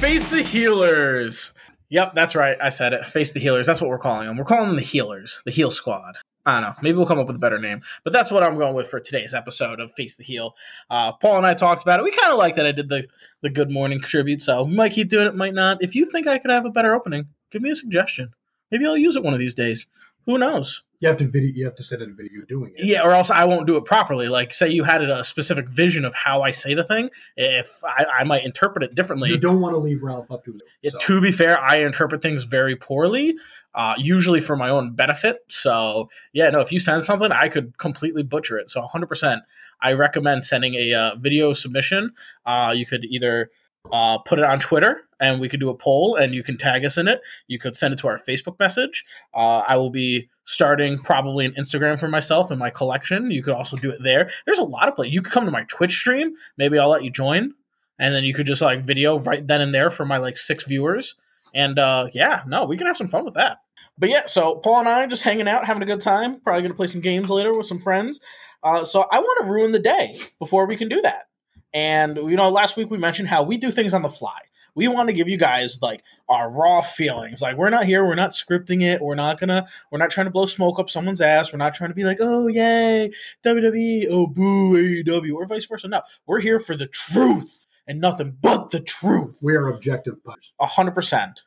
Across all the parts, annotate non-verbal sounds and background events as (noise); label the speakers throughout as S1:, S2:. S1: Face the healers. Yep, that's right. I said it. Face the healers. That's what we're calling them. We're calling them the healers, the heal squad. I don't know. Maybe we'll come up with a better name, but that's what I'm going with for today's episode of Face the Heel. Uh, Paul and I talked about it. We kind of like that I did the the Good Morning tribute, so might keep doing it, might not. If you think I could have a better opening, give me a suggestion. Maybe I'll use it one of these days. Who knows?
S2: You have to video. You have to send in a video doing it.
S1: Yeah, or else I won't do it properly. Like, say you had a specific vision of how I say the thing. If I, I might interpret it differently.
S2: (laughs) You don't want to leave Ralph up to
S1: Yeah,
S2: it.
S1: To be fair, I interpret things very poorly, uh, usually for my own benefit. So, yeah, no, if you send something, I could completely butcher it. So, 100%, I recommend sending a uh, video submission. Uh, you could either uh, put it on Twitter and we could do a poll and you can tag us in it. You could send it to our Facebook message. Uh, I will be starting probably an Instagram for myself and my collection. You could also do it there. There's a lot of play. You could come to my Twitch stream. Maybe I'll let you join. And then you could just like video right then and there for my like six viewers. And uh, yeah, no, we can have some fun with that. But yeah, so Paul and I just hanging out, having a good time. Probably gonna play some games later with some friends. Uh, so I want to ruin the day before we can do that. And you know, last week we mentioned how we do things on the fly. We want to give you guys like our raw feelings. Like we're not here, we're not scripting it, we're not gonna, we're not trying to blow smoke up someone's ass. We're not trying to be like, oh yay, WWE, oh boo, AEW, or vice versa. No, we're here for the truth and nothing but the truth.
S2: we are objective punch.
S1: A hundred percent.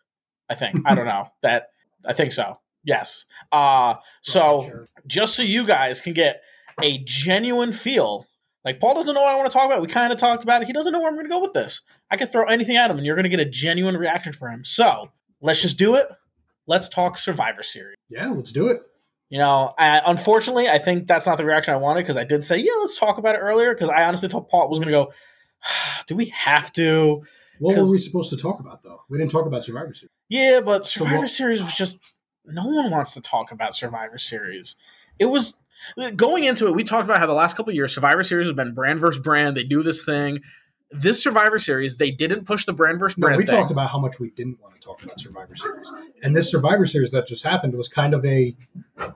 S1: I think. I don't know. That I think so. Yes. Uh so just so you guys can get a genuine feel. Like Paul doesn't know what I want to talk about. We kind of talked about it. He doesn't know where I'm going to go with this. I could throw anything at him, and you're going to get a genuine reaction from him. So let's just do it. Let's talk Survivor Series.
S2: yeah, let's do it.
S1: You know, I, unfortunately, I think that's not the reaction I wanted because I did say, "Yeah, let's talk about it earlier." Because I honestly thought Paul was going to go, (sighs) "Do we have to?"
S2: What were
S1: Because-
S2: we supposed to talk about though? We didn't talk about Survivor Series.
S1: Yeah, but
S2: So
S1: Survivor
S2: what-
S1: Series was just no one wants to talk about Survivor Series. It was going into it. We talked about how the last couple of years Survivor Series has been brand versus brand. They do this thing. This Survivor Series, they didn't push the brand versus
S2: No,
S1: brand.
S2: we
S1: thing.
S2: talked about how much we didn't want to talk about Survivor Series, and this Survivor Series that just happened was kind of a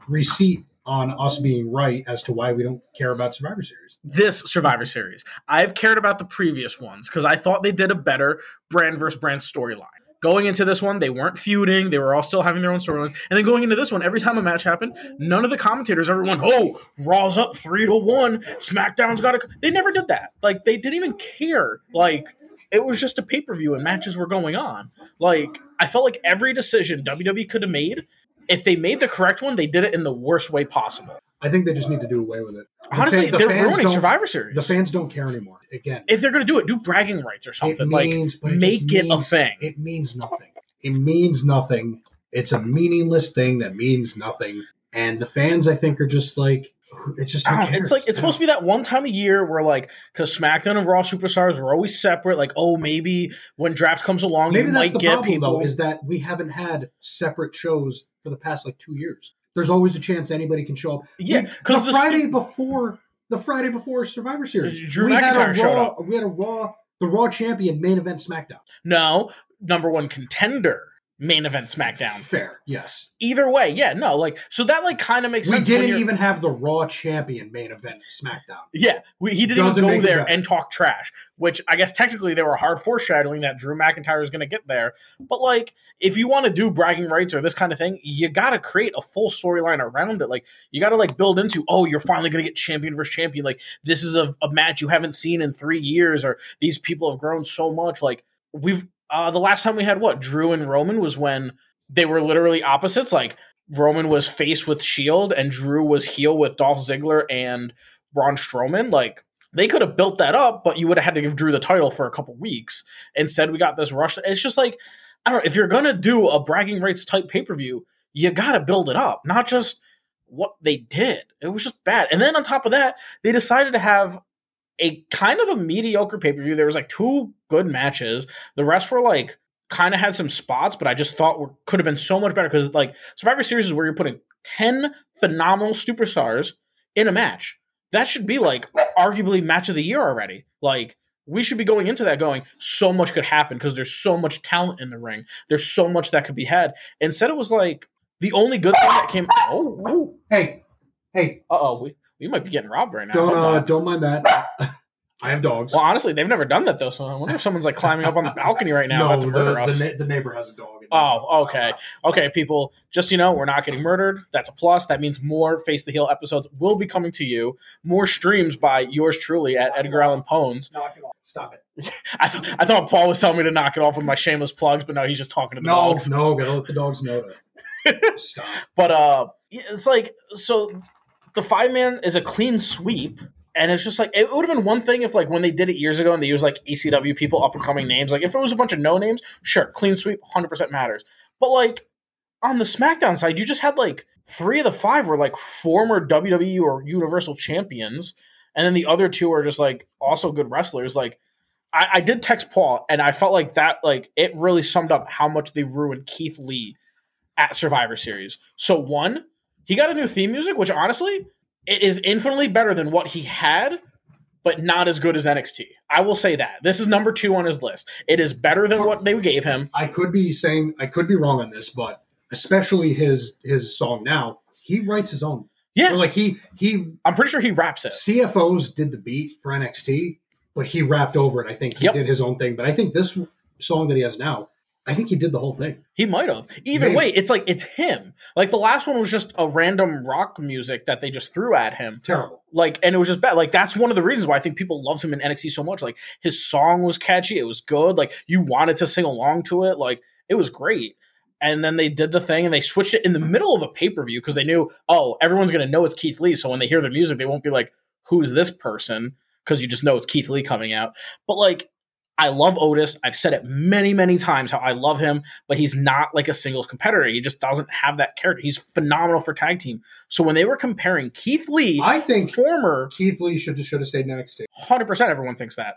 S2: receipt on us being right as to why we don't care about Survivor Series.
S1: this Survivor Series. I've cared about the previous ones because I thought they did a better brand versus brand storyline. Going into this one, they weren't feuding. They were all still having their own storylines. And then going into this one, every time a match happened, none of the commentators ever went, oh, Raw's up three to one. SmackDown's got to. They never did that. Like, they didn't even care. Like, it was just a pay per view and matches were going on. Like, I felt like every decision WWE could have made, if they made the correct one, they did it in the worst way possible.
S2: I think they just need to do away with it. The
S1: Honestly,
S2: fan- the
S1: they're
S2: fans
S1: ruining
S2: don't-
S1: Survivor Series
S2: The fans don't care anymore. Again,
S1: if they're gonna do it, do bragging rights or something. like
S2: but just
S1: make it a
S2: means-
S1: thing.
S2: It means nothing. It means nothing. It's a meaningless thing that means nothing. And the fans, I think, are just like, it's just. who
S1: I don't-
S2: cares?
S1: Ah, it's like it's supposed to be that one time a year where like because SmackDown and Raw superstars were always separate. Like oh maybe when draft comes along
S2: Maybe
S1: you
S2: that's
S1: might
S2: the
S1: get
S2: problem,
S1: people.
S2: though, is that we haven't had separate shows for the past like two years. There's always a chance anybody can show up.
S1: (laughs) yeah,
S2: The,
S1: because the,
S2: Friday
S1: stu-
S2: before the Friday before Survivor Series,
S1: Drew
S2: we had
S1: McIntyre
S2: a
S1: showed
S2: raw. We had a raw. The Raw champion main event SmackDown.
S1: no number one contender main event SmackDown.
S2: Fair, yes.
S1: Either way, yeah, no, like so that like kind of makes
S2: We
S1: sense. when
S2: didn't
S1: you're-
S2: even have the Raw champion main event SmackDown.
S1: Yeah, we, he didn't
S2: Doesn't
S1: even
S2: make
S1: go
S2: it
S1: there
S2: better.
S1: and talk trash, which I guess technically they were hard foreshadowing that Drew McIntyre is going to get there. But like, if you want to do bragging rights or this kind of thing, you got to create a full storyline around it. Like, you got to like build into, oh, you're finally going to get champion versus champion. Like, this is a, a match you haven't seen in three years, or these people have grown so much. Like, we've uh, the last time we had what Drew and Roman was when they were literally opposites. Like, Roman was face with Shield, E and Drew was heel with Dolph Ziggler and Braun Strowman. Like they could have built that up, but you would have had to give Drew the title for a couple weeks. Instead, we got this rush. It's just like I don't know if you're gonna do a bragging rights type pay per view, you gotta build it up, not just what they did. It was just bad. And then on top of that, they decided to have a kind of a mediocre pay per view. There was like two good matches. The rest were like kind of had some spots, but I just thought were, could have been so much better because like Survivor Series is where you're putting ten phenomenal superstars in a match that should be like arguably match of the year already. Like we should be going into that going so much could happen because there's so much talent in the ring. There's so much that could be had. Instead, it was like the only good thing that came. Oh,
S2: Hey, hey,
S1: uh oh, we, we might be getting robbed right now.
S2: don't
S1: Hold
S2: uh,
S1: on.
S2: don't mind that. (laughs) I have dogs.
S1: Well, honestly, they've never done that though. So I wonder if someone's like climbing up on the balcony right
S2: (laughs)
S1: now about to murder
S2: the,
S1: us.
S2: The, na- the neighbor has a dog.
S1: Oh, okay. okay, people, just so you know, we're not getting murdered. That's a plus. That means more Face the Heel episodes will be coming to you. More streams by yours truly at Edgar Allan Pones.
S2: Knock it off. Stop it.
S1: I, th- I thought Paul was telling me to knock it off with my shameless plugs, but no, he's just talking to the
S2: No,
S1: dogs.
S2: no, gotta let the dogs know
S1: (laughs)
S2: that. Stop.
S1: But uh, yeah, it's like so the five man is a clean sweep, and it's just like it would have been one thing if like when they did it years ago and they used like ECW people up and coming names. Like if it was a bunch of no names, sure, clean sweep, hundred percent matters. But like on the SmackDown side, you just had like three of the five were like former WWE or Universal champions, and then the other two are just like also good wrestlers. Like I, I did text Paul, and I felt like that like it really summed up how much they ruined Keith Lee at Survivor Series. So one, he got a new theme music, which honestly, it is infinitely better than what he had, but not as good as NXT. I will say that. This is number two on his list. It is better than what they gave him.
S2: I could be saying I could be wrong on this, but especially his his song now, he writes his own.
S1: Yeah.
S2: Or like he he
S1: I'm pretty sure he raps it.
S2: CFOs did the beat for NXT, but he rapped over it. I think he
S1: Yep.
S2: did his own thing. But I think this song that he has now, I think he did the whole thing.
S1: He might have. Either
S2: Maybe.
S1: way, it's like it's him. Like the last one was just a random rock music that they just threw at him.
S2: Terrible.
S1: Like, and it was just bad. Like, that's one of the reasons why I think people loved him in NXT so much. Like, his song was catchy. It was good. Like, you wanted to sing along to it. Like, it was great. And then they did the thing and they switched it in the middle of a pay per view because they knew, oh, everyone's going to know it's Keith Lee. So when they hear the music, they won't be like, who's this person? Because you just know it's Keith Lee coming out. But like, I love Otis. I've said it many, many times how I love him, but he's not like a singles competitor. He just doesn't have that character. He's phenomenal for tag team. So when they were comparing Keith Lee,
S2: I think
S1: former
S2: Keith Lee should should have stayed in NXT.
S1: 100% everyone thinks that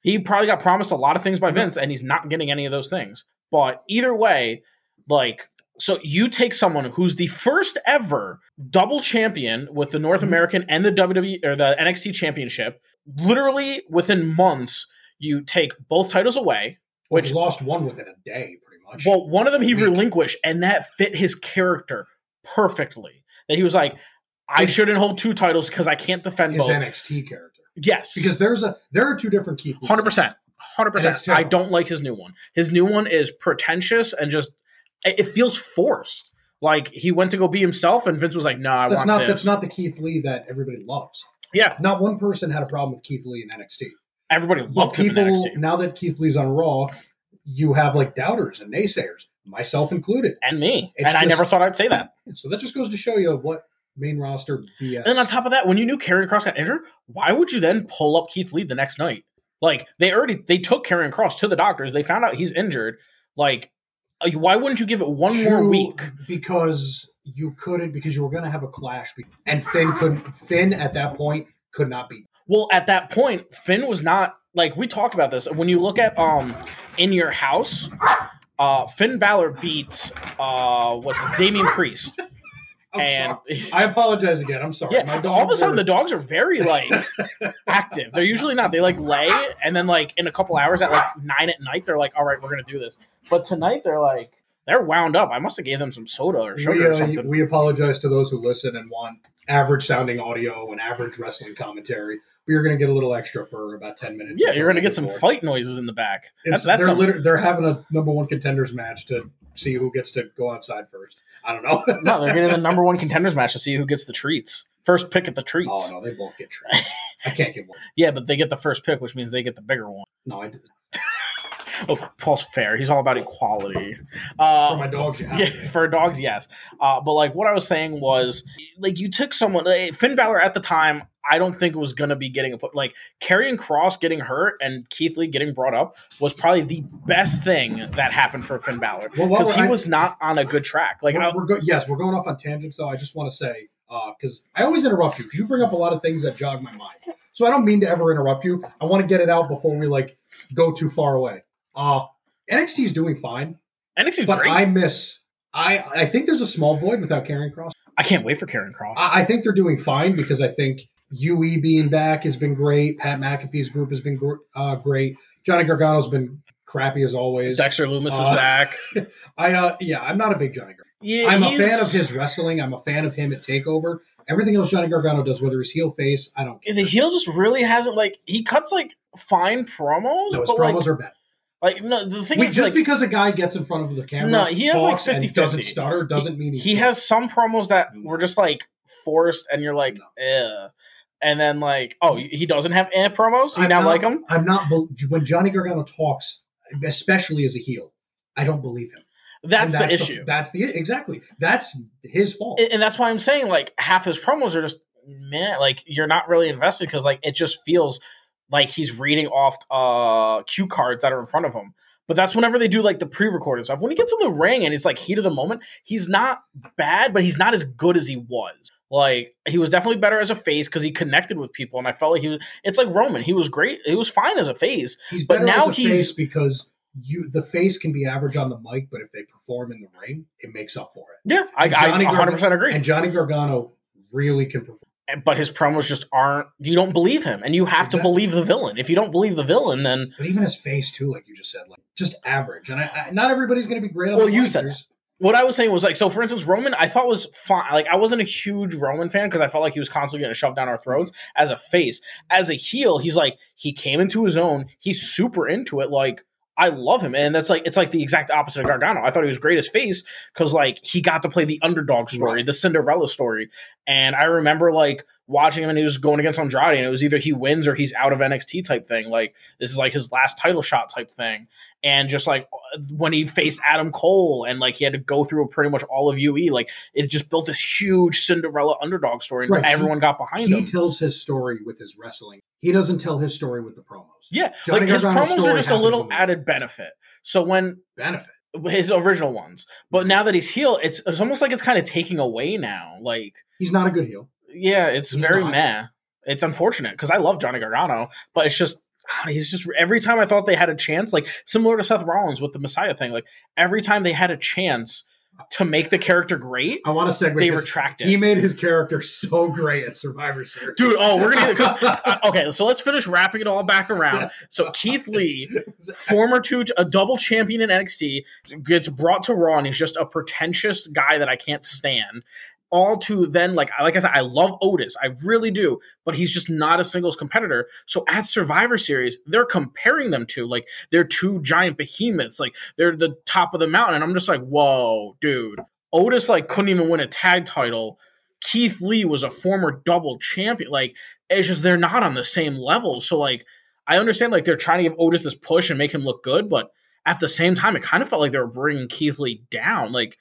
S1: he probably got promised a lot of things by
S2: Mm-hmm.
S1: vince and he's not getting any of those things but either way like so you take someone who's the first ever double champion with the
S2: Mm-hmm.
S1: north american and the wwe or the nxt championship literally within months you take both titles away
S2: Well,
S1: Which-
S2: he lost one within a day, pretty much.
S1: well, one of them he
S2: Weak.
S1: relinquished, and that fit his character perfectly. That he was like, I
S2: His-
S1: shouldn't hold two titles because I can't defend
S2: his
S1: both.
S2: NXT character.
S1: yes,
S2: Because there's a there are two different Keith Lees.
S1: hundred percent, hundred
S2: And it's
S1: percent. I
S2: terrible.
S1: don't like his new one. His new one is pretentious and just it it feels forced. Like he went to go be himself, and Vince was like, "No, I
S2: That's
S1: want
S2: not
S1: this."
S2: that's not the Keith Lee that everybody loves.
S1: Yeah.
S2: Not one person had a problem with Keith Lee in NXT.
S1: Everybody
S2: But
S1: loved
S2: people
S1: him in NXT,
S2: now that Keith Lee's on Raw, you have like doubters and naysayers, myself included.
S1: and me, and
S2: It's
S1: I never
S2: just-
S1: thought I'd say that.
S2: So that just goes to show you what main roster BS.
S1: And then on top of that, when you knew Karrion Cross got injured, why would you then pull up Keith Lee the next night? Like they already they took Karrion Cross to the doctors. They found out he's injured. Like uh, why wouldn't you give it one more
S2: Two,
S1: week?
S2: because you couldn't because you were going to have a clash, be- and Finn couldn't. Finn at that point could not be.
S1: Well, at that point, Finn was not like we talked about this. When you look at um in your house, uh Finn Balor beat uh what's it, Damian Priest.
S2: I'm
S1: and
S2: Oh, sorry. I apologize again. I'm
S1: (laughs)
S2: sorry.
S1: yeah, all of a sudden the dogs are very
S2: (laughs)
S1: like active. They're usually not. They like lay and then like in a couple hours at like nine at night, they're like, all right, we're gonna do this. But tonight they're like they're wound up. I must have gave them some soda or sugar
S2: we,
S1: or
S2: uh,
S1: something.
S2: we apologize to those who listen and want average sounding audio and average wrestling commentary. We are going to get a little extra for about ten minutes.
S1: yeah,
S2: each
S1: you're gonna
S2: on
S1: get
S2: the
S1: some
S2: board.
S1: fight noises in the back. That's
S2: It's-
S1: that's
S2: they're,
S1: something.
S2: liter- they're having a number one contenders match to see who gets to go outside first. I don't know. (laughs)
S1: no, they're getting the number one contenders match to see who gets the treats. First pick at the treats.
S2: oh no, they both get trash. I can't get one.
S1: Yeah, but they get the first pick, which means they get the bigger one.
S2: No, I did.
S1: Oh, Paul's fair. He's all about equality.
S2: for
S1: Uh,
S2: my dogs. You have
S1: yeah, (laughs)
S2: to get.
S1: for dogs, yes. Uh, but like what I was saying was, like you took someone, like, Finn Balor at the time. I don't think was gonna be getting a put. Like Karrion Cross getting hurt and Keith Lee getting brought up was probably the best thing that happened for Finn Balor
S2: Well,
S1: (laughs)
S2: while
S1: because
S2: we're,
S1: he
S2: I-
S1: was not on a good track. Like
S2: we're-
S1: I-
S2: we're go- yes, we're going off on tangents though. I just want to say because I always interrupt you because you bring up a lot of things that jog my mind. So I don't mean to ever interrupt you. I want to get it out before we like go too far away. Uh, NXT is doing fine,
S1: NXT's
S2: but
S1: great. I,
S2: I miss. I I think there's a small void without Karen Cross.
S1: can't wait for Karrion Cross.
S2: I, I think they're doing fine because I think UE being back has been great. Pat McAfee's group has been gr- uh, great. Johnny Gargano's been crappy as always.
S1: Dexter Loomis
S2: Uh,
S1: is back.
S2: I uh, yeah, I'm not a big Johnny Gargano.
S1: Yeah,
S2: I'm a
S1: he's-
S2: fan of his wrestling. I'm a fan of him at Takeover. Everything else Johnny Gargano does, whether he's heel face, I don't care.
S1: The heel just really hasn't like he cuts like fine promos,
S2: No, his
S1: but
S2: promos
S1: like,
S2: are bad.
S1: like no the thing
S2: Wait,
S1: is
S2: just
S1: like,
S2: because a guy gets in front of the camera,
S1: No, he has, like,
S2: talks, and
S1: 50-50.
S2: doesn't stutter, doesn't mean he's
S1: he has some promos that were just like forced, and you're like,
S2: No. Mm.
S1: eh. And then like, oh, he doesn't have eh promos. You
S2: I'm
S1: now
S2: not-
S1: like him?
S2: I'm not bel- when Johnny Gargano talks, especially as a heel, I don't believe him.
S1: That's,
S2: And
S1: the issue,
S2: That's the exactly. That's his fault.
S1: and and that's why I'm saying like half his promos are just man, like you're not really invested because like it just feels like he's reading off uh cue cards that are in front of him. But that's whenever they do like the pre-recorded stuff. When he gets in the ring and it's like heat of the moment, he's not bad, but he's not as good as he was. Like he was definitely better as a face because he connected with people, and I felt like he was. It's like Roman. He was great. He was fine as a face.
S2: he's
S1: but
S2: better
S1: now
S2: as a
S1: he's-
S2: face because you the face can be average on the mic, but if they perform in the ring, it makes up for it.
S1: Yeah, I, I
S2: Johnny
S1: 100 percent agree.
S2: And Johnny Gargano really can perform.
S1: And- but his promos just aren't. You don't believe him, and you have to
S2: Exactly.
S1: believe the villain. If you don't believe the villain, then
S2: But even his face too, like you just said, like just average. And I, I, not everybody's going to be great. On
S1: Well,
S2: the
S1: you
S2: mic.
S1: said
S2: There's-
S1: what I was saying was like, so for instance, Roman, I thought was fine. Like, I wasn't a huge Roman fan because I felt like he was constantly getting shoved down our throats as a face. As a heel, he's like, he came into his own. He's super into it. Like, I love him. And that's like, it's like the exact opposite of Gargano. I thought he was great as face because, like, he got to play the underdog story,
S2: Right.
S1: the Cinderella story. And I remember, like, watching him and he was going against Andrade and it was either he wins or he's out of NXT type thing. Like, this is like his last title shot type thing. And just like when he faced Adam Cole and like he had to go through pretty much all of UE, like it just built this huge Cinderella underdog story and
S2: Right.
S1: everyone got behind
S2: he
S1: him.
S2: tells his story with his wrestling. He doesn't tell his story with the promos.
S1: yeah,
S2: Johnny
S1: like his
S2: Gargano's
S1: promos
S2: story
S1: are just a
S2: happens
S1: little
S2: in the-
S1: added benefit. So when
S2: Benefit.
S1: his original ones, but now that he's heel, it's it's almost like it's kind of taking away now. Like
S2: He's not a good heel.
S1: yeah, it's
S2: He's
S1: very
S2: not.
S1: meh. It's unfortunate because I love Johnny Gargano, but it's just ah, he's just every time I thought they had a chance, like similar to Seth Rollins with the Messiah thing, like every time they had a chance to make the character great,
S2: I want to segue.
S1: they
S2: this.
S1: retract it.
S2: He made his character so great at Survivor Series,
S1: Dude, oh, we're gonna because
S2: (laughs)
S1: okay, so let's finish wrapping it all back around. So Keith Lee, former two, a double champion in NXT, gets brought to Raw, and he's just a pretentious guy that I can't stand. All to then, like, like I said, I love Otis, I really do, but he's just not a singles competitor. So at Survivor Series, they're comparing them to like they're two giant behemoths, like they're the top of the mountain, and I'm just like, whoa, dude. Otis like couldn't even win a tag title. Keith Lee was a former double champion. Like it's just they're not on the same level. So like I understand like they're trying to give Otis this push and make him look good, but at the same time, it kind of felt like they were bringing Keith Lee down. Like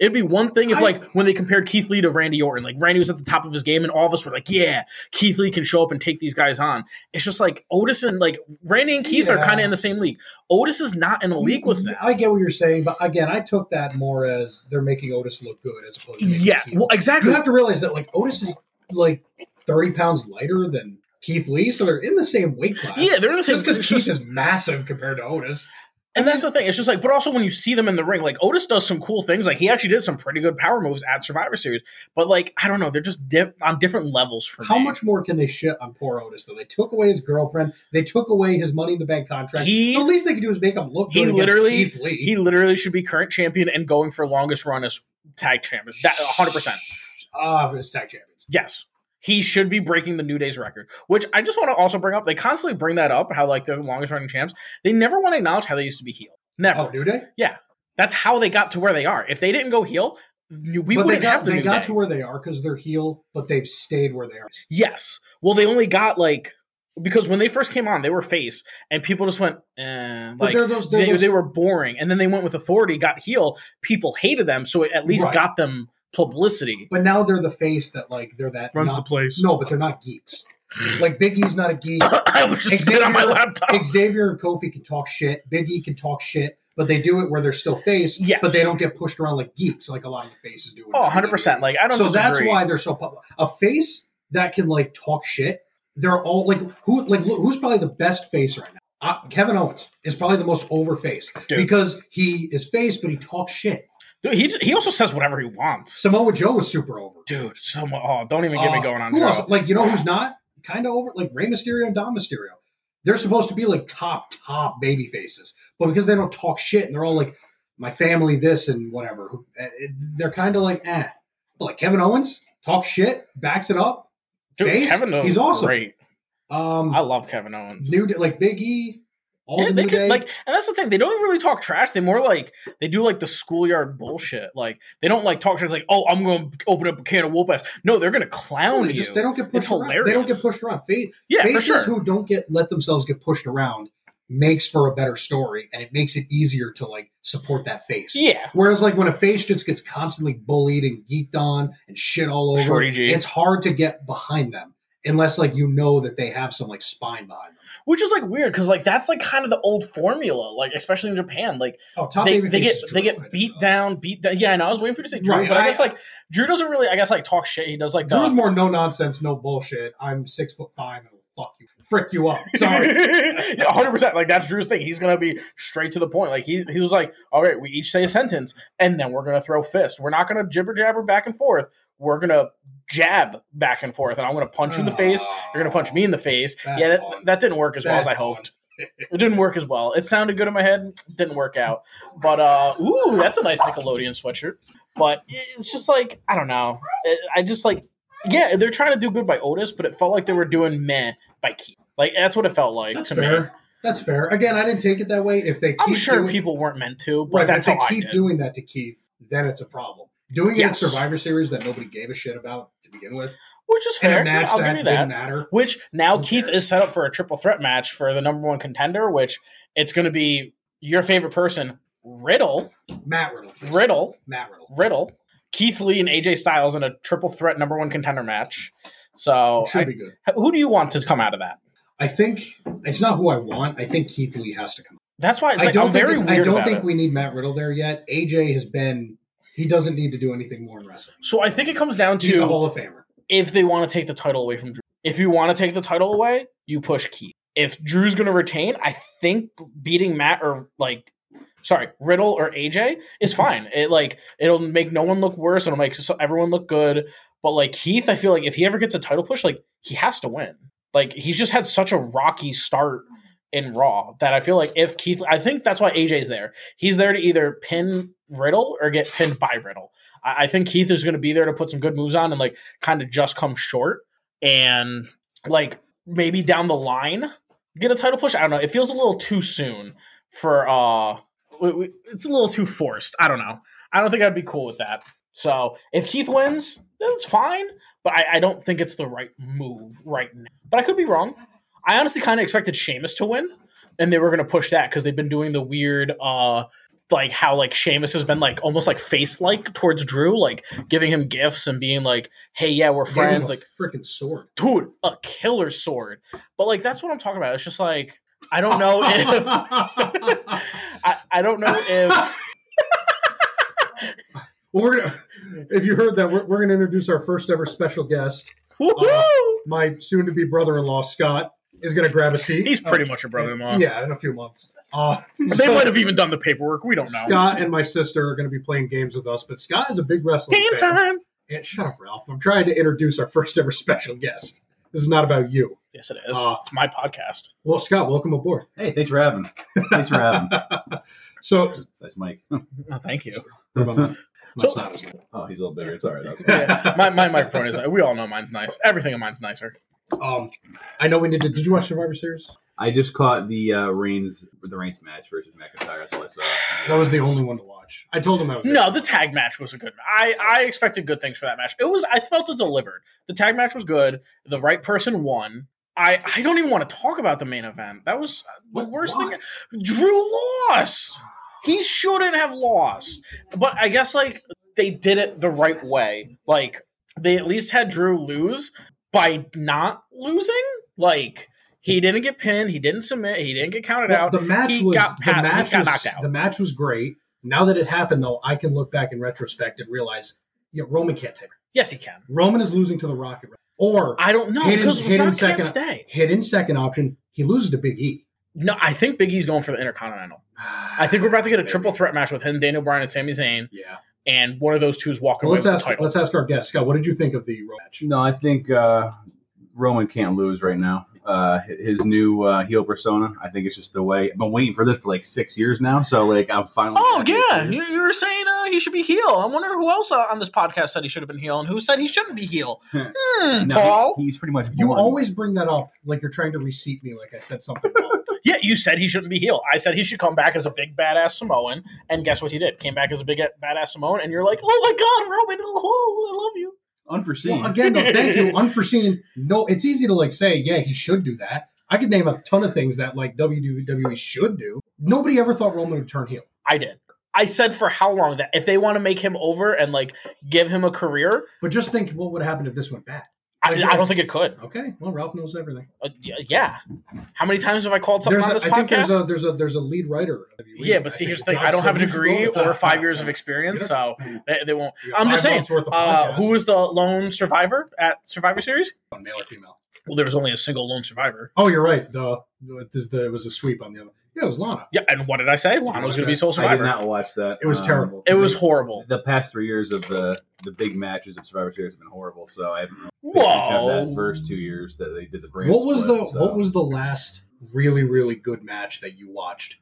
S1: it'd be one thing if
S2: I-
S1: like when they compared Keith Lee to Randy Orton, like Randy was at the top of his game, and all of us were like, yeah, Keith Lee can show up and take these guys on. It's just like Otis and like Randy and Keith are
S2: Yeah.
S1: kind of in the same league. Otis is not in a league with them.
S2: I get what you're saying, but again, I took that more as they're making Otis look good as opposed to making
S1: Yeah,
S2: Keith.
S1: well, exactly.
S2: you have to realize that like Otis is like 30 pounds lighter than Keith Lee, so they're in the same weight class.
S1: Yeah, they're in the same.
S2: just because
S1: it's
S2: Keith
S1: just-
S2: is massive compared to Otis.
S1: and that's the thing. It's just like, but also when you see them in the ring, like Otis does some cool things. Like he actually did some pretty good power moves at Survivor Series. But like, I don't know, they're just dip on different levels for
S2: How
S1: me.
S2: much more can they shit on poor Otis though? They took away his girlfriend. They took away his Money in the Bank contract. the
S1: he
S2: least they could do is make him look
S1: he
S2: good. against
S1: literally-
S2: Keith Lee.
S1: he literally should be current champion and going for longest run as tag champions. That 100. percent
S2: Ah, his tag champions.
S1: Yes. He should be breaking the New Day's record, which I just want to also bring up. They constantly bring that up, how like they're the longest running champs. They never want to acknowledge how they used to be heel. Never.
S2: Oh, New Day.
S1: That's how they got to where they are. If they didn't go heel, we
S2: but they
S1: wouldn't
S2: got,
S1: have the
S2: they
S1: New
S2: got
S1: Day.
S2: to where they are because they're heel, but they've stayed where they are.
S1: Yes. Well, they only got like because when they first came on, they were face, and people just went, eh,
S2: But
S1: like
S2: they're those. They're
S1: they,
S2: those
S1: they were boring. And then they went with Authority, got heel. People hated them, so it at least
S2: Right.
S1: got them publicity.
S2: but now they're the face that like they're that.
S1: Runs
S2: not-
S1: the place.
S2: No, but they're not geeks. like Big E's not a
S1: (laughs)
S2: geek.
S1: I was just spit on my
S2: Xavier-
S1: laptop.
S2: Xavier and Kofi can talk shit. Big E can talk shit, but they do it where they're still face.
S1: Yes.
S2: But they don't get pushed around like geeks, like a lot of the faces do. in
S1: oh, 100 percent.
S2: WWE.
S1: Like I don't.
S2: so
S1: disagree.
S2: that's why they're so public. A face that can like talk shit. They're all like who like look, who's probably the best face right now. Uh, Kevin Owens is probably the most over face
S1: Dude.
S2: because he is face, but he talks shit.
S1: Dude, he he also says whatever he wants.
S2: Samoa Joe was super over.
S1: Dude, someone. Oh, don't even get me
S2: Uh,
S1: going on.
S2: Who
S1: Joe.
S2: else? Like you know who's not kind of over? Like Rey Mysterio and Dom Mysterio. They're supposed to be like top top baby faces, but because they don't talk shit and they're all like my family this and whatever, who- eh, eh, they're kind of like eh. But like Kevin Owens, talk shit, backs it up.
S1: Dude,
S2: Face?
S1: Kevin Owens,
S2: He's awesome.
S1: Great.
S2: Um,
S1: I love Kevin Owens.
S2: new Day- like Big E, all
S1: Yeah,
S2: the
S1: they
S2: new
S1: could,
S2: day.
S1: like, and that's the thing. They don't really talk trash. They more like they do like the schoolyard bullshit. Like they don't like talk trash. Like, oh, I'm going to open up a can of whoop ass. No, they're going to clown
S2: they,
S1: you.
S2: just, they don't get pushed
S1: It's
S2: around. They don't
S1: hilarious.
S2: get pushed around. Fa-
S1: yeah, for
S2: faces
S1: sure.
S2: who don't get let themselves get pushed around makes for a better story, and it makes it easier to like support that face.
S1: yeah,
S2: Whereas, like when a face just gets constantly bullied and geeked on and shit all over,
S1: Shorty G.
S2: it's hard to get behind them unless like you know that they have some like spine behind them.
S1: which is like weird because like that's like kind of the old formula. Like especially in Japan, like
S2: Oh, top
S1: they,
S2: baby
S1: they get
S2: faces
S1: they
S2: Drew
S1: get
S2: Dodonis.
S1: beat down, beat down. Yeah, and I was waiting for you to say Drew,
S2: Right,
S1: but I,
S2: I-
S1: guess like Drew doesn't really. I guess like talk shit. He does like the,
S2: Drew's more no nonsense, no bullshit. I'm six foot five and will fuck you, frick you up. (laughs) Sorry.
S1: hundred percent. Like that's Drew's thing. He's gonna be straight to the point. Like he he was like, all right, we each say a sentence, and then we're gonna throw fist. We're not gonna jibber jabber back and forth. We're gonna jab back and forth, and I'm gonna (laughs) punch you in the face.
S2: Ah.
S1: You're gonna punch me in the face.
S2: Bad
S1: yeah, that,
S2: pun.
S1: that didn't work as well
S2: Bad
S1: as I
S2: pun.
S1: hoped. It didn't work as well. It sounded good in my head. Didn't work out. But uh, ooh, that's a nice Nickelodeon sweatshirt. But it's just like I don't know. I- I just like yeah, they're trying to do good by Otis, but it felt like they were doing meh by Keith. Like that's what it felt like
S2: That's
S1: to
S2: fair.
S1: me.
S2: That's fair. Again, I didn't take it that way. If they keep
S1: I'm sure
S2: doing,
S1: people weren't meant to, but
S2: (laughs) right,
S1: that's
S2: if
S1: how
S2: they
S1: I
S2: keep
S1: did.
S2: doing that to Keith, then it's a problem. Doing it at
S1: Yes.
S2: Survivor Series that nobody gave a shit about to begin with,
S1: which is
S2: and
S1: fair.
S2: a match
S1: Yeah, I'll
S2: that
S1: give you that.
S2: didn't matter.
S1: Which now
S2: Who
S1: Keith
S2: cares?
S1: is set up for a triple threat match for the number one contender, which it's going to be your favorite person, Riddle,
S2: Matt Riddle.
S1: Riddle,
S2: Matt Riddle.
S1: Riddle, Keith Lee, and AJ Styles in a triple threat number one contender match. So,
S2: Should
S1: Oh, I,
S2: be good.
S1: who do you want to come out of that?
S2: I think it's not who I want. I think Keith Lee has to come.
S1: That's why it's
S2: I
S1: like,
S2: don't
S1: I'm
S2: think
S1: very
S2: it's-
S1: weird
S2: I don't
S1: about
S2: think
S1: it.
S2: we need Matt Riddle there yet. AJ has been. He doesn't need to do anything more in wrestling.
S1: So I think it comes down
S2: He's a
S1: to
S2: Hall of Famer.
S1: if they want to take the title away from Drew. If you want to take the title away, you push Keith. If Drew's going to retain, I think beating Matt or like, sorry, Riddle or AJ is fine. It like it'll make no one look worse. It'll make so everyone look good. But like Keith, I feel like if he ever gets a title push, like he has to win. Like he's just had such a rocky start in Raw that I feel like if Keith, I think that's why AJ's there. He's there to either pin Riddle or get pinned by Riddle. I, I think Keith is going to be there to put some good moves on and like kind of just come short and like maybe down the line get a title push. I don't know. It feels a little too soon for uh, we- we- it's a little too forced. I don't know. I don't think I'd be cool with that. So if Keith wins, that's fine. But I, I don't think it's the right move right now. But I could be wrong. I honestly kind of expected Sheamus to win, and they were going to push that because they've been doing the weird, uh, like how like Sheamus has been like almost like face like towards Drew, like giving him gifts and being like, "Hey, yeah, we're
S2: Gave him
S1: friends."
S2: a
S1: Like, (laughs)
S2: freaking sword.
S1: dude, a killer sword. But like that's what I'm talking about. It's just like I don't
S2: (laughs)
S1: know if
S2: well,
S1: I, I don't know
S2: (laughs)
S1: if
S2: we're gonna, if you heard that, we're, we're going to introduce our first ever special guest.
S1: Woo-hoo!
S2: My soon-to-be brother-in-law Scott is going to grab a seat. Uh,
S1: he's pretty much a brother-in-law.
S2: Yeah, in a few months. Uh,
S1: They might have even done the paperwork. We don't know.
S2: Scott and my sister are going to be playing games with us, but Scott is a big wrestling
S1: Game
S2: fan.
S1: time.
S2: And- shut up, Ralph. I'm trying to introduce our first ever special guest. This is not about you.
S1: Yes, it is.
S2: Uh,
S1: it's my podcast.
S2: well, Scott, welcome aboard.
S3: Hey, thanks for having. Thanks for having.
S2: So,
S3: (laughs)
S2: (laughs)
S3: Nice mic.
S1: Oh, thank you.
S2: That's
S1: So-
S2: not as good.
S3: Oh, he's a little bigger. It's all right. That's
S1: Yeah, my, my microphone is. We all know mine's nice. Everything on mine's nicer.
S2: (laughs) um, I know we need to. Did you watch Survivor Series?
S3: I just caught the uh, Reigns the Reigns match versus McIntyre. That's all I saw.
S2: That was the only one to watch. I told him I was.
S1: No, the tag match was a good. I I expected good things for that match. It was. I felt it delivered. The tag match was good. The right person won. I I don't even want to talk about the main event. That was uh, the
S2: What-
S1: worst
S2: why?
S1: thing. Drew lost. He shouldn't have lost. But I guess like they did it the right way. Like they at least had Drew lose by not losing. Like he didn't get pinned. He didn't submit. He didn't get counted
S2: Well,
S1: out.
S2: The match
S1: He
S2: was
S1: got pat-
S2: the match
S1: he got
S2: was,
S1: knocked out.
S2: The match was great. Now that it happened, though, I can look back in retrospect and realize, yeah, Roman can't take it.
S1: Yes, he can.
S2: Roman is losing to the Rocket, or
S1: I don't know
S2: Hidden-
S1: because
S2: hidden
S1: Rock can't
S2: second-
S1: stay.
S2: hit in second option, he loses to Big E.
S1: No, I think Big E's going for the Intercontinental. I (sighs) think we're about to get a triple threat match with him, Daniel Bryan, and Sami Zayn,
S2: Yeah.
S1: and one of those two is walking
S2: Well,
S1: away
S2: let's
S1: with the
S2: ask.
S1: title.
S2: Let's ask our guest Scott. What did you think of the Roman match?
S3: No, I think uh, Roman can't lose right now. Uh, hi- his new uh, heel persona. I think it's just the way. I've been waiting for this for like six years now. So like, I'm finally.
S1: Oh
S3: happy it's
S1: yeah,
S3: here.
S1: you, you were saying uh, oh, he should be heel. I wonder who else uh, on this podcast said he should have been heel and who said he shouldn't be heel. Hmm,
S3: (laughs) No,
S1: Paul.
S3: he- he's pretty much
S2: You
S3: born.
S2: always bring that up like you're trying to reseat me, like I said something wrong.
S1: Yeah, you said he shouldn't be heel. I said he should come back as a big badass Samoan, and guess what he did? Came back as a big badass Samoan, and you're like, oh my god, Roman, oh, oh, I love you.
S3: unforeseen.
S2: Well, again, though, thank you. Unforeseen. No, it's easy to like say, yeah, he should do that. I could name a ton of things that like WWE should do. Nobody ever thought Roman would turn heel.
S1: I did. I said for how long that if they want to make him over and like give him a career,
S2: But just think what would happen if this went bad.
S1: I,
S2: Like,
S1: I don't think it could.
S2: Okay, well, Ralph knows everything.
S1: Uh, y- yeah. How many times have I called something
S2: There's
S1: on
S2: a-
S1: this
S2: I think
S1: podcast?
S2: there's a there's a there's a lead writer. of WWE.
S1: yeah, but
S2: I
S1: see,
S2: think
S1: here's the thing:
S2: John
S1: I don't have a
S2: Stone should
S1: degree
S2: go with
S1: or
S2: that.
S1: five years of experience, so they, they won't.
S2: You got
S1: I'm just
S2: (laughs) five
S1: saying.
S2: months worth of
S1: Uh, who
S2: podcasts.
S1: was the lone survivor at Survivor Series?
S2: male or female?
S1: Well, there was only a single lone survivor.
S2: Oh, you're right. The, the, this- the- it was a sweep on the other. Yeah, it was Lana.
S1: Yeah, and what did I say? Lana was going to be sole
S3: I did
S1: survivor.
S3: not watch that.
S2: It was
S3: Um,
S2: terrible.
S1: It was horrible.
S3: The past three years of the the big matches of Survivor Series have been horrible. So I haven't really picked up
S1: Whoa!
S3: that first two years that they did the brand.
S2: What was
S3: split,
S2: the
S3: so-
S2: What was uh, the last really really good match that you watched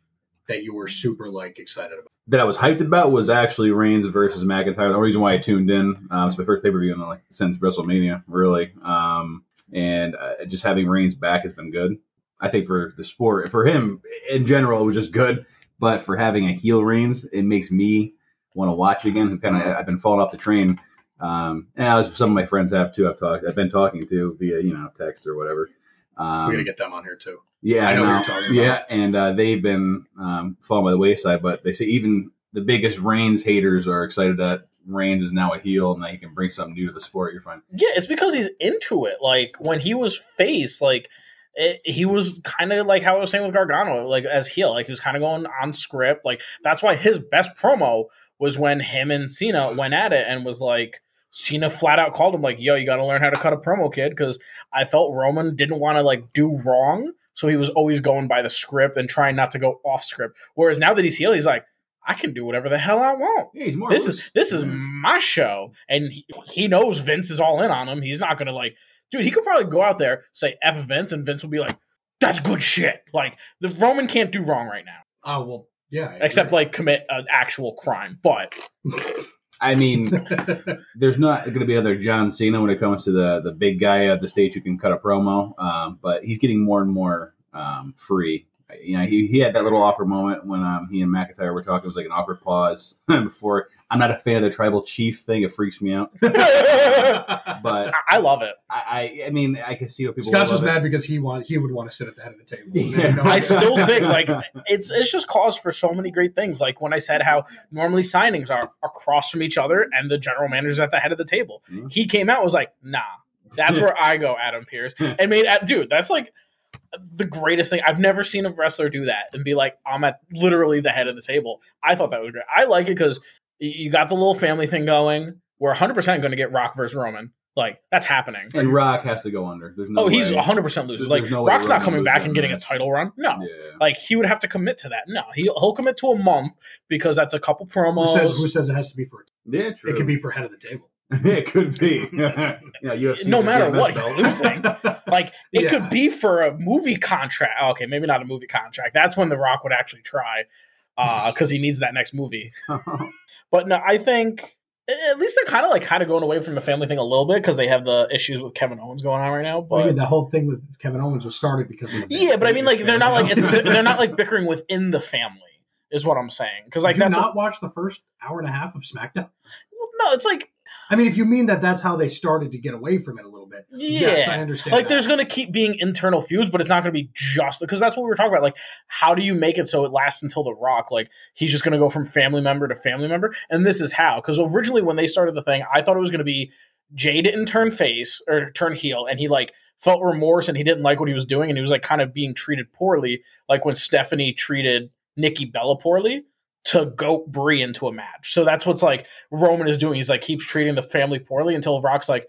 S2: that you were super like excited about?
S3: that I was hyped about was actually Reigns versus McIntyre. The reason why I tuned in, um, it's my first pay per view in like since WrestleMania, really. Um, and uh, just having Reigns back has been good. I think for the sport, for him in general, it was just good. But for having a heel Reigns, it makes me want to watch it again. Kind of, I've been falling off the train. Um, and as some of my friends have too, I've talked, I've been talking to via you know text or whatever. Um,
S2: We're gonna get them on here too.
S3: yeah,
S2: I know what
S3: no.
S2: you're talking about.
S3: Yeah, and uh, they've been um, falling by the wayside, but they say even the biggest Reigns haters are excited that Reigns is now a heel and that he can bring something new to the sport. You're fine.
S1: Yeah, it's because he's into it. Like when he was face, like it, he was kind of like how I was saying with Gargano, like as heel, like he was kind of going on script. Like that's why his best promo was when him and Cena went at it and was like. Cena flat out called him like, "Yo, you got to learn how to cut a promo, kid." Because I felt Roman didn't want to like do wrong, so he was always going by the script and trying not to go off script. Whereas now that he's heel, he's like, "I can do whatever the hell I want."
S3: Yeah, he's more.
S1: this is this is
S3: Yeah.
S1: my show, and he, he knows Vince is all in on him. He's not gonna like, dude. He could probably go out there say f Vince, and Vince will be like, "That's good shit." Like the Roman can't do wrong right now,
S2: Oh well, yeah. I
S1: except
S2: agree.
S1: like commit an actual crime. But (laughs)
S3: I mean, there's not going to be another John Cena when it comes to the the big guy at the stage who can cut a promo, um, but he's getting more and more um, free. You know, he, he had that little awkward moment when um, he and McIntyre were talking. It was like an awkward pause (laughs) before. I'm not a fan of the tribal chief thing. It freaks me out.
S1: I,
S2: (laughs)
S3: But
S1: I love it.
S3: I, I, I mean, I can see what people.
S2: Scott's
S3: would
S2: was
S3: love it.
S2: mad because he want he would want to sit at the head of the table.
S3: Yeah.
S1: I still think like it's it's just cause for so many great things. Like when I said how normally signings are across from each other and the general manager's at the head of the table.
S3: Mhm.
S1: He came out and was like, nah, that's where I go, Adam Pierce.
S3: (laughs)
S1: And made uh, dude, that's like the greatest thing. I've never seen a wrestler do that and be like, I'm at literally the head of the table. I thought that was great. I like it because you got the little family thing going. We're 100 percent going to get Rock versus Roman. Like that's happening.
S3: (laughs) And Rock has to go under. There's no.
S1: oh, he's
S3: way.
S1: 100 percent losing.
S3: There's
S1: Like
S3: no way
S1: Rock's not
S3: Roman
S1: coming
S3: loses
S1: back
S3: that
S1: and getting a
S3: match.
S1: title run. No.
S3: Yeah.
S1: Like he would have to commit to that. No, he he'll commit to a month because that's a couple
S2: who,
S1: promos.
S2: says, who says it has to be for?
S3: Yeah, true.
S2: It could be for head of the table.
S3: (laughs) it could be.
S2: (laughs)
S3: you know, UFC
S1: No matter
S3: DMF
S1: what, he's
S3: belt. (laughs)
S1: losing. like it
S2: Yeah.
S1: could be for a movie contract. Oh, okay, maybe not a movie contract. That's when The Rock would actually try because he needs that next
S2: (laughs)
S1: movie. But no, I think a- at least they're kind of like kind of going away from the family thing a little bit because they have the issues with Kevin Owens going on right now.
S2: Well, yeah,
S1: But
S2: the whole thing with Kevin Owens was started because of
S1: yeah, but I mean, like they're not like it's,
S2: (laughs)
S1: they're not like bickering within the family. Is what I'm saying because like
S2: Did you
S1: that's
S2: not
S1: what-
S2: watch the first hour and a half of SmackDown?
S1: well, no, it's like
S2: I mean, if you mean that that's how they started to get away from it a little bit.
S1: yeah.
S2: Yes, I understand.
S1: like
S2: that.
S1: there's going to keep being internal feuds but it's not going to be just because that's what we were talking about like how do you make it so it lasts until the rock like he's just going to go from family member to family member and this is how because originally when they started the thing i thought it was going to be jay didn't turn face or turn heel and he like felt remorse and he didn't like what he was doing and he was like kind of being treated poorly like when stephanie treated nikki bella poorly to goat Bree into a match. So that's what's like Roman is doing. He's like keeps treating the family poorly until Rock's like,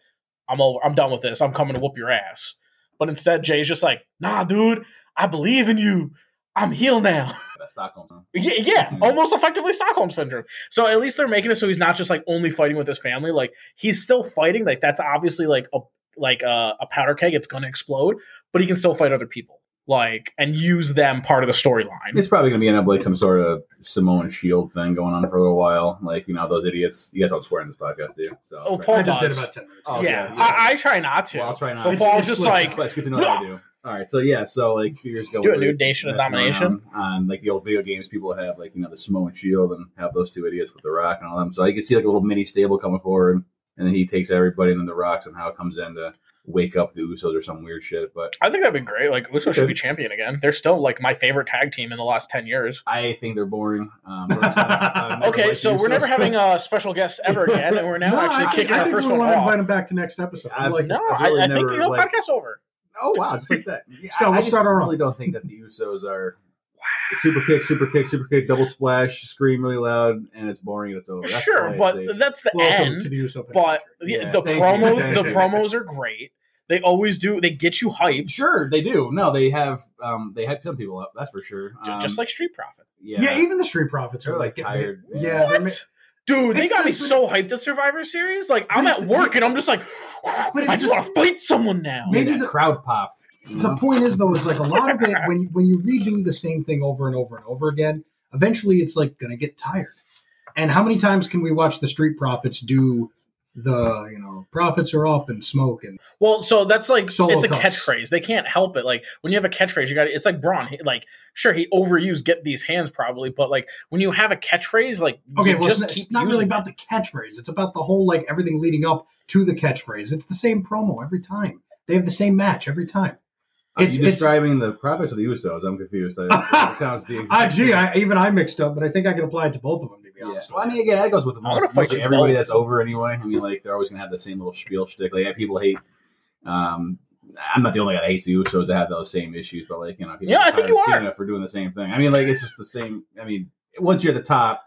S1: I'm over, I'm done with this. I'm coming to whoop your ass. But instead, Jay's just like, nah, dude, I believe in you. I'm heel now. (laughs)
S3: That's Stockholm. huh?
S1: yeah, yeah,
S3: Mhm.
S1: almost effectively Stockholm syndrome. So at least they're making it so he's not just like only fighting with his family. Like he's still fighting. uh, Like that's obviously like a like a, a powder keg. It's gonna explode, but he can still fight other people. like and use them part of the storyline.
S3: It's probably going to be end up like some sort of Samoan Shield thing going on for a little while. Like you know those idiots. You guys don't swear in this podcast, do you? So
S1: Oh,
S2: I
S1: Paul
S2: just did
S1: does.
S2: about ten minutes.
S3: Oh,
S2: ago.
S1: yeah,
S3: yeah, yeah.
S1: I, I try not to.
S3: well, I'll try not.
S1: But Paul's just like,
S3: but it's good to know what I do. All right, so yeah, so like few years ago,
S1: Do a
S3: we were
S1: new nation of
S3: messing
S1: domination.
S3: around on like the old video games. People would have like you know the Samoan Shield and have those two idiots with the Rock and all them. So you can see like a little mini stable coming forward, and then he takes everybody, and then the Rock somehow comes in to wake up the Usos or some weird shit. But
S1: I think that'd be great. Like Uso should
S3: Okay.
S1: be champion again. They're still like my favorite tag team in the last ten years.
S3: I think they're boring. Um, personally,
S1: (laughs)
S3: I've never
S1: Okay,
S3: liked
S1: so
S3: the
S1: we're
S3: Usos. (laughs)
S1: never having a special guest ever
S2: (laughs)
S1: again, and we're now
S2: No, I
S1: actually
S2: think,
S1: kicking
S2: I
S1: our
S2: think
S1: first
S2: we
S1: one
S2: want to invite
S1: off.
S2: him back to next episode. I'm
S3: I'm-
S2: like,
S1: No,
S3: I've
S1: I,
S3: really
S1: I think
S3: never,
S1: you know
S3: like-
S1: podcast over.
S3: Oh wow,
S1: (laughs)
S3: just like that. Yeah,
S2: Scott,
S3: I,
S2: we'll
S3: I just
S2: start our own.
S3: really don't think that the Usos are super kick, super kick, super kick, double splash, scream really loud, and it's boring and it's over. That's all
S1: sure,
S3: I
S1: but
S3: say.
S1: that's the
S2: welcome
S1: end.
S2: to the Uso.
S1: but
S3: Yeah,
S1: the
S3: thank you,
S1: promo
S3: thank
S1: the
S3: you.
S1: promos are great. They always do. They get you hyped,
S3: sure they do. No, they have um they had some people up. That's for sure.
S1: ju-
S3: Um,
S1: just like Street Profit.
S3: yeah,
S2: yeah. even the street profits are
S3: they're like
S2: like
S3: tired.
S2: Yeah, they're
S1: What?
S2: ma-
S1: Dude, they
S2: It's
S1: got me
S2: the-
S1: so hyped at Survivor Series. Like I'm
S2: it's-
S1: at work and I'm just like, (sighs)
S2: it's
S1: I just
S2: just-
S1: want to fight someone now.
S2: Maybe
S3: maybe the
S2: the-
S3: crowd popped. you
S2: The
S3: know?
S2: point is though, is like a lot of it when you, when you redo the same thing over and over and over again, eventually it's like gonna get tired. And how many times can we watch the street profits do the you know profits are up and smoke and
S1: Well, so that's like
S2: Solo
S1: it's a
S2: cups.
S1: catchphrase. They can't help it. Like when you have a catchphrase, you got it's like Braun. he- Like sure, he overused get these hands probably, but like when you have a catchphrase, like
S2: okay
S1: you
S2: well it's
S1: just
S2: not,
S1: keep
S2: it's not really
S1: using
S2: about the catchphrase it's about the whole like everything leading up to the catchphrase it's the same promo every time they have the same match every time
S3: Are
S2: it's-
S3: you
S2: it's-
S3: describing the profits of the Usos. I'm confused.
S2: (laughs)
S3: I, it sounds the
S2: ah
S3: exact.
S2: gee
S3: same.
S2: I, even i mixed up but i think i can apply it to both of them to be
S3: Yeah.
S2: honest
S3: Well, I
S2: with
S3: mean, again, that goes with the
S1: I'm gonna
S3: mostly
S1: fight you
S3: everybody
S1: both.
S3: that's over anyway. I mean, like they're always gonna have the same little spiel shtick. Like yeah, people hate. Um, I'm not the only guy that hates the Usos that have those same issues, but like you know, people
S1: Yeah,
S3: are
S1: I think
S3: tired
S1: you
S3: of
S1: are.
S3: Cena for doing the same thing. I mean, like it's just the same. I mean, once you're at the top,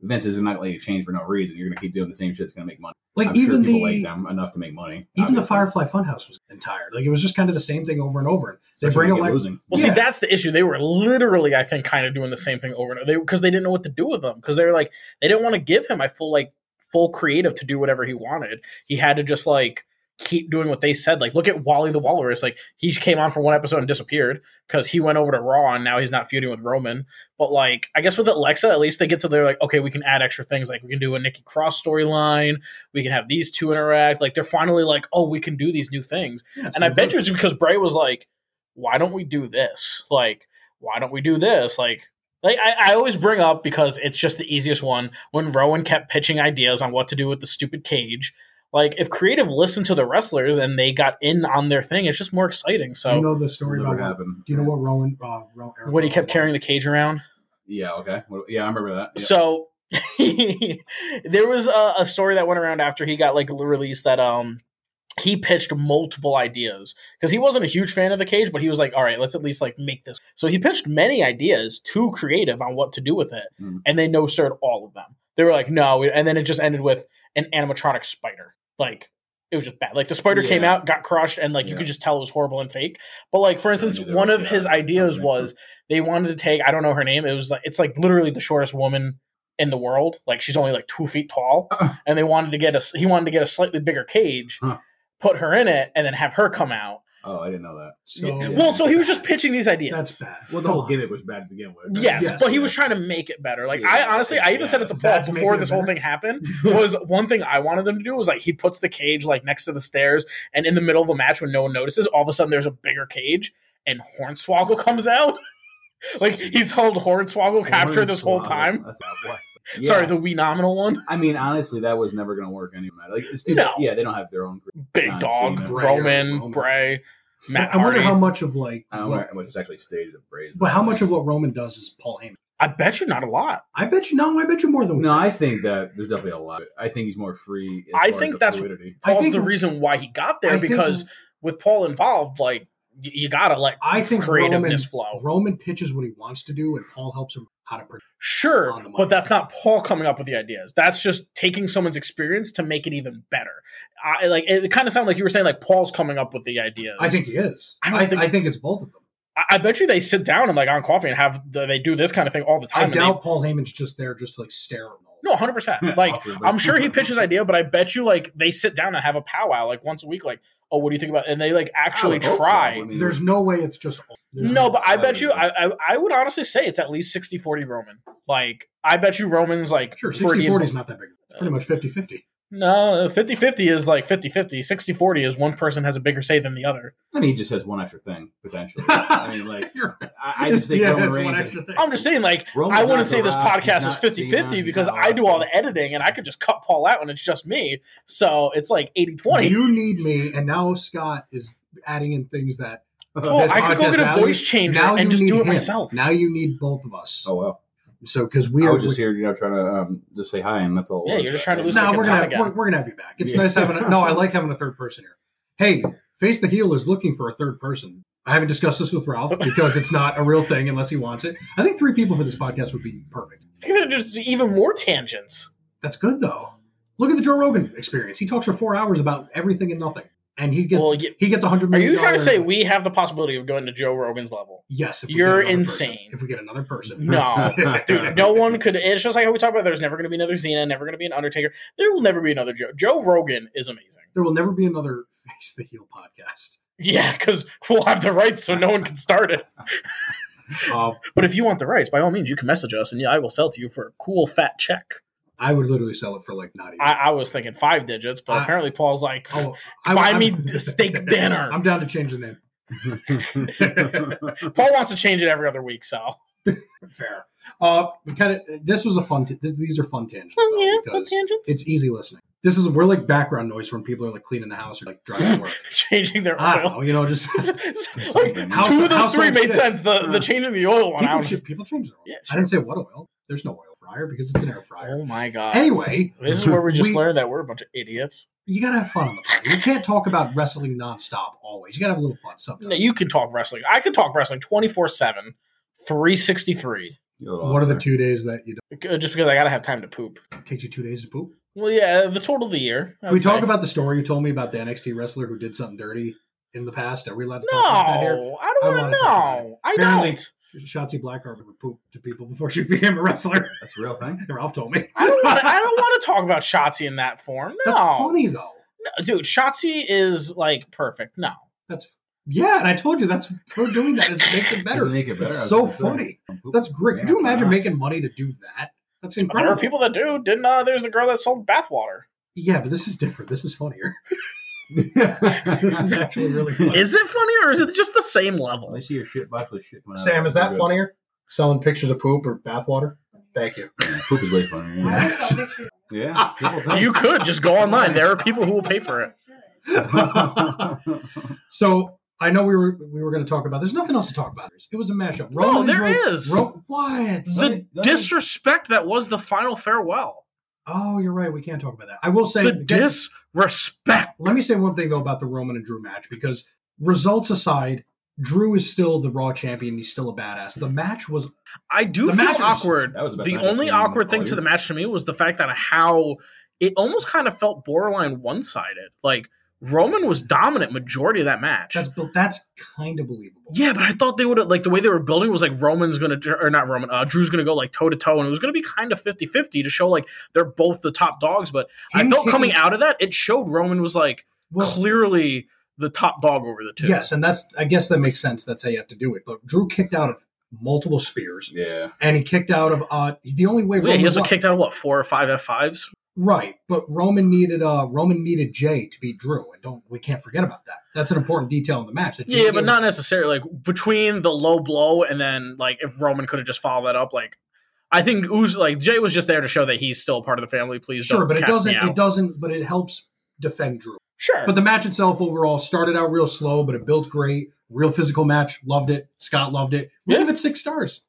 S3: Vince is not gonna let you change for no reason. You're gonna keep doing the same shit. It's gonna make money.
S2: like
S3: I'm sure
S2: even
S3: people
S2: the
S3: like them enough to make money.
S2: even the
S3: obviously.
S2: firefly funhouse was tired like it was just kind of the same thing over and over they
S3: Especially
S2: bring a
S3: when you're
S2: like
S3: losing.
S1: Well, see,
S2: Yeah.
S1: that's the issue. They were literally, I think, kind of doing the same thing over and over because they, didn't know what to do with him because they were like they didn't want to give him a full like full creative to do whatever he wanted. He had to just like keep doing what they said. Like, look at Wally the Walrus. Like, he came on for one episode and disappeared because he went over to Raw and now he's not feuding with Roman. But like, I guess with Alexa, at least they get to they're like, okay, we can add extra things. Like, we can do a Nikki Cross storyline. We can have these two interact. Like, they're finally like, oh, we can do these new things and I bet you it's because Bray was like, "Why don't we do this? Like, why don't we do this? Like." Like I, I always bring up because it's just the easiest one when Rowan kept pitching ideas on what to do with the stupid cage. Like if creative listened to the wrestlers and they got in on their thing, it's just more exciting.
S2: Do you
S1: So
S2: know the story
S3: Never
S2: about what,
S3: happened.
S2: do you know what Rowan uh, Rowan
S1: when he kept carrying the cage around.
S3: Yeah. Okay. Well, yeah, I remember that. Yeah.
S1: So (laughs) there was a, a story that went around after he got like released that um he pitched multiple ideas because he wasn't a huge fan of the cage, but he was like, "All right, let's at least like make this." So he pitched many ideas to creative on what to do with it,
S3: Mm.
S1: and they no sirred all of them. They were like, "No," and then it just ended with an animatronic spider. Like it was just bad. Like the spider came
S3: Yeah.
S1: out, got crushed, and like you
S3: Yeah.
S1: could just tell it was horrible and fake. But like for
S3: Yeah, I
S1: instance,
S3: knew they
S1: one
S3: were-
S1: of
S3: yeah,
S1: his
S3: I knew they
S1: ideas
S3: were-
S1: was they wanted to take I don't know her name. It was like it's like literally the shortest woman in the world. Like she's only like two feet
S3: (coughs)
S1: tall, and they wanted to get a he wanted to get a slightly bigger cage,
S3: Huh.
S1: put her in it, and then have her come out.
S3: Oh, I didn't know that.
S2: So,
S3: Yeah.
S1: Well, so he was just pitching these ideas.
S2: That's bad.
S3: Well, the
S2: Come
S3: whole
S2: on.
S3: gimmick was bad to begin with.
S1: Yes,
S2: Uh, Yes,
S1: but he was trying to make it better. Like
S3: Yeah,
S1: I honestly, I even said it to
S3: yes.
S1: Paul
S2: That's
S1: before
S2: making it
S1: this whole
S2: better.
S1: thing
S2: (laughs)
S1: happened. Was one thing I wanted them to do was like he puts the cage like next to the stairs, and in the middle of a match when no one notices, all of a sudden there's a bigger cage, and Hornswoggle (laughs) comes out. like he's held Hornswoggle captured this whole
S3: Hornswoggle.
S1: time.
S3: That's not what.
S1: (laughs) Sorry,
S3: Yeah.
S1: the we nominal one.
S3: I mean, honestly, that was never going to work anyway. Like, it's too,
S1: No.
S3: yeah, they don't have their own. group.
S1: Big
S3: John
S1: dog,
S3: Cena.
S2: Bray,
S1: Roman,
S2: Roman.
S1: Bray, Matt
S2: I wonder
S1: Hardy.
S2: how much of like,
S3: I don't know how much was actually staged and praised.
S2: but how much of what Roman does is Paul Heyman.
S1: I bet you not a lot.
S2: I bet you no. I bet you more than we
S3: No, I think that there's definitely a lot. I think he's more free. as
S1: I
S3: far
S1: think
S3: as the
S1: that's-
S3: fluidity.
S2: I
S1: Paul's
S2: think-
S1: the reason why he got there
S2: I think-
S1: because with Paul involved, like y- you gotta let
S2: I think
S1: creativeness flow.
S2: Roman pitches what he wants to do, and Paul helps him how to. Produce.
S1: Sure,
S2: on the mic.
S1: but that's not Paul coming up with the ideas. That's just taking someone's experience to make it even better. I like it, kind of sounded like you were saying like Paul's coming up with the ideas.
S2: I think he is.
S1: I
S2: I,
S1: don't
S2: I,
S1: think-
S2: think, it's both of them.
S1: I, I bet you they sit down and like on coffee and have they do this kind of thing all the
S2: I
S1: time. and they-
S2: doubt Paul Heyman's just there just to like stare at him.
S1: no, hundred
S2: (laughs)
S1: percent. (laughs) Like
S2: Oh,
S3: (laughs)
S1: I'm sure he pitched his idea, but I bet you like they sit down and have a powwow like once a week. Like, oh, what do you think about? And they like actually try.
S2: There's no way it's just. there's (laughs)
S1: No, but I bet
S3: I
S1: you,
S3: would-
S1: I, I, I would honestly say it's at least 60 40 Roman. Like, I bet you Roman's like.
S2: sure,
S1: pretty-
S2: 60 40 is not that big. It's pretty much 50 50.
S1: No, 50 50 is like 50 50. 60 40 is one person has a bigger say than the other.
S3: Then he just has one extra thing potentially. I
S2: (laughs)
S3: mean, like I, I just
S1: (laughs)
S3: think
S2: yeah,
S3: Roman
S2: that's one
S3: Reigns.
S2: extra thing.
S1: I'm just saying, like, I wouldn't say this podcast is 50 50 because I do all the editing and I could just cut Paul out and it's just me. So it's like 80 20.
S2: You need me, and now Scott is adding in things that. uh,
S1: Well,
S2: this
S1: I could go
S2: podcast
S1: get a
S2: value.
S1: voice changer
S2: Now
S1: and
S2: you
S1: just
S2: need
S1: do it
S2: him.
S1: myself.
S2: Now you need both of us.
S3: Oh wow!
S2: So because we
S3: I
S2: are
S3: was just here, you know, trying to um, just say hi, and that's all. it
S1: Yeah,
S3: was.
S1: you're just trying to lose
S2: No,
S1: Like a
S2: we're gonna
S1: time
S2: have,
S1: again.
S2: we're, we're gonna have you back. It's
S3: Yeah.
S2: nice having. A, no, I like having a third person here. Hey, face the heel is looking for a third person. I haven't discussed this with Ralph because it's not a real thing unless he wants it. I think three people for this podcast would be perfect.
S1: There's (laughs) even more tangents.
S2: That's good though. Look at the Joe Rogan experience. He talks for four hours about everything and nothing, and he gets
S1: Well, y-
S2: he gets a hundred
S1: are
S2: million.
S1: you trying to
S2: dollar-
S1: say we have the possibility of going to Joe Rogan's
S2: (laughs)
S1: level?
S2: Yes, if we
S1: You're
S2: get another person.
S1: insane.
S2: if we get another person, (laughs)
S1: No.
S3: Dude,
S1: Dude, no one could. It's just like how we talk about. There's never going to be another Cena, never going to be an Undertaker. There will never be another Joe. Joe Rogan is amazing. (laughs)
S2: there will never be another face the heel podcast.
S1: Yeah, because we'll have the rights, so no one can start it.
S2: Uh,
S1: But if you want the rights, by all means, you can message us, and yeah, I will sell to you for a cool fat check.
S2: I would literally sell it for like not even.
S1: I, I was thinking five digits, but
S2: I-
S1: apparently Paul's like,
S2: Oh,
S1: buy
S2: I'm-
S1: me
S2: (laughs)
S1: steak dinner.
S2: I'm down to change the name.
S1: (laughs)
S2: (laughs)
S3: (laughs)
S1: Paul wants to change it every other week. So
S2: Fair. Uh, we kind of. This was a fun. T- th- these are fun tangents. Though,
S1: Oh, yeah, what
S2: because
S1: tangents?
S2: it's easy listening. This is we're like background noise when people are like cleaning the house or like driving
S1: (laughs)
S2: to work.
S1: Changing their
S2: I don't (laughs)
S1: oil.
S2: know. You know, just
S1: (laughs) like,
S3: Something.
S1: two of those
S2: Household
S1: three made
S2: shit. Uh,
S1: sense. The the changing the oil one. I
S2: people,
S1: was-
S2: should, people change their oil.
S1: Yeah,
S2: I didn't say what oil. There's no oil fryer because it's an air fryer.
S1: (laughs) Oh my god.
S2: Anyway,
S1: This is where we just
S2: we-
S1: learned that we're a bunch of idiots.
S2: you gotta have fun on the pod. You can't talk about wrestling nonstop always. You gotta have a little fun sometimes.
S1: No, you can talk wrestling. I can talk wrestling 24 7, 363.
S2: what are the two days that you don't,
S1: Uh, Just because I got to have time to poop.
S2: it takes you two days to poop?
S1: Well, yeah, the total of the year. I
S2: Can we
S1: would
S2: talk
S1: say.
S2: about the story you told me about the NXT wrestler who did something dirty in the past? Are we allowed to
S1: No,
S2: talk about that here?
S1: I don't
S2: I
S1: want
S2: wanna
S1: to
S2: talk about
S1: know. I
S2: Apparently-
S1: don't.
S2: Shotzi Blackheart would poop to people before she (laughs) became a wrestler.
S3: That's a real thing.
S2: (laughs) Ralph told me.
S1: I don't
S2: (laughs)
S1: want. I don't want to talk about Shotzi in that form. No,
S2: That's funny though.
S1: No, dude, Shotzi is like perfect. No,
S2: That's yeah, and I told you that's her doing that is makes it
S3: Doesn't
S2: better.
S3: make it better.
S2: That's
S3: I was
S2: so
S3: gonna say.
S2: funny.
S3: (laughs)
S2: That's great. Could you
S3: Yeah, why
S2: imagine
S3: not?
S2: making money to do that? That's
S1: there
S2: incredible.
S1: are people that do. Didn't uh, there's the girl that sold bathwater.
S2: yeah, but this is different. This is funnier. this is actually (laughs) really funny.
S1: Is it funny or is it just the same
S3: Let
S1: level?
S3: me see your shit box with shit. coming out.
S2: Sam, is that
S3: Uh, Good.
S2: funnier? Selling pictures of poop or bathwater? Thank you.
S3: Yeah, Poop is way funnier. Yeah.
S2: (laughs) Yes. (laughs)
S3: yeah simple things.
S1: You
S3: (laughs)
S1: could just go online. There are people who will pay for it.
S2: so I know we were we were going to talk about. There's nothing else to talk about. It was a mashup.
S1: No,
S2: (laughs) Roman's
S1: there
S2: Road-
S1: is.
S2: Ro- what?
S1: The disrespect that was the final farewell.
S2: Oh, you're right. We can't talk about that. I will say.
S1: The disrespect.
S2: let me say one thing though about the Roman and Drew match because results aside, Drew is still the Raw champion. He's still a badass. The match was
S1: I do
S2: The
S1: feel
S2: match was-
S1: awkward.
S3: that was the best
S1: the
S3: match I've
S1: only
S3: seen
S1: awkward
S3: all
S1: thing to
S3: year.
S1: the match to me was the fact that how it almost kind of felt borderline one sided. Like Roman was dominant majority of that match.
S2: that's but that's kind of believable.
S1: yeah, but I thought they would have, like, the way they were building was like Roman's going to, or not Roman, uh, Drew's going to go like toe to toe, and it was going to be kind of 50 50 to show like they're both the top dogs. But I
S2: Him
S1: felt coming
S2: kicking-
S1: out of that, it showed Roman was like
S2: e well,
S1: clearly the top dog over the two.
S2: Yes, and that's I guess that makes sense. That's how you have to do it. But Drew kicked out of multiple spears,
S3: Yeah.
S2: and he kicked out of uh the only way.
S1: Yeah,
S2: Roman
S1: he also
S2: won-
S1: kicked out of what, four or five F5s?
S2: Right, but Roman needed uh Roman needed Jay to beat Drew, and don't we can't forget about that. That's an important detail in the match. that you
S1: Yeah, but
S2: gave-
S1: not necessarily. Like between the low blow and then like if Roman could have just followed that up, like I think Uz like Jay was just there to show that he's still a part of the family. Please,
S2: sure,
S1: don't
S2: but it
S1: cast me
S2: doesn't.
S1: out.
S2: It doesn't. But it helps defend Drew.
S1: sure,
S2: But the match itself overall started out real slow, but it built great. Real physical match. Loved it. Scott loved it. We
S1: Yeah.
S2: give it six stars.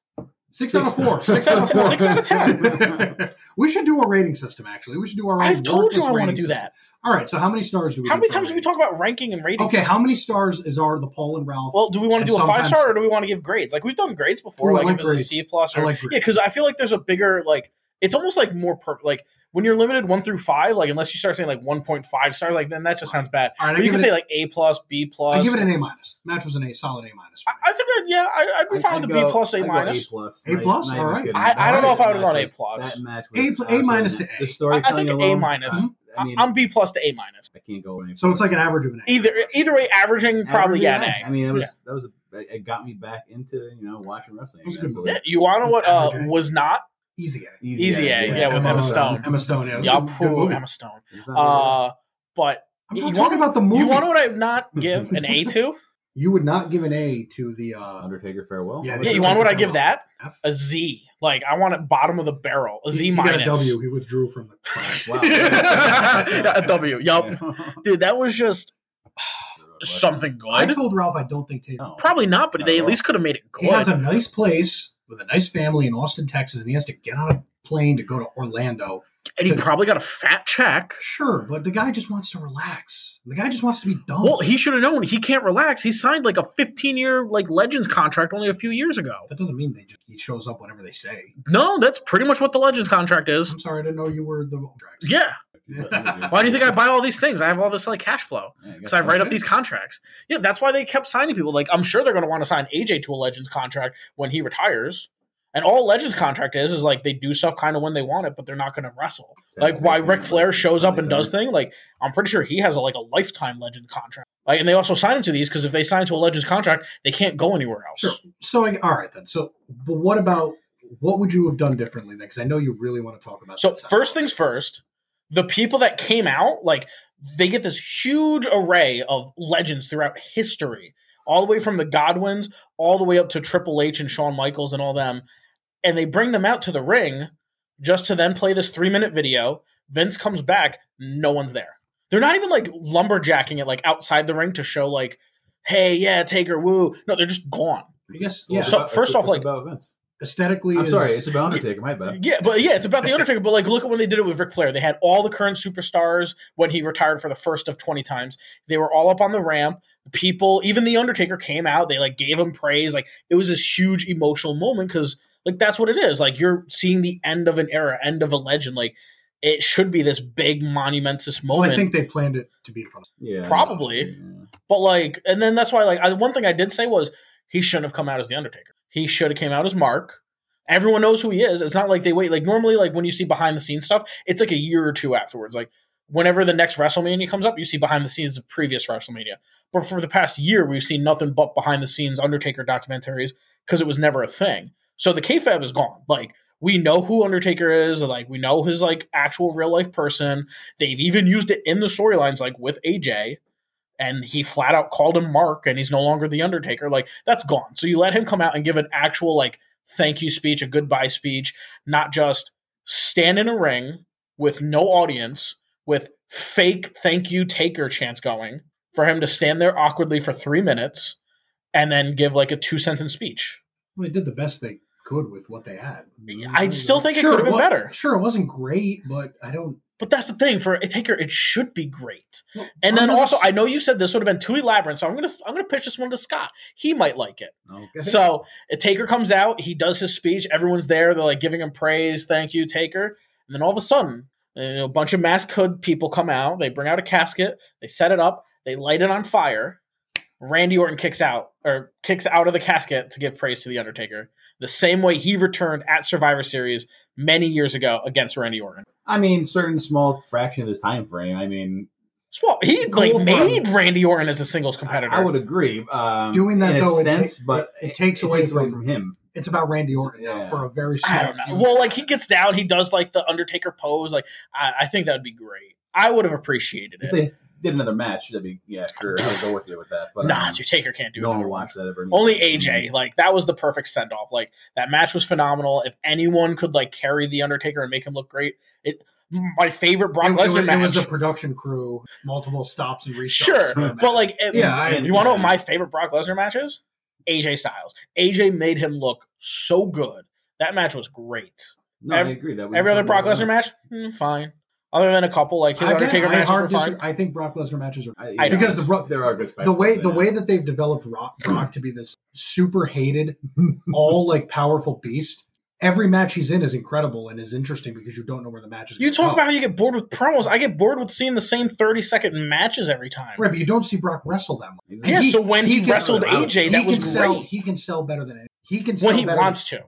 S2: Six,
S3: Six
S2: out of four.
S3: stars.
S2: Six out
S3: (laughs)
S2: of four.
S1: Six out of
S3: ten.
S2: (laughs) we should do a rating system. Actually, we should do our. own
S1: I've told you
S2: worthless
S1: I want to
S2: rating
S1: do
S2: system.
S1: that.
S2: All right. So how many stars do we?
S1: How
S2: give
S1: many
S2: for
S1: times do we
S2: rating?
S1: talk about ranking and rating?
S2: Okay, how many stars is our the Paul and Ralph?
S1: Well, do we want
S2: And
S1: to do a five
S2: sometimes-
S1: star or do we want to give grades? Like we've done grades before,
S2: Ooh, I
S1: like,
S2: like
S1: if it's a
S2: grades.
S1: C plus
S2: I
S1: or
S2: like
S1: yeah,
S2: grades.
S1: because I feel like there's a bigger like it's almost like more per- like when you're limited one through five, like unless you start saying like one point five stars, like then that just sounds bad.
S2: All right, I
S1: But you
S2: give,
S1: can
S2: it,
S1: say like A plus, B
S2: I
S1: plus.
S2: give it an A minus. Match was an A, solid A minus.
S1: I- I think that yeah, I, I'd be fine
S3: I'd
S1: with the
S3: go-
S1: B plus, A
S3: I'd go
S1: minus.
S3: A plus.
S2: A plus?
S3: Not even
S2: Alright.
S3: kidding.
S1: I- I don't know if I would've
S3: That
S1: gone A
S3: match was-
S1: plus.
S3: That match
S2: A
S3: was
S2: pl- A
S3: absolutely-
S2: minus to A.
S3: The
S1: I, I
S3: storytelling
S1: think A
S3: alone,
S1: minus.
S3: I, I
S1: I
S3: mean,
S1: am B plus to A minus.
S3: I can't go. any
S2: So it's
S3: further.
S2: like an average of an A.
S1: Either either way, (laughs) averaging probably yeah,
S3: Average
S1: an
S3: A. I mean, it was
S1: Yeah.
S3: that was a, it got me back into you know watching wrestling.
S2: It was
S3: again,
S2: good.
S3: so
S1: A. Yeah,
S3: it-
S1: you wanna know what uh,
S2: Average A.
S1: was not?
S2: Easy A.
S1: Easy A, yeah, with
S3: (laughs)
S1: Emma Stone.
S2: Emma Stone. Yeah, it was a
S1: Yup,
S2: good- good movie.
S1: Emma Stone.
S3: It's not really-
S1: Uh, but
S2: I'm
S1: you
S2: not
S1: wanna-
S2: talking about the movie.
S1: you want to what I would not give an A to?
S2: You would not give an A to the. Uh,
S3: Undertaker farewell.
S2: Yeah,
S1: Yeah, you want what I give that?
S2: F?
S1: A Z. Like I want it bottom of the barrel. A Z
S2: he
S1: minus.
S2: got a W. (laughs) He withdrew from the. class.
S3: Wow.
S1: (laughs) Yeah, a W. Yup.
S3: Yeah.
S2: (laughs)
S1: Dude, that was just
S3: (laughs)
S1: something
S2: I
S1: good.
S2: told Ralph I don't think Taylor.
S3: No.
S1: Probably not, but
S3: Not
S1: they
S3: at
S1: at
S3: all.
S1: least could have made it
S2: He has
S1: good.
S2: a nice place with a nice family in Austin, Texas, and he has to get on a plane to go to Orlando.
S1: And he probably got a fat check.
S2: Sure, but the guy just wants to relax. The guy just wants to be dumb.
S1: Well, he should have known he can't relax. He signed like a 15 year like Legends contract only a few years ago.
S2: that doesn't mean they just, he shows up whenever they say.
S1: No, that's pretty much what the Legends contract is.
S2: I'm sorry, I didn't know you were the drags.
S1: Yeah.
S2: (laughs)
S1: Why do you think I buy all these things? I have all this like cash flow because I write up these contracts. Yeah, that's why they kept signing people. Like I'm sure they're going to want to sign AJ to a Legends contract when he retires. And all Legends contract is is like they do stuff kind of when they want it, but they're not going to wrestle. Like why Ric Flair shows up and does thing. Like I'm pretty sure he has a, like a lifetime Legend contract. Like, and they also sign him to these because if they sign to a Legends contract, they can't go anywhere else.
S2: Sure. So, I, all right then. So, but what about what would you have done differently then? Because I know you really want to talk about.
S1: So
S2: that side.
S1: first things first, the people that came out, like they get this huge array of legends throughout history, all the way from the Godwins, all the way up to Triple H and Shawn Michaels and all them, and they bring them out to the ring just to then play this three minute video. Vince comes back, no one's there. They're not even like lumberjacking it like outside the ring to show like, hey, yeah, Taker, woo. No, they're just gone.
S2: I guess
S3: Well,
S2: yeah.
S3: it's
S1: So-
S3: about-
S1: first
S3: it's-
S1: off,
S3: it's
S1: like-
S3: about Vince.
S2: aesthetically,
S3: I'm
S2: is-
S3: sorry, it's about Undertaker.
S1: (laughs)
S3: My bad.
S1: Yeah, but yeah, it's about the Undertaker. but like, look at when they did it with Ric Flair. They had all the current superstars when he retired for the first of twenty times. They were all up on the ramp. People, even the Undertaker, came out. They like gave him praise. Like it was this huge emotional moment because like that's what it is. Like you're seeing the end of an era, end of a legend. Like it should be this big monumentous
S2: well,
S1: moment.
S2: I think they planned it to be in front.
S3: Yeah.
S1: Probably.
S3: Yeah.
S1: But like, and then that's why like I, one thing I did say was he shouldn't have come out as the Undertaker. He should have came out as Mark. Everyone knows who he is. It's not like they wait. Like normally, like when you see behind the scenes stuff, it's like a year or two afterwards. Like whenever the next WrestleMania comes up, you see behind the scenes of previous WrestleMania. But for the past year, we've seen nothing but behind the scenes Undertaker documentaries because it was never a thing. So the kayfabe is gone. Like we know who Undertaker is. Like we know his like actual real life person. They've even used it in the storylines, like with AJ and he flat out called him Mark and he's no longer the Undertaker. Like, that's gone. So you let him come out and give an actual, like, thank you speech, a goodbye speech, not just stand in a ring with no audience, with fake thank you taker chants going for him to stand there awkwardly for three minutes and then give like a two sentence speech.
S2: Well, they did the best they could with what they had.
S3: Mm-hmm.
S1: I still think it could have been
S2: wa-
S1: better.
S2: Sure, it wasn't great, but I don't.
S1: But that's the thing for a taker, it should be great.
S2: well,
S1: And then
S2: I'm
S1: also,
S2: not-
S1: I know you said this would have been too elaborate, so I'm gonna I'm gonna pitch this one to Scott. He might like it.
S3: No.
S1: So uh, Taker comes out, he does his speech, everyone's there, they're like giving him praise, thank you, Taker. And then all of a sudden, you know, a bunch of masked hood people come out, they bring out a casket, they set it up, they light it on fire. Randy Orton kicks out or kicks out of the casket to give praise to the Undertaker. The same way he returned at Survivor Series many years ago against Randy Orton.
S3: I mean, certain small fraction of this time frame. I mean,
S1: So, well, he
S3: Cool
S1: like
S3: for
S1: made Randy Orton as a singles competitor.
S3: I, I would agree. Um,
S2: Doing that,
S3: in
S2: though,
S3: a
S2: it ta-
S3: sense, but
S2: it- it takes away from-
S3: from him.
S2: It's about Randy Orton now
S3: Yeah.
S2: for a very.
S1: I
S2: short
S1: don't know.
S2: few-
S1: Well, like he gets down, he does like the Undertaker pose. Like I, I think that'd be great. I would have appreciated
S3: If
S1: it.
S3: they did another match, that'd be yeah, sure. I'll go with you with that. But
S1: Nah,
S3: um,
S1: dude, Taker can't do
S3: no one
S1: it.
S3: will watch that ever.
S1: Only AJ. Like that was the perfect send off. Like that match was phenomenal. If anyone could like carry the Undertaker and make him look great, it. My favorite Brock
S2: it, it was-
S1: Lesnar
S2: it
S1: match.
S2: was a production crew, multiple stops and restarts. (laughs)
S1: Sure,
S2: for a
S1: but
S2: match.
S1: like, it-
S2: Yeah, I-
S1: you want to know what my favorite Brock Lesnar match is? AJ Styles. AJ made him look so good. That match was great.
S3: No, I
S1: Every-
S3: agree. That would
S1: Every
S3: be
S1: other Brock
S3: fun.
S1: Lesnar match, mm, fine. Other than a couple, like his
S2: Again,
S1: Undertaker
S2: I,
S1: matches were
S2: hard
S1: fine.
S2: dis- I think Brock Lesnar matches are
S3: I,
S1: I
S3: yeah,
S2: because the Brock-
S3: there are good
S2: the way
S3: spectacles,
S2: the
S3: yeah.
S2: way that they've developed Rock, Brock to be this super hated, all like powerful beast every match he's in is incredible and is interesting because you don't know where the match is.
S1: You
S2: gonna
S1: talk
S3: Oh.
S2: go.
S1: about how you get bored with promos. I get bored with seeing the same 30 second matches every time.
S2: right, but you don't see Brock wrestle that much.
S3: He's-
S1: Yeah,
S2: He-
S1: so when he,
S2: he can-
S1: wrestled AJ, that
S2: he
S1: was
S2: can
S1: great.
S2: Sell, he can sell better than any. He can sell
S1: when he
S2: better
S1: wants to.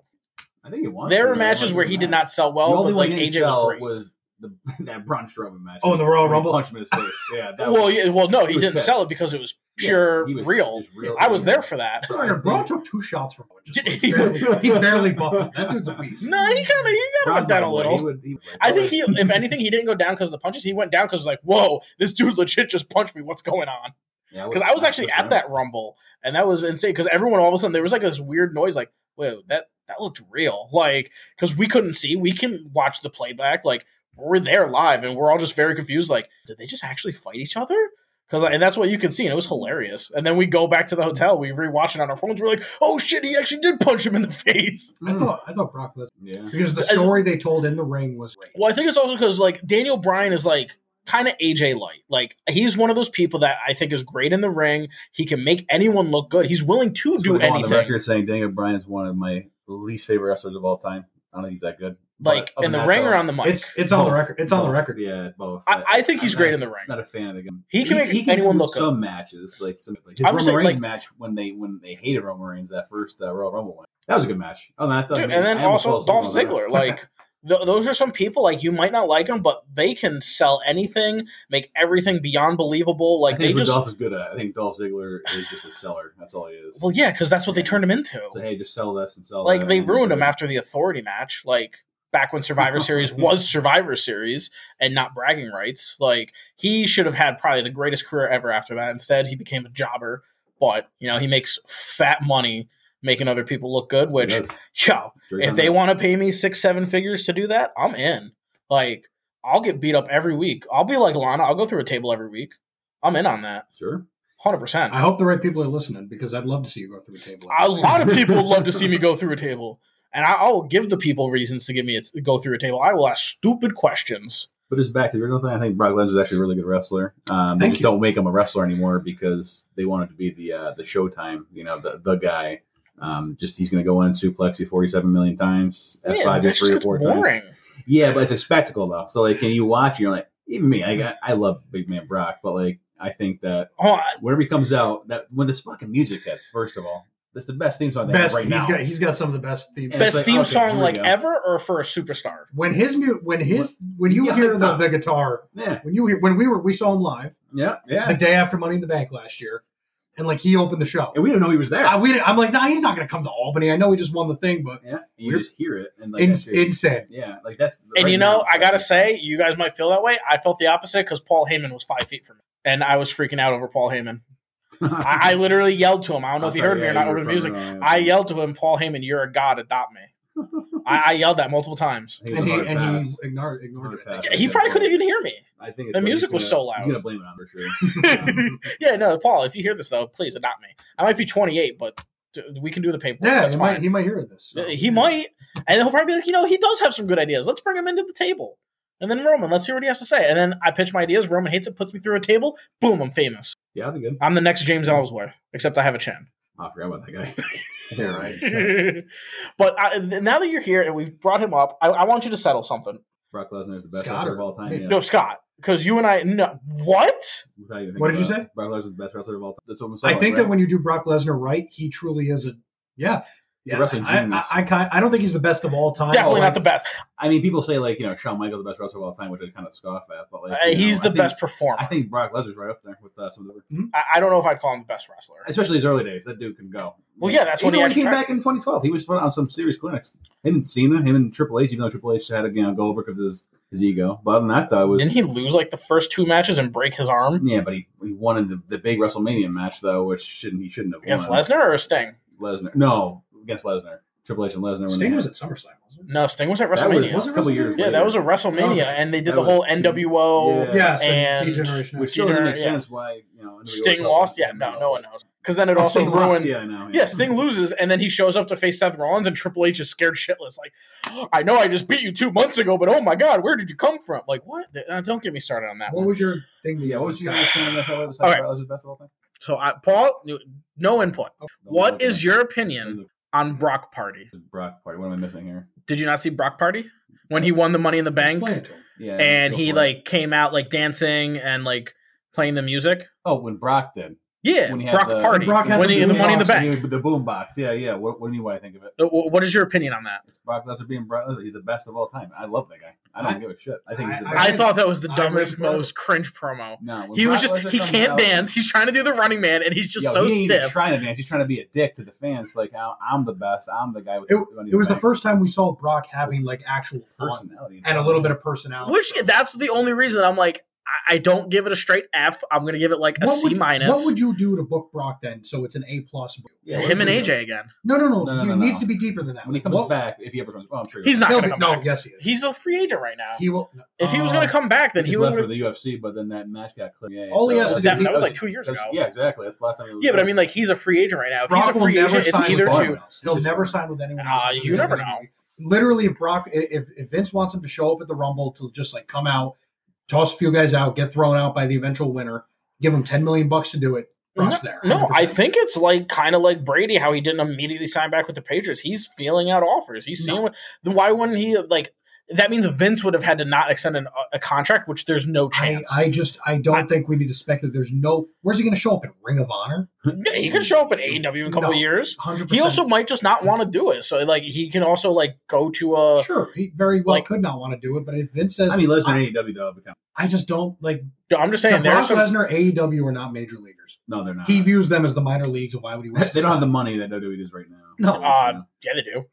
S3: I think he wants.
S1: There
S3: to,
S1: were
S3: but
S1: matches
S3: like,
S1: where he did
S3: nah.
S1: not sell well,
S3: the only
S1: but like
S3: one he didn't
S1: AJ was
S3: sell
S1: great.
S3: was the that Braun Strowman match.
S2: Oh, in the Royal
S3: When he
S2: Rumble?
S3: punched him in his face. Yeah, that
S1: well,
S3: was,
S1: yeah, well, no, he,
S3: he was
S1: didn't
S3: pissed.
S1: sell it because it was
S3: Yeah,
S1: pure
S3: he was
S1: real.
S3: just real.
S1: I was there for that.
S2: Than Sorry,
S1: (laughs)
S2: Braun took two shots from him. Just like,
S1: He-
S2: barely,
S1: (laughs)
S2: he barely buffed him. That dude's a beast.
S1: No, he kind of he got
S3: Braun's
S1: knocked down
S3: my
S1: a
S3: boy.
S1: little.
S3: He would, he would-
S1: I think he, if anything, he didn't go down because of the punches. He went down because like, whoa, this dude legit just punched me. What's going on?
S3: Yeah,
S1: Because I was actually at that rumble, and that was insane. Because everyone all of a sudden there was like this weird noise, like, whoa, that that looked real. Like, because we couldn't see, we can watch the playback. Like, we're there live, and we're all just very confused. Like, did they just actually fight each other? Because and that's what you can see, and it was hilarious. And then we go back to the hotel, we rewatch it on our phones. We're like, oh shit, he actually did punch him in the (laughs) face.
S2: I thought I thought Brock Lesnar
S3: Yeah.
S2: because the story they told in the ring was great.
S1: Well, I think it's also because like Daniel Bryan is like kind of AJ light. Like he's one of those people that I think is great in the ring. He can make anyone look good. He's willing to
S3: So
S1: do
S3: we go On the
S1: anything.
S3: record saying Daniel Bryan is one of my least favorite wrestlers of all time. I don't think he's that good. But
S1: Like
S3: other
S1: in the
S3: than
S1: ring
S3: that, uh,
S1: or
S3: though,
S1: on the mic.
S2: It's it's on the
S3: both.
S2: record. It's on the
S3: Both.
S2: record.
S3: Yeah, both.
S1: I, I think he's
S3: I'm
S1: great
S3: not-
S1: in the ring.
S3: Not a fan of the game.
S1: He can make
S3: can
S1: anyone
S3: do
S1: look
S3: some matches like some like his
S1: I'm
S3: Roman
S1: just saying,
S3: Reigns
S1: like-
S3: match when they when they hated Roman Reigns that first uh, Royal Rumble one. That was a good match. Oh, and I thought,
S1: Dude,
S3: man,
S1: and then
S3: I almost
S1: also
S3: fell
S1: Dolph
S3: asleep on that.
S1: Ziggler.
S3: (laughs)
S1: Like th- those are some people like you might not like them, but they can sell anything, make everything beyond believable.
S3: I
S1: Like
S3: think
S1: they
S3: it's what
S1: just
S3: Dolph is good at. I think Dolph Ziggler is just a seller. That's all he is.
S1: well, yeah, because that's what they turned him into.
S3: so hey, just sell this and sell.
S1: like
S3: that
S1: they
S3: and
S1: ruined him
S3: do it.
S1: after the authority match like back when survivor series was survivor series and not bragging rights like he should have had probably the greatest career ever after that instead he became a jobber but you know he makes fat money making other people look good which
S3: Yes.
S1: yo
S3: Drake
S1: if
S3: on
S1: they
S3: that.
S1: want to pay me six seven figures to do that i'm in like i'll get beat up every week i'll be like lana i'll go through a table every week i'm in on that
S3: sure.
S1: 100%
S2: I hope the right people are listening because I'd love to see you go through a table.
S1: a lot of people would love to see me go through a table, and I, I will give the people reasons to give me a, go through a table. I will ask stupid questions.
S3: But just back to the original thing, I think Brock Lesnar is actually a really good wrestler. Um, they
S2: Thank
S3: just
S2: you.
S3: don't make him a wrestler anymore because they want him to be the uh, the Showtime, you know, the the guy. Um, just he's going to go in and suplex you forty seven million times, F
S1: Yeah,
S3: five
S1: that just
S3: you three or
S1: gets
S3: four times.
S1: boring.
S3: Yeah, but it's a spectacle though. So like, can you watch? You're like, even me, I got, I love Big Man Brock, but like, I think that
S1: Oh, I-
S3: whenever he comes out, that when this fucking music hits, first of all, that's the best theme song they have
S2: best.
S3: right now.
S2: He's got he's got some of the best themes.
S3: And it's
S1: best
S3: like,
S1: theme
S3: okay, here
S1: song
S3: we
S1: like
S3: go.
S1: ever, or for a superstar.
S2: When his mu- when his when you
S3: Yeah,
S2: hear the,
S3: no.
S2: the guitar
S3: yeah,
S2: when you hear when we were we saw him live
S3: yeah,
S2: the
S3: yeah.
S2: day after Money in the Bank last year, and like he opened the show.
S3: And we didn't know he was there.
S2: I, we didn't- I'm like, nah, he's not gonna come to Albany. I know he just won the thing, but
S3: yeah, you
S2: We're-
S3: just hear it and like,
S2: in,
S3: that's it.
S2: insane.
S3: yeah, like that's.
S1: And
S3: right
S1: you know,
S3: now,
S1: I gotta
S3: that's- (laughs)
S1: say, you guys might feel that way. I felt the opposite because Paul Heyman was five feet from me, and I was freaking out over Paul Heyman. I, I literally yelled to him. I don't know if you heard me or not over the music. I yelled to him, Paul Heyman, you're a god, adopt me. I, I yelled that multiple
S3: (laughs)
S1: times.
S2: And he and he ignored ignored
S3: Hard
S2: it. I think.
S3: pass.
S1: Yeah, he probably couldn't even hear me.
S3: I think it's
S1: the
S3: what he's
S1: music was
S3: gonna-
S1: so loud.
S3: He's gonna blame it on for sure. Um,
S1: (laughs) yeah, no, Paul, if you hear this though, please adopt me. I might be 28, but d- we can do the paperwork.
S2: Yeah,
S1: That's
S2: he
S1: fine.
S2: might, he might hear this. so.
S1: Uh, he might, and he'll probably be like, you know, he does have some good ideas. Let's bring him into the table. And then Roman, let's hear what he has to say. And then I pitch my ideas. Roman hates it, puts me through a table. Boom, I'm famous.
S3: yeah, I'll be good.
S1: I'm the next James Ellsworth, except I have a
S3: (laughs)
S1: chin.
S3: Oh, I forgot about
S1: (laughs)
S3: that guy. yeah, right.
S1: but I, now that you're here and we've brought him up, I, I want you to settle something.
S3: Brock Lesnar is the best
S2: Scott
S3: wrestler
S2: or-
S3: of all time. Yeah.
S1: No, Scott, because you and I, no, what?
S3: Without even
S2: What
S3: thinking
S2: did you
S3: about it. Brock Lesnar is the best wrestler of all time. That's what I'm
S2: I
S3: saying.
S2: think
S3: right?
S2: that when you do Brock Lesnar right, he truly is a yeah.
S3: He's a
S2: Yeah,
S3: wrestling
S2: I,
S3: genius.
S2: I, I, kind I don't think he's the best of all time.
S1: Definitely
S2: but,
S1: not the best.
S3: I mean, people say like you know Shawn Michaels the best wrestler of all time, which I kind of scoff at, but like
S1: Uh,
S3: you know,
S1: he's the
S3: I think-
S1: best performer.
S3: I think Brock Lesnar's right up there with uh, some of the,
S1: I, I don't know if I'd call him the best wrestler.
S3: especially his early days. That dude can go.
S1: Well, yeah, that's
S3: even
S1: when he
S3: when he came
S1: actually-
S3: back in 2012. He was put on some serious clinics. Him and Cena, him and Triple H, even though Triple H had to you know, go over because of his, his ego. But other than that, though, it was
S1: Didn't he lose like the first two matches and break his arm
S3: yeah, but he, he won in the, the big WrestleMania match though, which shouldn't he shouldn't have
S1: against
S3: won.
S1: Lesnar or Sting?
S3: Lesnar. No, against Lesnar. Triple H and Lesnar. when
S2: Sting
S3: they
S2: was
S3: had-
S2: at SummerSlam. Wasn't
S1: No, Sting was at
S3: that
S1: WrestleMania.
S3: was
S2: Was
S3: a
S2: it
S3: couple
S2: WrestleMania?
S3: years.
S1: yeah,
S3: later.
S1: that was a WrestleMania,
S2: Okay.
S1: and they did
S3: That
S1: the whole
S3: was two-
S1: NWO.
S2: it?
S3: Yeah.
S2: Yeah, so
S1: And-
S2: D-Generation.
S3: which still doesn't make
S1: Yeah.
S3: sense. Why you know anybody
S1: Sting
S3: else-
S1: lost. Yeah, no, no one knows. Because then it
S3: Oh,
S1: also
S3: Sting
S1: ruined.
S3: lost, Yeah, I know.
S1: Yeah, Sting loses, and then he shows up to face Seth Rollins, and Triple H is scared shitless. Like, I know I just beat you two months ago, but oh my god, where did you come from? Like, what? Uh, don't get me started on that.
S2: What
S1: One.
S2: was your thing? That
S3: Yeah, what was your understanding of that? Was
S1: All right.
S3: that was best of all time?
S1: So, I, Paul, no input. What is your opinion on Brock Party?
S3: Brock party? What am I missing here?
S1: Did you not see Brock Party when he won the Money in the Bank
S2: Explain it to him.
S3: Yeah,
S1: and
S3: go
S1: he
S3: for it.
S1: like came out like dancing and like playing the music?
S3: oh when Brock did
S1: Yeah,
S3: When he had
S1: Brock
S3: the-
S1: Party
S2: When Brock had
S1: winning
S2: the
S1: in the Money in the
S2: boombox
S1: Bank.
S3: the boom box yeah yeah what, what do you what I think of it
S1: Uh, wh- What is your opinion on that?
S3: it's Brock Lesnar being Brock Lesnar he's the best of all time I love that guy I don't
S2: I-
S3: give a shit I think he's the
S2: I-
S3: best.
S1: I thought that was the
S2: I
S1: dumbest,
S2: went for it.
S1: most cringe promo.
S3: no when
S1: He was
S3: Brock
S1: just
S3: Lesnar
S1: he
S3: comes
S1: can't
S3: out-
S1: dance. He's trying to do the running man and he's just
S3: Yo,
S1: so
S3: he ain't even
S1: stiff.
S3: trying to dance. He's trying to be a dick to the fans. Like I- I'm the best. I'm the guy with. the
S2: It was the first time we saw Brock having like actual fun
S3: personality
S2: and a little bit of personality.
S1: Which that's the only reason I'm like I, I don't give it a straight F. I'm gonna give it like a
S2: What
S1: C
S2: would-
S1: minus.
S2: What would you do to book Brock then? So it's an A plus. book?
S3: Yeah, what
S1: Him and
S3: would you do?
S1: AJ again.
S2: No, no, no.
S3: No, no,
S2: it
S3: no,
S2: needs
S3: no.
S2: to be deeper than that.
S3: When he comes
S2: What-
S3: back, if he ever comes, well, I'm sure
S1: He's not
S2: he'll
S1: gonna
S2: be-
S1: come
S2: no,
S1: back.
S2: yes, he is.
S1: He's a free agent right now.
S2: He will. no.
S1: if he was
S2: Uh,
S1: gonna come back, then
S3: He
S1: he
S3: just left for
S1: would.
S3: the UFC, but then that match got cleared. Yeah,
S2: All he has
S1: That,
S2: to do-
S3: that's-
S1: that was
S2: that's-
S1: like two years ago.
S3: that's- Yeah, exactly. That's the last time. He was
S1: Yeah, but I
S3: there.
S1: mean, like he's a free agent right now. If
S2: Brock
S1: he's a
S2: will
S1: free
S2: never
S1: agent, it's
S2: sign
S1: either
S2: with
S3: Farmer.
S1: to
S2: anyone else. He'll
S3: Just
S2: never
S3: Farmer.
S2: sign with anyone
S1: Ah,
S2: else.
S1: you never know.
S2: Literally, if Brock, i- if if Vince wants him to show up at the Rumble to just like come out, toss a few guys out, get thrown out by the eventual winner, give him ten million bucks to do it. Brock's there.
S1: No,
S2: 100%.
S1: I think it's like kind of like Brady, how he didn't immediately sign back with the Patriots. He's feeling out offers. He's seeing
S2: No.
S1: what. Then why wouldn't he have, like? That means Vince would have had to not extend an, uh, a contract, which there's no
S2: I,
S1: chance.
S2: I just I don't
S1: I-
S2: think we need to speculate. There's no where's he going to show up at Ring of Honor?
S1: Yeah, he could show up at AEW in a couple
S2: No.
S1: years.
S2: Hundred percent.
S1: He also might just not want to do it. So like he can also like go to a
S2: sure he very well
S1: uh, like-
S2: could not want to do it, but if Vince says
S3: I mean, Lesnar and AEW though. have become-
S2: I just don't like
S1: I'm just
S2: to
S1: saying
S2: Brock
S1: there's some
S2: Lesnar AEW are not major leaguers.
S3: No, they're not.
S2: He views them as the minor leagues, and why would he? Waste
S3: they
S2: his
S3: don't have the
S2: time?
S3: money that WWE does right now.
S2: No.
S1: Uh, yeah they do.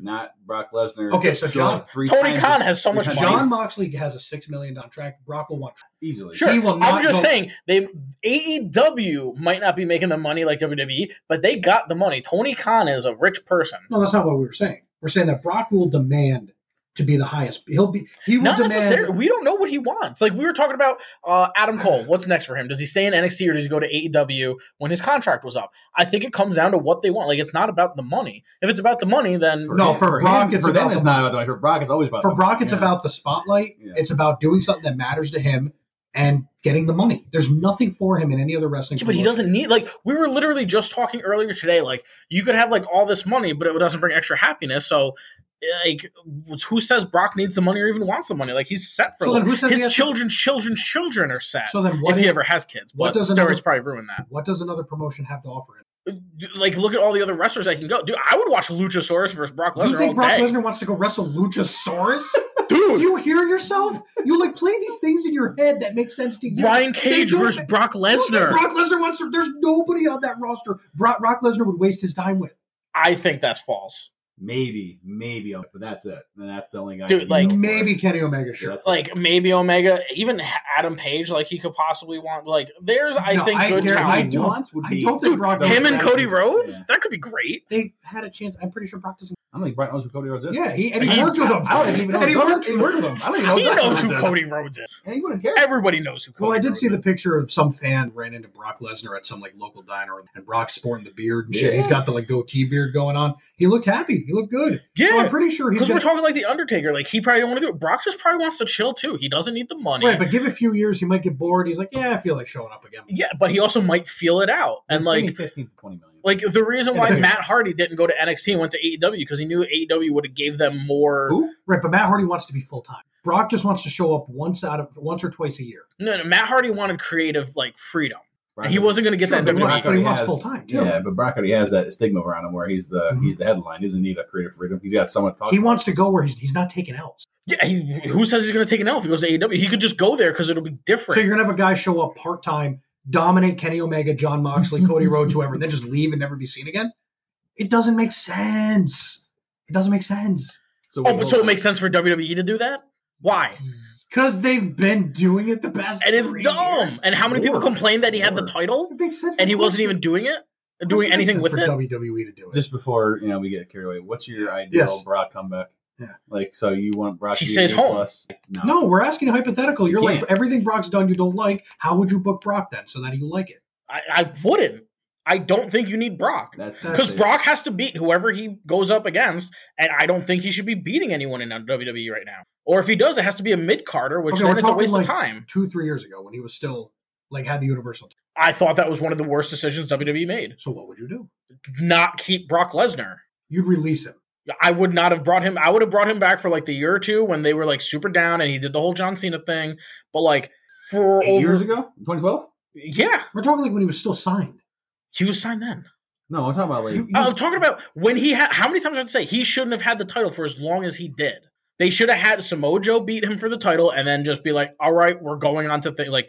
S3: not Brock Lesnar.
S2: Okay, so
S3: Showed
S2: John-
S3: up three
S1: Tony
S3: times
S1: Khan has so much
S3: John-
S1: money.
S2: John Moxley has a six million dollar contract. Brock will want.
S3: easily.
S1: Sure.
S2: He will
S1: I'm
S2: not
S1: just
S2: go-
S1: saying they AEW might not be making the money like WWE, but they got the money. Tony Khan is a rich person.
S2: No, that's not what we were saying. We're saying that Brock will demand to be the highest. He'll be. He will
S1: Not necessarily.
S2: demand.
S1: We don't know what he wants. Like we were talking about uh, Adam Cole. What's next for him? Does he stay in NXT or does he go to AEW when his contract was up? I think it comes down to what they want. Like it's not about the money. If it's about the money, then
S2: No, for Brock, it's
S3: for them
S2: about
S3: it's
S2: the-
S3: not about the money. For Brock, it's always about
S2: For
S3: the
S2: Brock,
S3: money.
S2: it's
S3: Yeah.
S2: about the spotlight.
S3: Yeah.
S2: It's about doing something that matters to him and getting the money. There's nothing for him in any other wrestling.
S1: Yeah, but he
S2: promotion.
S1: doesn't need like we were literally just talking earlier today. Like you could have like all this money, but it doesn't bring extra happiness. So like, who says Brock needs the money or even wants the money? Like he's set for
S2: So
S1: life.
S2: then, who says he
S1: his
S2: has to-
S1: children's children's children are set.
S2: So then,
S1: if,
S2: what
S1: he
S2: if-
S1: ever has kids,
S2: what
S1: but
S2: does
S1: steroids
S2: another-
S1: probably ruin that.
S2: What does another promotion have to offer him?
S1: Like look at all the other wrestlers that can go. Dude, I would watch Luchasaurus versus Brock
S2: you
S1: Lesnar all
S2: think Brock
S1: day.
S2: Lesnar wants to go wrestle Luchasaurus? Do
S1: Dude,
S2: you hear yourself? You like play these things in your head that make sense to you.
S1: Brian
S2: They
S1: Cage
S2: don't
S1: versus
S2: make-
S1: Brock Lesnar.
S2: Brock Lesnar wants to. There's nobody on that roster. Brock, Brock Lesnar would waste his time with.
S1: I think that's false.
S3: maybe, maybe, but that's it. And that's the only guy.
S1: Dude,
S3: you can
S1: like-
S3: go for.
S2: Maybe Kenny Omega, sure.
S3: Yeah, that's it.
S1: Like maybe Omega, even Adam Page, like he could possibly want. Like there's, I
S2: No,
S1: think,
S2: I-
S1: good
S2: there-
S1: talent.
S2: I
S3: I
S2: don't-
S3: don't, would
S2: I
S3: be,
S2: don't think Brock
S3: those
S1: him and
S3: guys-
S1: Cody Rhodes?
S3: Yeah.
S1: That could be great.
S2: they had a chance. I'm pretty sure Brock doesn't.
S3: I don't think Brock knows who Cody Rhodes is.
S2: Yeah, he and he
S1: He-
S2: worked with him.
S3: I don't even know.
S2: And he worked-
S3: he worked with him. I don't even know.
S1: he
S3: Dustin
S1: knows who
S3: Rhodes is.
S1: Cody Rhodes is.
S3: And he wouldn't care.
S1: Everybody knows who Cody
S2: Well, I did
S1: Rhodes
S2: see the
S1: is.
S2: picture of some fan ran into Brock Lesnar at some like local diner, and Brock's sporting the beard and shit.
S3: Yeah.
S2: He's got the like goatee beard going on. He looked happy. He looked good. So I'm
S1: Yeah,
S2: pretty sure he's.
S1: because
S2: Gonna,
S1: we're talking like The Undertaker. Like, he probably don't want to do it. Brock just probably wants to chill, too. He doesn't need the money.
S2: right, but give it a few years, he might get bored. He's like, yeah, I feel like showing up again.
S1: yeah, but he also might feel it out. And,
S3: It's gonna be
S1: like,
S3: 15 to 20 million.
S1: like the reason why
S2: Yeah.
S1: Matt Hardy didn't go to NXT and went to AEW because he knew AEW would have gave them more.
S3: who?
S2: Right, but Matt Hardy wants to be full time. Brock just wants to show up once out of once or twice a year.
S1: No, no, Matt Hardy wanted creative, like, freedom.
S3: Brock
S1: and he
S3: is-
S1: wasn't going to get
S2: Sure,
S1: that E.
S2: but
S1: in
S2: he wants-
S1: WWE.
S2: but he wants
S3: has-
S2: full time E too.
S3: Yeah, but Brock already has that stigma around him where he's the
S2: Mhm.
S3: he's the headline. He doesn't need a creative freedom. He's got someone talking.
S2: He wants to go where he's, he's not taking L's.
S1: Yeah, he, who says he's going to take an L if he goes to AEW? He could just go there because it'll be different.
S2: So you're gonna have a guy show up part time, dominate Kenny Omega, John Moxley,
S1: (laughs)
S2: Cody Rhodes, whoever, and then just leave and never be seen again. It doesn't make sense. It doesn't make sense
S3: So
S1: oh, but so it makes sense for WWE to do that? Why?
S2: because they've been doing it the best,
S1: and it's
S2: three
S1: dumb.
S2: years.
S1: And how many people
S3: Lord.
S1: complained that he had the
S3: Lord.
S1: title
S2: It makes sense,
S1: and he
S2: for-
S1: wasn't even doing it,
S2: Of course
S1: doing
S2: makes
S1: anything
S2: sense
S1: with
S2: for E.
S1: it?
S2: WWE to do it.
S3: just before you know we get carried away. What's your ideal
S2: Yes.
S3: Brock comeback?
S2: Yeah.
S3: Like so you want Brock
S1: He
S3: to be
S1: stays
S3: a
S1: home.
S3: plus? No.
S2: no, we're asking a hypothetical. You're
S3: You
S2: like
S3: can't.
S2: everything Brock's done you don't like. How would you book Brock then so that you like it?
S1: I, I wouldn't. I don't think you need Brock.
S3: That's
S1: Because
S3: that's it.
S1: Brock has to beat whoever he goes up against, and I don't think he should be beating anyone in WWE right now. Or if he does, it has to be a mid Carter, which
S2: Okay,
S1: then
S2: we're
S1: it's a
S2: talking
S1: waste
S2: like-
S1: of time.
S2: Two, three years ago when he was still like had the universal.
S1: I thought that was one of the worst decisions WWE E made.
S2: So what would you do?
S1: Not keep Brock Lesnar.
S2: You'd release him.
S1: I would not have brought him. I would have brought him back for like the year or two when they were like super down and he did the whole John Cena thing. But like for
S3: Eight
S1: over,
S3: years ago, 2012.
S1: yeah,
S2: We're talking like when he was still signed.
S1: he was signed then.
S3: No, I'm talking about like
S2: You-
S1: I'm Oh, talking about when he had. How many times do I have to say he shouldn't have had the title for as long as he did? They should have had Samoa Joe beat him for the title and then just be like, all right, we're going on to things like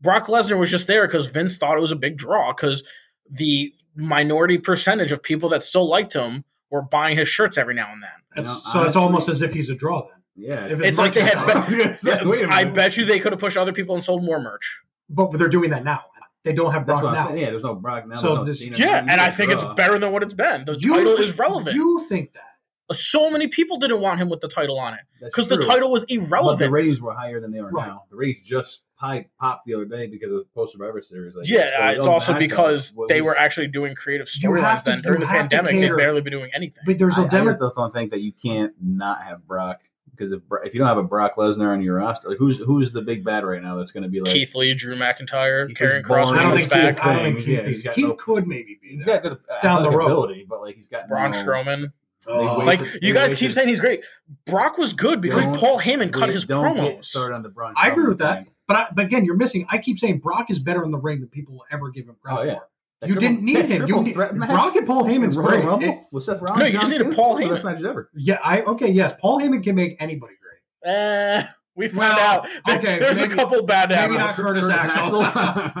S1: Brock Lesnar was just there because Vince thought it was a big draw because the minority percentage of people that still liked him were buying his shirts every now and then.
S2: That's,
S3: You know,
S2: so it's
S3: honestly-
S2: almost as if he's a draw then.
S1: (laughs)
S3: yeah.
S2: If
S1: It's like they had-
S3: (laughs) Yes, wait
S1: (laughs)
S3: a
S1: I
S3: minute.
S1: bet you they could have pushed other people and sold more merch.
S2: But they're doing that now. They don't have
S3: That's
S2: Brock
S3: what I'm
S2: now.
S3: saying. Yeah, there's no Brock now.
S2: So
S3: there's no
S2: this-
S3: Cena.
S1: Yeah,
S3: You
S1: and I
S3: said
S1: think it's
S3: draw.
S1: better than what it's been. The
S2: You-
S1: title is relevant.
S2: You think that?
S1: so many people didn't want him with the title on it
S3: That's
S1: because the
S3: true.
S1: title was
S3: But
S1: irrelevant.
S3: the ratings were higher than they are
S2: Right.
S3: now. The ratings just pi- popped the other day because of post Survivor Series. Like,
S1: yeah,
S3: so
S1: uh,
S3: it
S1: it's
S3: all
S1: also
S3: matters.
S1: because
S3: What
S1: they
S3: was-
S1: were actually doing creative
S2: You
S1: storylines
S2: have to-
S1: then. During
S2: you
S1: the
S2: have to
S1: pandemic, they've
S2: cater-
S1: barely been doing anything.
S2: But there's
S3: I,
S2: no
S3: I get
S2: demo.
S3: the th- think that you can't not have Brock because if Bro- if you don't have a Brock Lesnar on your roster, like who's who's the big bad right now that's going to be like
S1: Keith Lee, Drew McIntyre,
S3: Keith
S1: Karrion
S3: was born-
S1: Cross,
S2: I don't
S1: when he
S2: think
S1: was
S2: Keith,
S1: back,
S2: I don't think
S3: thing.
S2: Keith
S3: Yeah,
S2: is.
S3: he's got
S2: Keith
S3: no-
S2: could maybe be.
S3: He's
S2: there.
S3: got good
S2: Down the
S3: athletic
S2: road. Oh.
S3: ability, but like he's got
S1: Braun
S3: no,
S1: Strowman.
S3: they wasted-
S1: Like
S3: they
S1: you guys keep
S3: wasted-
S1: saying he's great. Brock was good because
S3: Don't-
S1: Paul Heyman cut
S3: they
S1: his
S3: don't get
S1: promos.
S3: started on the Braun.
S2: I agree
S3: Strowman
S2: with that.
S3: thing.
S2: But I, but again, you're missing. I keep saying Brock is better in the ring than people will ever give him credit
S3: Oh, yeah.
S2: for.
S3: That
S2: You
S3: triple-
S2: didn't need
S3: that
S2: him.
S3: triple
S2: You need-
S3: threat match
S2: Brock and Paul
S3: in
S2: Heyman's
S3: Royal
S2: great.
S3: Rumble
S2: It-
S3: with Seth Rollins.
S1: No, you just
S3: John
S1: needed
S3: Cena?
S1: Paul
S3: One of the
S1: Heyman.
S3: Best matches ever.
S2: Yeah, I okay, yes, Paul Heyman can make anybody great.
S1: Eh, we found
S2: Well,
S1: out. (laughs) There-
S2: okay,
S1: there's
S2: maybe-
S1: a couple bad
S2: maybe
S1: apples.
S2: not Curtis Axel.
S3: Uh, Axel.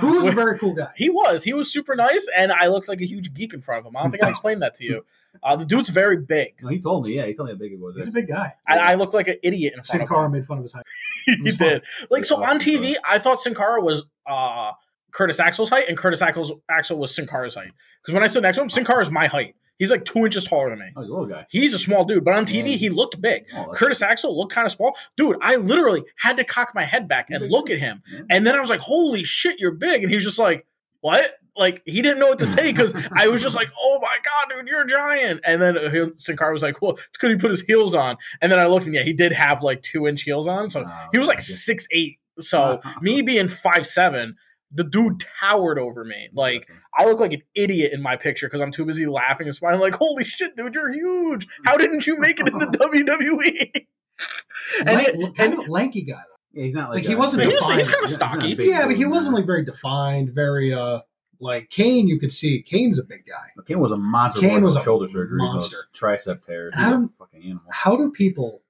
S2: (laughs) Who was a
S1: Wait.
S2: very cool guy?
S1: He was. He was super nice, and I looked like a huge geek in front of him. I don't think I explained that to you. Uh, the dude's very big.
S3: no, he told me. Yeah, he told me how big it was.
S2: He's a big guy.
S1: I, I look like an idiot in front
S2: Sin
S1: of
S2: Cara
S1: him. (laughs)
S2: made fun of his height.
S1: he
S2: was fine.
S1: did. Like so on
S3: Awesome,
S1: TV, I thought Sin Cara was uh, Curtis Axel's height, and Curtis Axel's Axel was Sin Cara's height. Because when I stood next to him, Sin Cara is my height. He's like two inches taller than me.
S3: Oh, he's a little guy.
S1: He's a small dude, but on
S3: Yeah.
S1: TV he looked big.
S3: Oh, that's-
S1: Curtis Axel looked kind of small. Dude, I literally had to cock my head back and look at him.
S3: Yeah.
S1: And then I was like, holy shit, you're big. And he was just like, what? Like, he didn't know what to say because I was just like, oh my God, dude, you're a giant. And then uh, he- Sin Cara was like, well, it's because he put his heels on. And then I looked and yeah, he did have like two inch heels on. So
S3: Oh,
S1: he was like
S3: okay.
S1: six eight. So
S2: Uh-huh.
S1: me being five seven, the dude towered over me. Like I look like an idiot in my picture because I'm too busy laughing and smiling. Like holy shit, dude, you're huge! How didn't you make it
S2: (laughs)
S1: in the E?" WWE? And
S2: Lan-
S1: it-
S2: kind of a lanky guy.
S3: Yeah, he's not like,
S2: Like, he wasn't
S1: He's-
S2: defined.
S1: he's kind
S3: Yeah,
S1: of stocky.
S3: big
S2: yeah, but he
S3: dude.
S2: wasn't like very defined, very uh like Kane. You could see Kane's a big guy.
S3: Kane was a monster.
S2: Kane
S3: Kane
S2: was a
S3: was shoulder surgery,
S2: monster.
S3: those tricep tears. He's
S2: Adam-
S3: a fucking animal.
S2: How do people?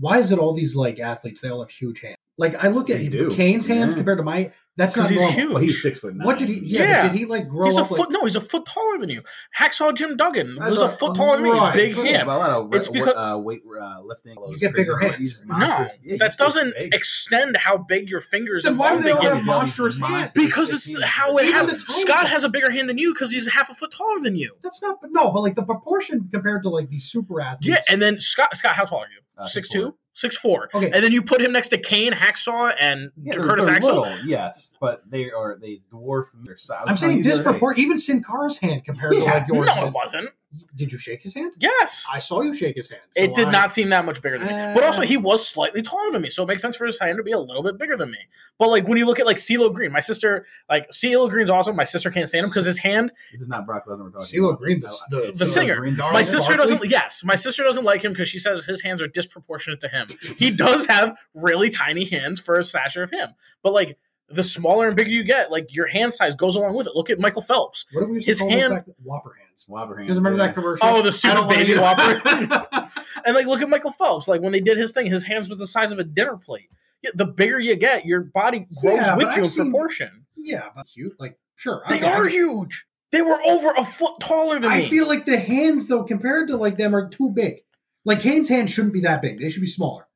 S2: Why is it all these like athletes? They all have huge hands. Like I look at
S3: They do.
S2: Kane's hands
S3: Yeah.
S2: compared to my. That's not
S1: Because he's
S2: normal.
S1: huge.
S3: Well, he's six foot nine.
S2: What did he? Yeah, but
S1: Yeah.
S2: did he like grow
S1: He's a
S2: up?
S1: foot.
S2: Like,
S1: No, he's a foot taller than you. Hacksaw Jim Duggan
S3: I
S1: was a
S3: thought-
S1: foot taller than me.
S2: right.
S1: Big
S3: Yeah,
S1: him.
S3: but a lot of
S1: It's
S3: uh,
S1: because-
S3: uh, weight uh, lifting. all
S2: You
S3: those
S2: get
S3: crazy
S2: bigger
S3: weight-
S2: hands.
S3: he's
S1: No,
S3: monsters. Yeah, he's
S1: that
S3: just
S1: doesn't
S3: big.
S1: extend how big your fingers.
S2: then
S1: and
S2: why do
S1: arms
S2: they all
S1: begin.
S2: have
S3: Big
S2: monstrous
S3: monster.
S2: hands?
S1: Because
S3: Big
S1: it's
S3: hands.
S1: how it
S2: Even
S1: happened.
S2: the tiny
S1: Scott
S2: guy.
S1: has a bigger hand than you because he's half a foot taller than you.
S2: That's not. But no, but like the proportion compared to like these super athletes.
S1: Yeah, and then Scott, Scott, how tall are you?
S3: Uh,
S1: six
S3: six
S1: two, six four.
S2: Okay.
S1: And then you put him next to Kane, Hacksaw, and
S3: Yeah, they're,
S1: Curtis
S3: they're
S1: Axel.
S3: little, yes, but they are they dwarf their size. I
S2: I'm
S3: was telling
S2: saying
S3: you the other day,
S2: disproportion. Even Sin Cara's hand compared to
S3: Yeah.
S2: like yours.
S1: No, it wasn't.
S2: Did you shake his hand?
S1: Yes.
S2: I saw you shake his hand. so
S1: it did
S2: I-
S1: not seem that much bigger than me.
S2: Uh,
S1: But also, he was slightly taller than me, so it makes sense for his hand to be a little bit bigger than me. But like when you look at like CeeLo Green, my sister, like CeeLo Green's awesome. My sister can't stand him because his hand.
S3: This is not Brock Lesnar we're talking
S2: CeeLo
S3: about.
S2: Green, the-
S3: I-
S2: the-
S3: CeeLo
S1: the singer.
S3: Green,
S2: My
S1: My
S2: Charles
S1: sister
S2: Barkley?
S1: doesn't. Yes, my sister doesn't like him because she says his hands are disproportionate to him. He does have really tiny hands for a stature of him, but like the smaller and bigger you get, like your hand size goes along with it. Look at Michael Phelps.
S2: What did we used
S1: His
S2: to call those
S1: hand-
S2: back? Whopper hands.
S3: Whopper
S2: You
S3: hands.
S2: guys remember
S3: yeah.
S2: that commercial?
S1: Oh, the
S2: I
S1: stupid
S2: don't wanna
S1: baby
S2: do-
S1: whopper. (laughs) and like, look at Michael Phelps. Like when they did his thing, his hands were the size of a dinner plate. Yeah, the bigger you get, your body grows
S2: Yeah,
S1: with
S2: but
S1: you
S2: I've
S1: in
S2: seen-
S1: proportion.
S2: yeah, but cute. Like sure,
S1: They
S2: I-
S1: are huge. They were over a foot taller than
S2: I
S1: me.
S2: feel like the hands though, compared to like them, are too big. Like Kane's hands shouldn't be that big; they should be smaller.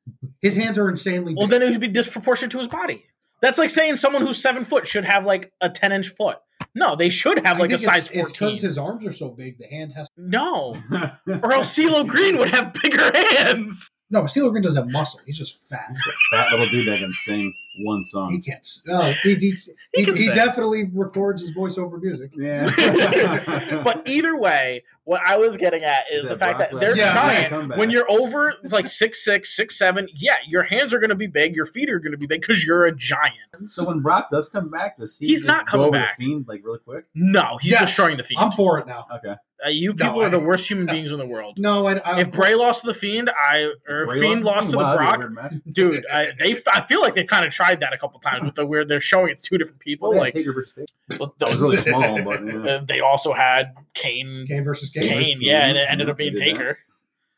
S2: His hands are insanely big.
S1: well, then it would be disproportionate to his body. That's like saying someone who's seven foot should have like a ten inch foot. No, they should have
S2: I
S1: like a
S2: think
S1: size
S2: it's- It's because
S1: fourteen.
S2: his arms are so big, the hand has
S1: No,
S3: He's
S1: or else CeeLo Green would have bigger hands.
S2: no. But CeeLo Green doesn't have muscle; he's just fat.
S3: a fat little dude that can sing one
S2: He
S3: song.
S2: can't. s- Uh, he
S1: (laughs)
S2: he, he,
S1: can
S2: he
S1: sing.
S2: (laughs) definitely records his voice over music.
S3: (laughs) Yeah.
S1: but either way, what I was getting at is, the fact that they're
S2: Yeah,
S1: giant.
S3: trying
S1: when you're over like six six six seven yeah your hands are going to be big your feet are going to be big because you're a giant
S3: So when Brock does come back, does he
S1: He's
S3: just
S1: not
S3: go
S1: coming
S3: over
S1: back.
S3: The fiend like really quick.
S1: no he's
S2: Yes,
S1: destroying the feet
S2: I'm for it now.
S3: Okay.
S1: Uh, you
S2: No,
S1: people are
S2: I-
S3: (laughs)
S1: the worst human beings in the world.
S2: No, I, I
S1: If Bray lost to the Fiend, I or
S3: Bray
S1: Fiend lost to the
S3: Wow, that'd be a
S1: Brock,
S3: weird match.
S1: dude. I, they, I feel like they kind of tried that a couple times with the weird. They're showing it's two different people.
S3: Well, yeah,
S1: like
S3: Taker versus Taker.
S1: but
S3: That was
S1: those- (laughs)
S3: really small, but yeah.
S1: uh, they also had Kane,
S2: Kane versus Kane.
S1: Kane,
S3: versus
S1: yeah,
S3: Fiend.
S1: and it ended up
S3: They
S1: being
S3: did that.
S1: Taker.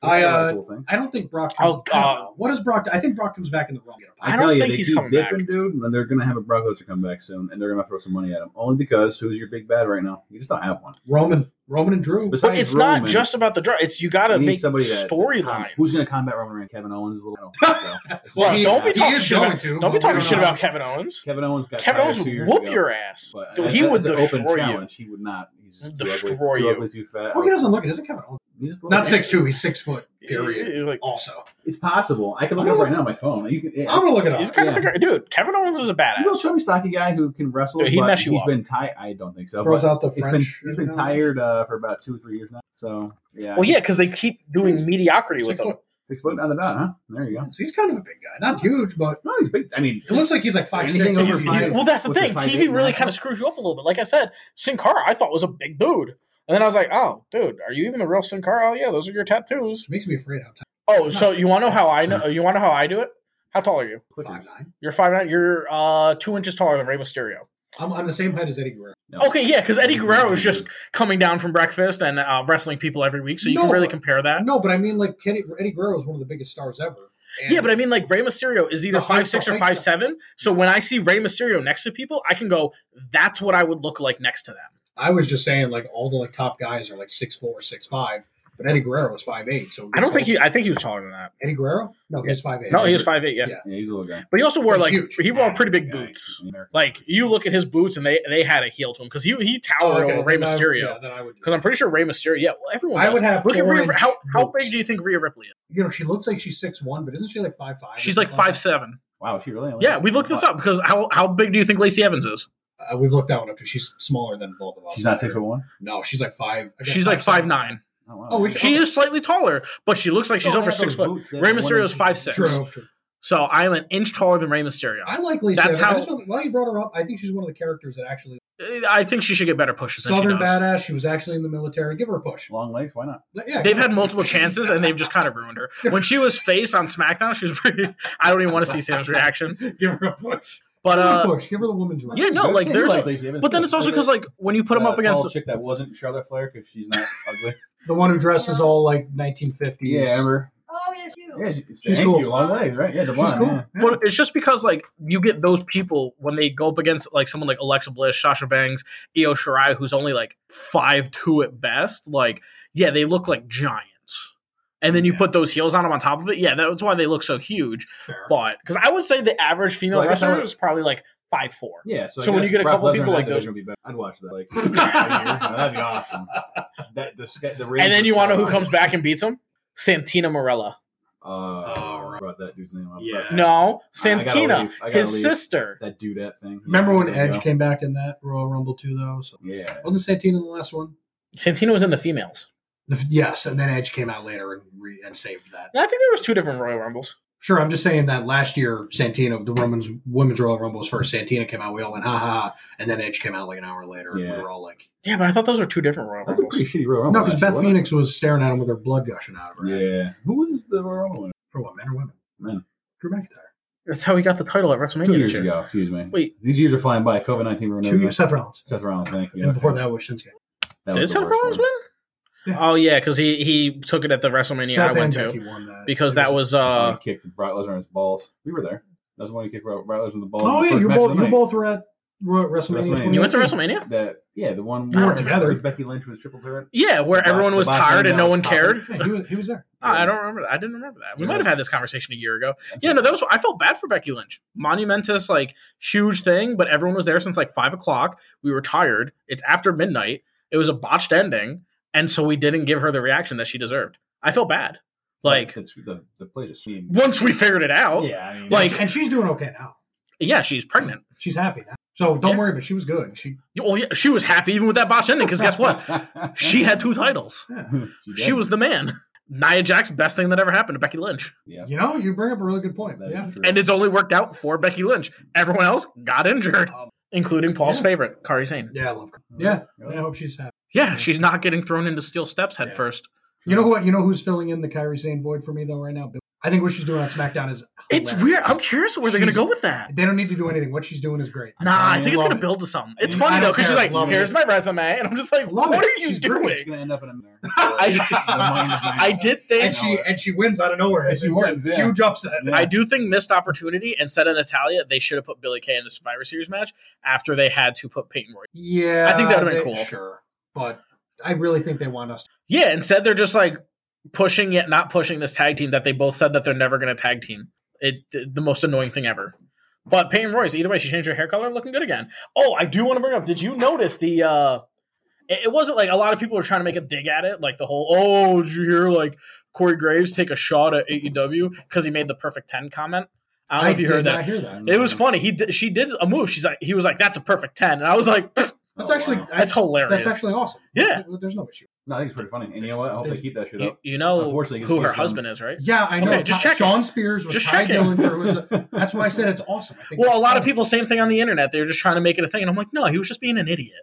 S2: I,
S3: They did a lot of
S2: uh,
S3: cool things.
S2: I don't think Brock. Comes,
S1: Oh,
S2: I don't know. what does Brock? I think Brock comes back in the wrong. getup.
S1: I
S3: I,
S1: don't
S3: tell you,
S1: think
S3: they
S1: he's
S3: keep
S1: coming back.
S3: dipping, dude, and they're gonna have a Brock Lesnar come back soon, and they're gonna throw some money at him. Only because who's your big bad right now? You just don't have one.
S2: Roman, Roman and Drew.
S1: But
S3: Besides
S1: it's
S3: Roman,
S1: not just about the draw. It's you got to
S3: you need
S1: make
S3: somebody that-
S1: storylines.
S3: Who's gonna combat Roman Reigns? Kevin Owens is
S1: (laughs)
S3: a little. I don't think so. It's
S1: Well,
S3: not-
S1: don't be
S2: He
S1: talking
S2: is
S1: shit
S2: going
S1: about,
S2: to,
S1: don't
S2: but
S1: be talking
S2: we
S1: shit
S2: don't know.
S1: about Kevin Owens.
S3: Kevin Owens got
S1: Kevin
S3: fired
S1: Owens
S3: two
S1: would
S3: years
S1: whoop
S3: ago.
S1: your ass.
S3: But
S1: Dude,
S3: that-
S1: he
S3: that's
S1: would
S3: an open
S1: destroy you.
S3: challenge. He would not. He's just too
S1: Destroy
S3: ugly, too,
S1: you.
S3: ugly, too fat.
S2: Well, he doesn't look. He doesn't Kevin Owens.
S3: He's just a little
S2: Not
S3: man.
S2: six two. He's six foot. Period.
S1: He's like,
S2: Also,
S3: It's possible. I can look it up right now on my phone. You can.
S2: I'm gonna look it up.
S1: he's kind of a, dude. Kevin Owens is a
S3: He's a little
S1: badass.
S3: chubby, stocky guy who can wrestle.
S1: Dude, he'd
S3: but
S1: mess you
S3: he's
S1: up.
S3: been tired. I don't think so.
S2: Throws
S3: but
S2: out the
S3: he's
S2: French.
S3: been he's been tired uh, for about two or three years now. So yeah.
S1: Well, yeah, because they keep doing mediocrity with
S2: Six
S1: him.
S2: foot.
S3: Six foot on the dot, huh? There you go.
S2: So he's kind of a big guy. Not huge, but
S3: No, he's big. I mean,
S2: it looks like he's like five
S3: Anything
S2: six.
S3: over
S2: He's-
S3: five-
S2: he's-
S1: Well, that's the
S3: What's
S1: thing.
S3: the five
S1: TV
S3: eight
S1: really
S3: now?
S1: kind of screws you up a little bit. Like I said, Sin Cara, I thought was a big dude, and then I was like, oh, dude, are you even the real Sin Cara? Oh yeah, those are your tattoos.
S2: It makes me afraid how tiny.
S1: Oh, so you want to know how I know? You want to know how I do it? How tall are you?
S2: Five nine.
S1: You're five nine. You're uh two inches taller than Rey Mysterio.
S2: I'm, I'm the same height as Eddie Guerrero.
S3: No.
S1: Okay, yeah, because Eddie
S3: He's
S1: Guerrero
S3: not
S1: is just
S3: big.
S1: coming down from breakfast and uh, wrestling people every week, so you
S2: No,
S1: can really
S3: uh,
S2: but-
S1: compare that.
S2: No, but I mean like Eddie, Eddie Guerrero is one of the biggest stars ever. And-
S1: Yeah, but I mean, like Rey Mysterio is either
S2: The height-
S1: five six
S2: the
S1: or
S2: height-
S1: five seven. So when I see Rey Mysterio next to people, I can go, "That's what I would look like next to them."
S2: I was just saying like all the like top guys are like six four or six five, but Eddie Guerrero is five eight. So
S1: I don't think he. I think he was taller than that.
S2: Eddie Guerrero. No, he's five eight.
S1: No, he was five eight. Yeah,
S2: Yeah.
S3: Yeah, he's a little guy.
S1: but he also wore
S2: He's
S1: like
S2: huge.
S1: he wore pretty big
S3: Yeah,
S1: boots.
S3: he's American.
S1: Like you look at his boots, and they they had a heel to him because he he towered over Rey Mysterio.
S2: Oh, then I would.
S1: Because I'm pretty sure Rey Mysterio. Yeah, well, everyone.
S2: I
S1: does.
S2: would have.
S1: look at Rhea,
S2: orange
S1: how how
S2: boots.
S1: big do you think Rhea Ripley is?
S2: You know, she looks like she's six one, but isn't she like five five?
S1: She's like five seven.
S3: Wow, she really?
S1: Yeah, we looked this up because how how big do you think Lacey Evans is?
S2: Uh, we've looked that one up too. She's smaller than both of us.
S3: She's not six foot one.
S2: No, she's like five. I guess
S1: She's like five
S2: seven.
S1: nine.
S3: Oh, wow.
S2: Oh, we should-
S1: She is slightly taller, but she looks like she's
S3: Oh, they
S1: over
S3: have
S1: six
S3: those
S1: foot.
S3: boots. They have
S1: Rey
S3: one
S1: Mysterio is
S3: inch.
S1: five six.
S2: True, true.
S1: So I am an inch taller than Rey Mysterio.
S2: I like Lisa.
S1: That's
S2: That's
S1: how-
S2: how. While you brought her up, I think she's one of the characters that actually
S1: I think she should get better pushes than
S2: Southern
S1: she does.
S2: badass. She was actually in the military. Give her a push.
S3: Long legs. Why not?
S2: Yeah,
S1: They've had multiple chances and they've just kind of ruined her. When she was face on SmackDown, she was pretty. I don't even want to see Sam's reaction.
S2: (laughs) give her a push.
S1: But
S2: give her a (laughs)
S1: uh,
S2: push. Give her the woman's right.
S1: yeah, no,
S3: I've
S1: like
S3: seen
S1: there's.
S3: like
S1: A,
S3: Lacey Evans
S1: but then
S3: too.
S1: it's also
S3: Look at
S1: because like when you put them
S3: the
S1: up against,
S3: tall chick that wasn't Charlotte Flair because she's not
S2: (laughs)
S3: ugly.
S2: The one who dresses all like 1950s.
S3: yeah, ever.
S4: Oh, yeah, you.
S3: Yeah, she,
S2: She's
S3: thank
S2: cool.
S3: you. Long legs, right? Yeah, the
S2: she's
S3: blonde.
S2: cool.
S3: yeah.
S1: well, it's just because like you get those people when they go up against like someone like Alexa Bliss, Sasha Banks, Io Shirai, who's only like five two at best. Like yeah, they look like giants. And then you
S2: Yeah.
S1: put those heels on them on top of it. Yeah, that's why they look so huge.
S2: Fair.
S1: But because I would say the average female
S3: I guess I
S1: wrestler
S3: would-
S1: is probably like five four.
S3: Yeah, so, I
S1: So when
S3: guess
S1: you get a
S3: Brock
S1: couple
S3: Lesnar in
S1: people
S3: that
S1: like those-
S3: division would be better. I'd watch
S1: (laughs)
S3: that. Like, (laughs) that'd be awesome. That the sca- the
S1: And then you want to know who comes
S3: back.
S1: back and beats him? Santina Morella.
S3: Uh,
S2: All right.
S3: brought that dude's name up.
S2: Yeah.
S3: but-
S1: No,
S3: I- I gotta
S1: Santina,
S3: leave. I gotta
S1: his
S3: leave.
S1: sister.
S3: That dude, that thing.
S2: Remember when
S3: Yeah, there you
S2: Edge came back in that Royal Rumble too, though? So.
S3: go. Yeah.
S2: Wasn't Santina in the last one?
S1: Santina was in the females.
S2: The- yes, and then Edge came out later and re- and saved that.
S1: And I think there was two different Royal Rumbles.
S2: Sure, I'm just saying that last year, Santina, the women's women's Royal Rumble was first. Santina came out, we all went ha ha, ha, and then Edge came out like an hour later, and
S3: Yeah.
S2: we were all like,
S1: Yeah, but I thought those were two different Royal
S3: Oh, That's a
S1: Rumbles.
S3: pretty shitty Royal Rumble.
S2: no, because
S3: actually,
S2: Beth
S3: wasn't it?
S2: Phoenix was staring at him with her blood gushing out of her. head.
S3: Yeah. Who was the Royal Rumble winner?
S2: for what men or women?
S3: Men.
S2: Drew McIntyre.
S1: That's how he got the title at WrestleMania.
S3: Two years
S1: this year.
S3: ago. Excuse me.
S1: Wait.
S3: These years are flying by. COVID nineteen ruined
S2: Two
S3: everything.
S2: years, Seth Rollins,
S3: Seth Rollins. Thank you.
S2: and before that was Shinsuke.
S3: That
S1: Did
S3: was the
S1: Seth
S3: worst
S1: Rollins
S3: one.
S1: win? Oh yeah, because he he took it at the WrestleMania
S2: Seth
S1: I went
S2: and
S1: to
S2: Becky won that
S1: because
S2: It
S1: that was uh
S3: He kicked Brock Lesnar in his balls. We were there. That was when he kicked Brock Brock Lesnar in the balls.
S2: Oh
S3: in the
S2: yeah,
S3: first
S2: you
S3: match of
S2: both
S3: the
S2: you
S3: night.
S2: both were at Ro- WrestleMania.
S3: WrestleMania.
S2: 2019.
S1: you went to Wrestlemania.
S3: That yeah, the one
S2: You
S3: where
S2: weren't together.
S3: Becky Lynch was triple threat.
S1: Yeah, where
S3: The bo-
S1: everyone
S3: the
S1: was
S3: bottom
S1: tired and
S3: down
S1: no one
S3: popping.
S1: cared.
S2: Yeah, he was, he was there.
S1: Ah, I don't remember. That. I didn't remember that. We
S3: Yeah.
S1: might have had this conversation a year ago. Yeah, no, that was. I felt bad for Becky Lynch. Monumentous, like huge thing, but everyone was there since like five o'clock. We were tired. It's after midnight. It was a botched ending, and so we didn't give her the reaction that she deserved. I felt bad. Like
S3: it's the the place is mean.
S1: once we figured it out, yeah,
S3: Yeah, I
S1: (laughs)
S3: mean,
S1: Like-
S2: and she's doing okay now.
S1: she's pregnant.
S2: She's happy now. So don't
S1: Yeah.
S2: worry, but she was good. She
S1: Oh yeah, she was happy even with that botched ending because guess what?
S3: (laughs)
S1: She had two titles. She
S3: did.
S1: was the man. Nia Jack's best thing that ever happened to Becky Lynch,
S3: Yeah,
S2: You know, you bring up a really good point.
S3: that is
S2: yeah.
S3: true.
S1: and it's only worked out for Becky Lynch. Everyone else got injured,
S2: Um,
S1: including Paul's
S2: yeah.
S1: favorite, Kari Sane.
S2: Yeah, I love her. Yeah.
S3: Yeah.
S2: I hope she's happy.
S1: Yeah, she's not getting thrown into steel steps head
S2: Yeah.
S1: first.
S2: You know what? You know who's filling in the Kyrie Sane void for me though right now? Bill- I think what she's doing on SmackDown is
S1: It's
S2: hilarious.
S1: weird. I'm curious where they're going to
S2: She's-
S1: go with that.
S2: They don't need to do anything. What she's doing is great.
S1: Nah, I,
S3: I
S1: think it's
S3: love
S1: going to
S3: it.
S1: build to something. It's
S3: I
S1: funny
S2: don't
S1: though because she's
S2: care.
S1: like,
S2: Love
S1: "Here's
S2: it.
S1: my resume," and I'm just like,
S2: Love
S1: "What
S2: it.
S1: are you
S3: She's
S1: doing?"
S3: great. It's
S1: (laughs)
S3: gonna end up in a mirror.
S1: I, I did think
S2: And she and she wins out of nowhere.
S3: And she wins, yeah.
S2: Huge upset.
S3: Yeah.
S1: I do think missed opportunity. Instead of Natalia, they should have put Billy Kay in the Survivor Series match after they had to put Peyton Royce.
S2: Yeah,
S1: I think that would've been
S2: they-
S1: cool.
S2: Sure, but I really think they want us.
S1: Yeah, instead they're just like pushing yet not pushing this tag team that they both said that they're never going to tag team. It th- the most annoying thing ever. But Peyton Royce, either way, she changed her hair color, looking good again. Oh, I do want to bring up. Did you notice the? uh It, it wasn't like a lot of people were trying to make a dig at it, like the whole. Oh, did you hear like Corey Graves take a shot at AEW because he made the perfect ten comment? I don't know if you
S2: did
S1: heard that.
S2: not hear that.
S1: It was funny. He did, she did a move. She's like he was like that's a perfect ten, and I was like
S3: Oh,
S2: That's actually
S1: that's
S2: that's,
S1: hilarious.
S2: that's actually awesome.
S1: Yeah.
S2: there's no issue.
S3: No, I think it's pretty funny. And you know what? I hope they keep that shit
S1: you,
S3: up.
S1: you know
S3: Unfortunately, it just
S1: who her
S2: um,
S3: keeps on-
S1: husband is, right?
S2: Yeah, I know.
S1: Okay, just
S2: Ty-
S1: checking.
S2: Sean Spears was
S1: Just
S2: Ty
S1: checking.
S2: Dillinger was
S1: (laughs)
S2: a- that's why I said it's awesome. I think
S1: Well, a
S2: that's
S1: lot of
S2: funny.
S1: people same thing on the internet. They're just trying to make it a thing, and I'm like, no, he was just being an idiot.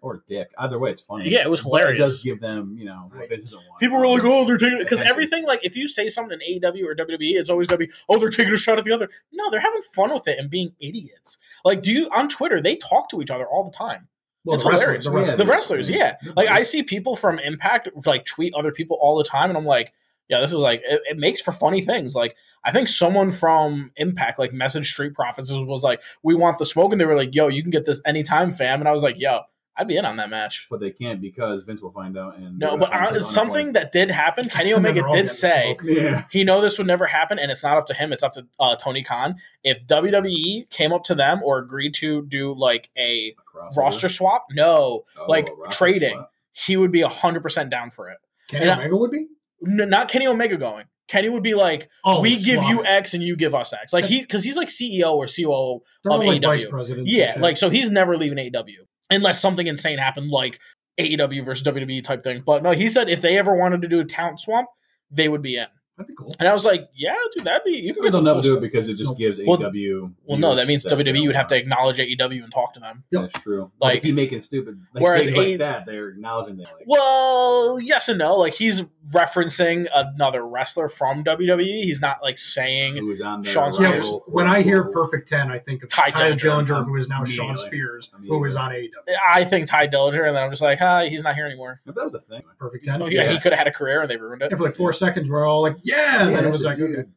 S3: Or dick. Either way, it's funny.
S1: Yeah, it was
S3: But
S1: hilarious.
S3: It does give them, you know, what they doesn't want.
S1: People were like, oh, they're taking because
S3: Actually-
S1: everything like if you say something in AEW or WWE, it's always gonna be oh they're taking a shot at the other. No, they're having fun with it and being idiots. Like, do you on Twitter they talk to each other all the time.
S2: Well,
S1: it's
S2: the
S1: hilarious.
S2: wrestlers- the wrestlers.
S1: The wrestlers, yeah. Like I see people from Impact like tweet other people all the time, and I'm like, yeah, this is like it, it makes for funny things. Like I think someone from Impact like message Street Profits and was like, we want the smoke, and they were like, yo, you can get this anytime, fam. And I was like, yo, I'd be in on that match.
S3: But they can't because Vince will find out. And
S1: No, but uh, it's something that did happen.
S2: (laughs)
S1: Kenny Omega
S2: Remember, I'll
S1: did
S2: get the
S1: say
S2: smoke.
S3: Yeah.
S1: he know this would never happen, and it's not up to him. It's up to uh, Tony Khan. If WWE came up to them or agreed to do like a roster swap, no,
S3: Oh,
S1: like trading, he would be hundred percent down for it.
S2: Kenny
S1: and I-
S2: Omega would be.
S1: N- not Kenny Omega going. Kenny would be like,
S2: Oh,
S1: "We give you
S2: Slaughter.
S1: X and you give us X." Like he, because he's like CEO or COO.
S2: They're all
S1: of
S2: like vice
S1: AEW.
S2: presidents. and
S1: Yeah,
S2: shit.
S1: like so he's never leaving AEW unless something insane happened, like AEW versus WWE type thing. But no, he said if they ever wanted to do a talent swamp, they would be in.
S2: that'd be cool.
S1: And I was like, "Yeah, dude, that'd be." You can get
S3: They'll
S1: some
S3: never
S1: cool
S3: do it
S1: stuff.
S3: because it just
S2: No.
S3: gives
S1: Well-
S3: AEW.
S1: Well, no, that
S3: viewers
S1: means
S3: they
S1: WWE would
S3: don't
S1: have to
S3: want.
S1: acknowledge AEW and talk to them.
S3: That's true.
S1: Like-
S3: Like, if he making stupid like,
S1: Whereas
S3: things
S1: A-
S3: like that, they're acknowledging that. Like,
S1: Well, yes and no. Like he's referencing another wrestler from WWE. He's not like saying
S3: who was on there?
S1: Sean
S2: Yeah,
S1: Spears.
S2: well, when I hear Perfect Ten, I think of
S1: Ty
S2: Ty,
S1: Dillinger.
S2: Dillinger, who is now Sean
S3: Immediately.
S2: Spears, who is on AEW.
S1: I think Ty Dillinger, and then I'm just like, ah, he's not here anymore.
S3: If that was a thing.
S2: Perfect Ten.
S1: Oh, yeah,
S3: Yeah.
S1: he could have had a career and they ruined it.
S2: And for like four seconds, we're all like, "Yeah," and then it
S3: that's
S2: was
S3: a
S2: like,
S3: dude.
S2: okay.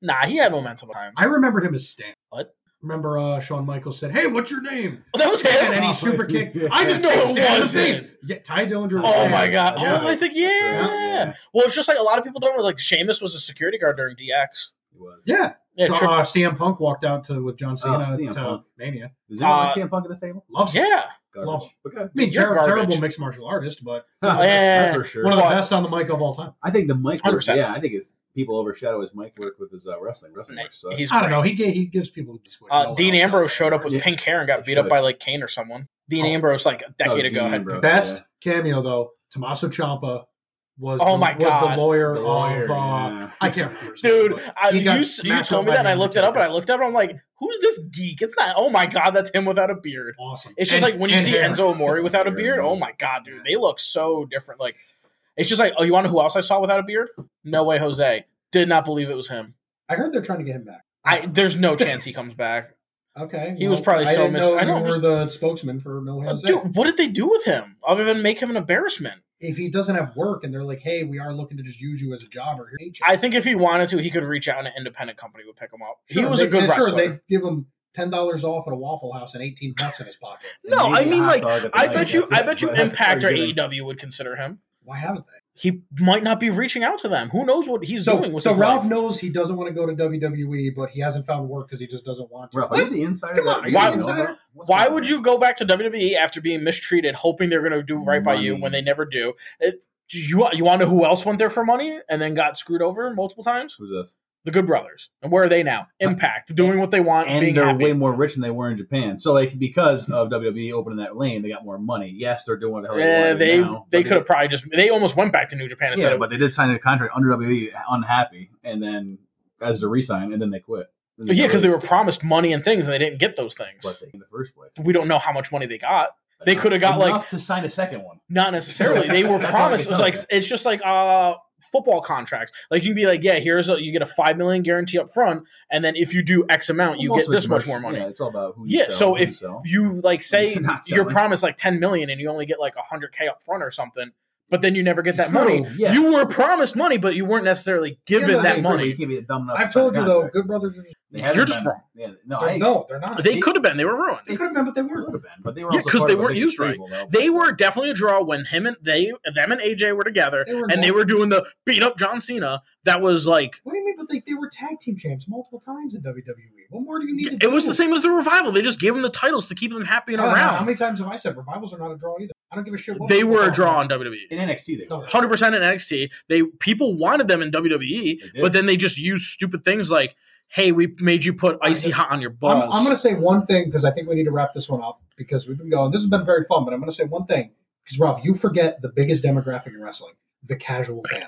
S1: Nah, he had momentum at times.
S2: I remember him as Stan.
S1: What?
S2: Remember uh, Shawn Michaels said, "Hey, what's your name?"
S1: Oh, that was
S2: And
S1: him.
S2: then he
S3: Oh,
S2: super kicked.
S3: yeah.
S2: I just
S1: No,
S2: know
S1: it
S2: it was
S1: wasn't.
S2: face. Yeah, Ty Dillinger. was
S1: Oh
S2: Stan.
S1: my god.
S3: Yeah.
S1: Oh, I think yeah. Well, it's just like a lot of people don't know. Like Sheamus was a security guard during DX.
S3: It was.
S2: Yeah, Oh,
S1: Yeah,
S2: Shawn-
S1: tri-
S2: uh, CM Punk walked out to with John Cena
S3: CM
S2: to
S3: Punk.
S2: Mania.
S3: Does anyone
S1: Uh,
S3: like CM Punk at this table?
S2: Loves it.
S1: yeah.
S3: Garbage.
S2: love-
S3: But good.
S2: I mean,
S1: You're
S2: ter-
S1: garbage.
S2: terrible mixed martial artist, but
S1: Yeah.
S3: (laughs) That's for sure.
S2: one of the
S1: Well,
S2: best on the mic of all time.
S3: I think the mic work.
S1: 100%.
S3: Yeah, I think his people overshadow his mic work with his uh, wrestling. Wrestling work sucks.
S1: He's
S2: I don't
S1: great.
S2: know. He ga- he gives people the switch.
S1: Uh,
S2: No
S1: Dean
S2: one else
S1: Ambrose
S2: does.
S1: showed up with
S3: Yeah.
S1: pink hair and got beat up
S3: Should.
S1: by like Kane or someone. Dean
S2: Oh.
S1: Ambrose like a
S3: Oh,
S1: decade
S3: Dean
S1: ago. Had,
S3: Ambrose,
S2: Best
S3: yeah.
S2: cameo though, Tommaso Ciampa was.
S1: Oh
S2: the,
S1: my
S2: Was
S1: God.
S2: the lawyer,
S3: The lawyer,
S2: of? Uh,
S3: yeah.
S2: I can't remember. his name,
S1: Dude,
S2: but
S1: I,
S2: he
S1: you, s-
S2: got
S1: you
S2: smacked
S1: told me
S2: up
S1: that, and
S2: by
S1: I looked it up, and I
S2: Undertaker.
S1: looked up, and I'm like, "Who's this geek?" It's not. Oh my god, that's him without a beard.
S2: awesome.
S1: It's just
S2: And-
S1: like when you
S2: and
S1: see
S2: hair.
S1: Enzo Amore without a
S3: Hair.
S1: beard. Oh my god, dude, they look so different. Like, it's just like, oh, you want to know who else I saw without a beard? No way, Jose. Did not believe it was him.
S2: I heard they're trying to get him back.
S1: I there's no chance he comes back.
S2: Okay,
S1: He was probably
S2: I
S1: so
S2: didn't
S1: mis-
S2: Know
S1: I know,
S2: you
S1: I'm
S2: were
S1: just-
S2: the spokesman for No Jose.
S1: Dude, what did they do with him other than make him an embarrassment?
S2: if he doesn't have work and they're like, "Hey, we are looking to just use you as a jobber," here, ain't you?"
S1: I think if he wanted to, he could reach out and an independent company would pick him up. he
S2: Sure,
S1: was
S2: they,
S1: a good
S2: and
S1: wrestler.
S2: Sure, they give him ten dollars off at a Waffle House and eighteen bucks in his pocket.
S1: no,
S3: Maybe
S1: I mean
S3: hot
S1: like
S3: dog at the
S1: I
S3: night,
S1: bet you
S3: that's
S1: I
S3: it.
S1: bet you
S3: But that's
S1: Impact or
S3: pretty good.
S1: AEW would consider him.
S2: Why haven't they?
S1: He might not be reaching out to them. Who knows what he's
S2: So,
S1: doing with
S2: so
S1: his
S2: Ralph
S1: life.
S2: knows he doesn't want to go to WWE, but he hasn't found work because he just doesn't want to.
S3: Ralph, are you the insider?
S2: Come
S3: that-
S2: on,
S3: are you
S1: why-
S3: the insider? What's
S1: Why
S3: going
S1: would
S3: on?
S1: you go back to WWE after being mistreated, hoping they're going to do right by you
S3: Money.
S1: when they never do? It, you you want to know who else went there for money and then got screwed over multiple times?
S3: Who's this?
S1: The Good Brothers. And where are they now? Impact, doing what they want, being
S3: Uh, And they're
S1: happy.
S3: way more rich than they were in Japan. So, like, because of WWE opening that lane, they got more money. Yes, they're doing what the hell they
S1: Eh,
S3: want.
S1: they
S3: now,
S1: they
S3: but
S1: could have probably just they almost went back to New Japan instead
S3: Yeah,
S1: of
S3: but they did sign a contract under WWE, unhappy, and then as the resign, and then they quit. Then
S1: yeah because they were
S3: released.
S1: promised money and things and they didn't get those things.
S3: But they- in the first place.
S1: we don't know how much money they got. They could have got, like-
S3: Enough to sign a second one.
S1: Not necessarily. They were
S3: (laughs) That's
S1: promised. It
S3: all
S1: was
S3: I
S1: like
S3: can tell
S1: it's just like uh football contracts. Like you can be like, yeah, here's a you get a five million guarantee up front, and then if you do X amount, you
S3: Most
S1: get
S3: of the
S1: this much
S3: commercial-
S1: more money.
S3: Yeah, it's all about who.
S1: Yeah,
S3: You sell,
S1: so
S3: who you
S1: if
S3: sell.
S1: You like say
S3: You're (laughs) not
S1: you're
S3: selling.
S1: promised like ten million, and you only get like hundred k up front or something, but then you never get that
S3: True,
S1: money.
S3: yeah.
S1: You were promised money, but you weren't necessarily given
S2: Yeah, no, I
S1: that
S2: agree,
S3: You
S1: money.
S3: can't be dumb enough.
S2: I've
S3: to sign a
S2: told you though,
S3: contract.
S2: good brothers. Are just,
S3: They haven't
S1: You're just
S3: been-
S1: wrong.
S3: Yeah, no, I,
S2: they're, no, they're not.
S1: They could have been. They were ruined.
S2: They could have been, but they
S3: They would
S2: weren't.
S3: have been, but they were
S1: Yeah,
S3: also
S1: 'cause
S3: part
S1: they
S3: of a
S1: weren't
S3: bigger
S1: used right.
S3: stable, though.
S1: They were definitely a draw when him and they, them and AJ were together,
S2: They were
S1: and they
S2: not-
S1: were doing the beat up John Cena. That was like
S2: What do you mean? But they, they were tag team champs multiple times in WWE. What more do you need? to
S1: it was
S2: do?
S1: the same as the revival. They just gave them the titles to keep them happy and
S2: Uh-huh, I don't know How
S1: around.
S2: many times have I said revivals are not a draw either? I don't give a shit. What
S1: They
S2: people
S1: were a
S2: call
S1: draw
S2: them.
S1: on WWE.
S3: in NXT. They
S2: No,
S3: were.
S1: Hundred percent in NXT. They people wanted them in WWE,
S3: They did.
S1: but then they just used stupid things like, "Hey, we made you put icy hot on your
S2: I'm,
S1: balls."
S2: I'm going to say one thing because I think we need to wrap this one up because we've been going. This has been very fun, but I'm going to say one thing because Rob, you forget the biggest demographic in wrestling: the casual fan.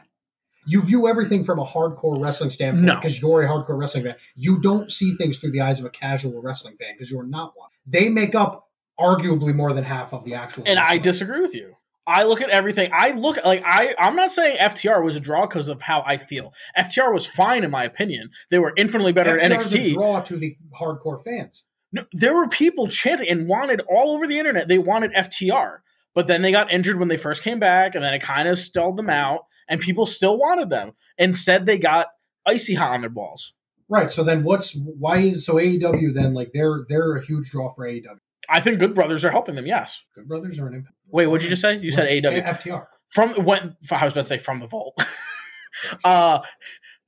S2: You view everything from a hardcore wrestling standpoint
S1: No.
S2: because you're a hardcore wrestling fan. You don't see things through the eyes of a casual wrestling fan because you're not one. They make up arguably more than half of the actual.
S1: and I
S2: wrestling.
S1: disagree with you. I look at everything. I look like I. I'm not saying FTR was a draw because of how I feel. FTR was fine in my opinion. They were infinitely better at
S2: FTR is a
S1: NXT.
S2: draw to the hardcore fans.
S1: No, there were people chanting and wanted all over the internet. They wanted FTR, but then they got injured when they first came back, and then it kind of stalled them out. And people still wanted them. Instead, they got icy hot on their balls.
S2: Right. So then, what's why is so AEW then like they're they're a huge draw for AEW.
S1: I think Good Brothers are helping them. Yes.
S2: Good Brothers are an impact.
S1: Wait, what'd you just say? You said
S2: Right.
S1: AEW
S2: FTR.
S1: from when? I was about to say from the vault. (laughs) uh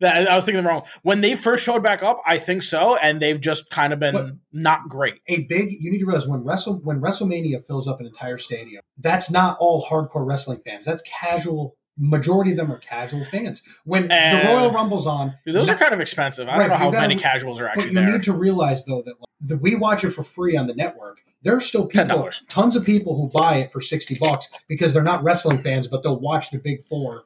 S1: that I was thinking the wrong. When they first showed back up, I think so, and they've just kind of been
S2: But-
S1: not great.
S2: A big. You need to realize when Wrestle when WrestleMania fills up an entire stadium, that's not all hardcore wrestling fans. That's casual. Majority of them are casual fans. When
S1: And-
S2: the Royal Rumble's on,
S1: Dude, those
S2: no-
S1: are kind of expensive. I
S2: Right,
S1: don't know
S2: you
S1: how
S2: gotta-
S1: many casuals are
S2: But
S1: actually
S2: you
S1: there.
S2: need to realize though that like, the, we watch it for free on the network. There are still people,
S1: $10.
S2: tons of people who buy it for sixty bucks because they're not wrestling fans, but they'll watch the big four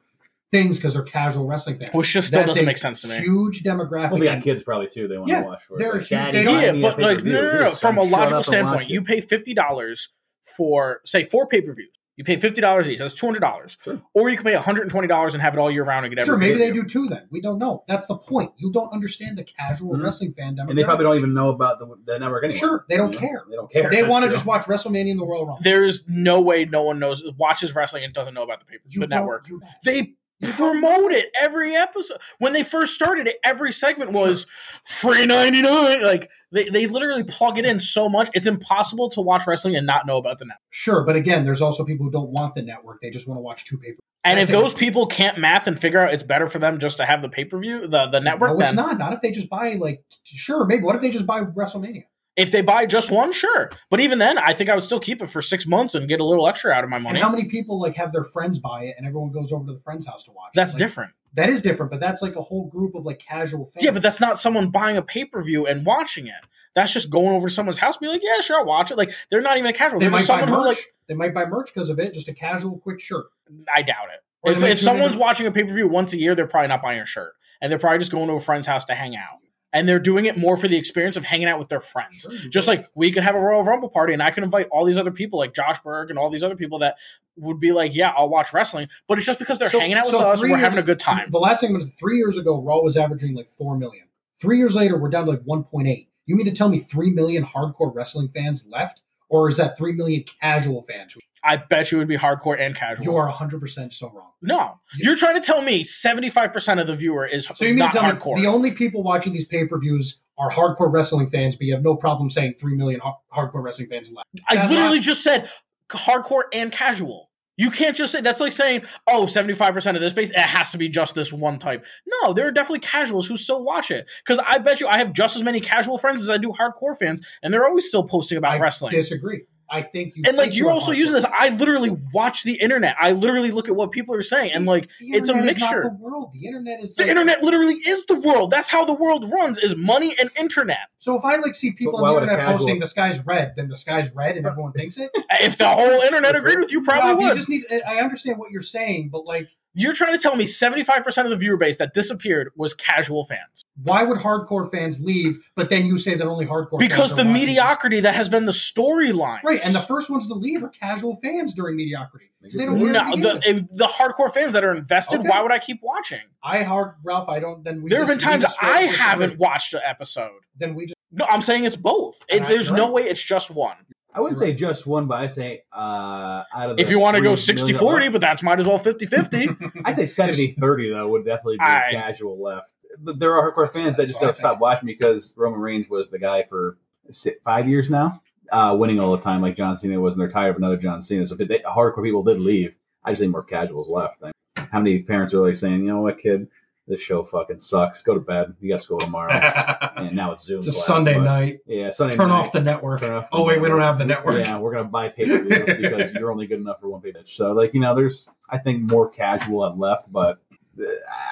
S2: things because they're casual wrestling fans.
S1: which just still
S2: That's
S1: doesn't
S2: a
S1: make sense to me.
S2: Huge demographic.
S3: Well, they got
S2: And
S3: kids probably too. They want
S2: Yeah,
S3: to watch for. it.
S2: they're
S3: Like,
S2: huge-
S3: Daddy,
S2: they don't-
S3: buy
S1: yeah,
S3: me
S1: but
S3: pay-per-view.
S1: like no, no, no,
S3: Here,
S1: no.
S3: son,
S1: From a
S3: shut up
S1: logical
S3: and watch
S1: standpoint,
S3: it.
S1: you pay fifty dollars for say four pay per views. You pay fifty dollars each. That's two hundred dollars.
S3: Sure.
S1: Or you can pay one hundred and twenty dollars and have it all year round and get
S2: Sure,
S1: every
S2: maybe they
S1: pay-per-view.
S2: do too. Then we don't know. That's the point. You don't understand the casual
S3: Mhm.
S2: wrestling fan demographic.
S3: and they probably don't even know about the, the network anyway.
S2: Sure, they don't
S3: You know?
S2: care.
S3: They don't care.
S2: They
S3: That's
S2: want to
S3: true.
S2: just watch WrestleMania and the Royal Rumble.
S1: There's no way no one knows watches wrestling and doesn't know about the paper
S2: You
S1: the
S2: don't-
S1: network.
S2: you-
S1: They promote it every episode. When they first started it, every segment was free ninety nine. Like they, they literally plug it in so much, it's impossible to watch wrestling and not know about the network.
S2: sure, but again, there's also people who don't want the network. They just want to watch two papers.
S1: And
S2: That's
S1: if those
S2: it.
S1: people can't math and figure out it's better for them just to have the pay per view, the, the network,
S2: No,
S1: then
S2: it's not. Not if they just buy like t- sure, maybe. What if they just buy WrestleMania?
S1: if they buy just one, sure. But even then, I think I would still keep it for six months and get a little extra out of my
S2: And
S1: money.
S2: how many people like have their friends buy it, and everyone goes over to the friend's house to watch? it?
S1: That's
S2: Like,
S1: different.
S2: That is different, but that's like a whole group of like casual fans.
S1: Yeah, but that's not someone buying a pay per view and watching it. That's just going over to someone's house and be like, yeah, sure, I'll watch it. Like they're not even a casual.
S2: they
S1: They're
S2: might
S1: just
S2: buy
S1: someone
S2: merch.
S1: who like
S2: they might buy merch because of it. Just a casual, quick shirt.
S1: I doubt it.
S2: Or they
S1: if
S2: might
S1: if
S2: tune in
S1: someone's
S2: to-
S1: watching a pay per view once a year, they're probably not buying a shirt, and they're probably just going to a friend's house to hang out. And they're doing it more for the experience of hanging out with their friends.
S2: Sure, you
S1: Just
S2: go.
S1: like we could have a Royal Rumble party, and I could invite all these other people, like Josh Berg and all these other people that would be like, "Yeah, I'll watch wrestling," but it's just because they're
S2: So-
S1: hanging out with
S2: so
S1: us, and
S2: three
S1: we're having a
S2: years-
S1: good time.
S2: The last thing was three years ago, Raw was averaging like four million. Three years later, we're down to like one point eight. You mean to tell me three million hardcore wrestling fans left, or is that three million casual fans?
S1: I bet you it would be hardcore and casual.
S2: You are hundred percent so wrong.
S1: no, you're trying to tell me seventy five percent of the viewer is
S2: So you mean
S1: not
S2: to tell
S1: hardcore.
S2: me the only people watching these pay per views are hardcore wrestling fans? But you have no problem saying three million har- hardcore wrestling fans left.
S1: I
S2: That
S1: literally
S2: logic-
S1: just said hardcore and casual. You can't just say that's like saying, oh, 75% of this base, it has to be just this one type. No, there are definitely casuals who still watch it. Because I bet you I have just as many casual friends as I do hardcore fans, and they're always still posting about
S2: I
S1: wrestling.
S2: Disagree. I think you
S1: and like
S2: think
S1: you're
S2: are
S1: also
S2: hardcore.
S1: using this. I literally watch the internet. I literally look at what people are saying, and like
S2: The
S1: it's a
S2: internet is not
S1: mixture.
S2: the world. The internet is
S1: the
S2: like-
S1: internet literally is the world. That's how the world runs: is money and internet.
S2: So if I like see people
S3: But
S2: on
S3: why
S2: the
S3: would a
S2: internet
S3: casual-
S2: posting the sky's red, then the sky's red and everyone thinks it.
S1: If the whole internet agreed with you, probably
S2: Rob, you
S1: would.
S2: just need. I understand what you're saying, but like
S1: You're trying to tell me 75% of the viewer base that disappeared was casual fans
S2: Why would hardcore fans leave? But then you say that only hardcore fans
S1: because
S2: are
S1: the
S2: watching.
S1: mediocrity that has been the storyline.
S2: Right, and the first ones to leave are casual fans during mediocrity. 'Cause They don't care to
S1: no,
S2: begin
S1: the,
S2: with.
S1: if the hardcore fans that are invested,
S2: Okay.
S1: why would I keep watching?
S2: I hard Ralph. I don't. Then we
S1: there have been
S2: just- we
S1: times
S2: just
S1: I
S2: straight
S1: haven't
S2: disagree.
S1: watched an episode.
S2: Then (laughs) we just
S1: No, I'm saying it's both. It,
S2: And I-
S1: there's
S2: you're
S1: no
S2: right.
S1: way it's just one.
S3: I wouldn't say just one, but I say uh, out of
S1: If
S3: the
S1: you want to go
S3: 3 million
S1: 60 40, but that's might as well 50
S2: (laughs)
S1: 50.
S3: I'd say 70 30, though, would definitely be
S1: I-
S3: casual left. But there are hardcore fans that just
S2: That's what I
S3: have stopped watching because Roman Reigns was the guy for si- five years now, uh, winning all the time, like John Cena was, and they're tired of another John Cena. So they, hardcore people did leave. I just think more casuals left. I how many parents are like saying, you know what, kid, this show fucking sucks. Go to bed. You got
S2: (laughs)
S3: school tomorrow.
S2: it's
S3: and now it's Zoom.
S2: a
S3: class,
S2: Sunday
S3: but-
S2: night.
S3: Yeah, Sunday
S2: Turn
S3: night.
S2: off the network.
S3: Turn off the
S2: Oh wait, we don't have the network.
S3: Yeah, we're gonna buy pay per view
S2: (laughs)
S3: because you're only good enough for one pay per view. So, like you know, there's I think more casual and left, but uh,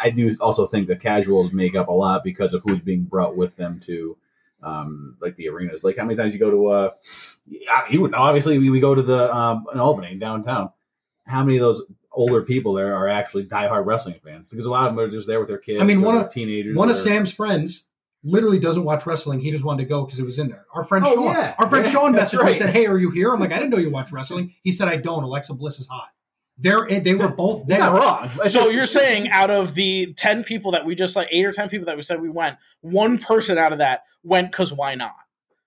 S3: I do also think the casuals make up a lot because of who's being brought with them to. Um, like the arenas, like how many times you go to uh, yeah, you would know, obviously we, we go to the um in Albany downtown. How many of those older people there are actually diehard wrestling fans? Because a lot of them are just there with their kids.
S2: I mean,
S3: or
S2: one
S3: their
S2: of-
S3: teenagers,
S2: One of
S3: or-
S2: Sam's friends literally doesn't watch wrestling. He just wanted to go because it was in there. Our friend
S3: Oh,
S2: Sean.
S3: yeah.
S2: Our friend
S3: Yeah,
S2: Sean
S3: that's
S2: messaged me and
S3: right.
S2: said, "Hey, are you here?" I'm like, "I didn't know you watch wrestling." He said, "I don't." Alexa Bliss is hot. They're eh, they were both
S3: He's
S2: there.
S3: not wrong. It's
S1: so
S3: just-
S1: you're saying out of the 10 people that we just like, eight or 10 people that we said we went, one person out of that went because why not?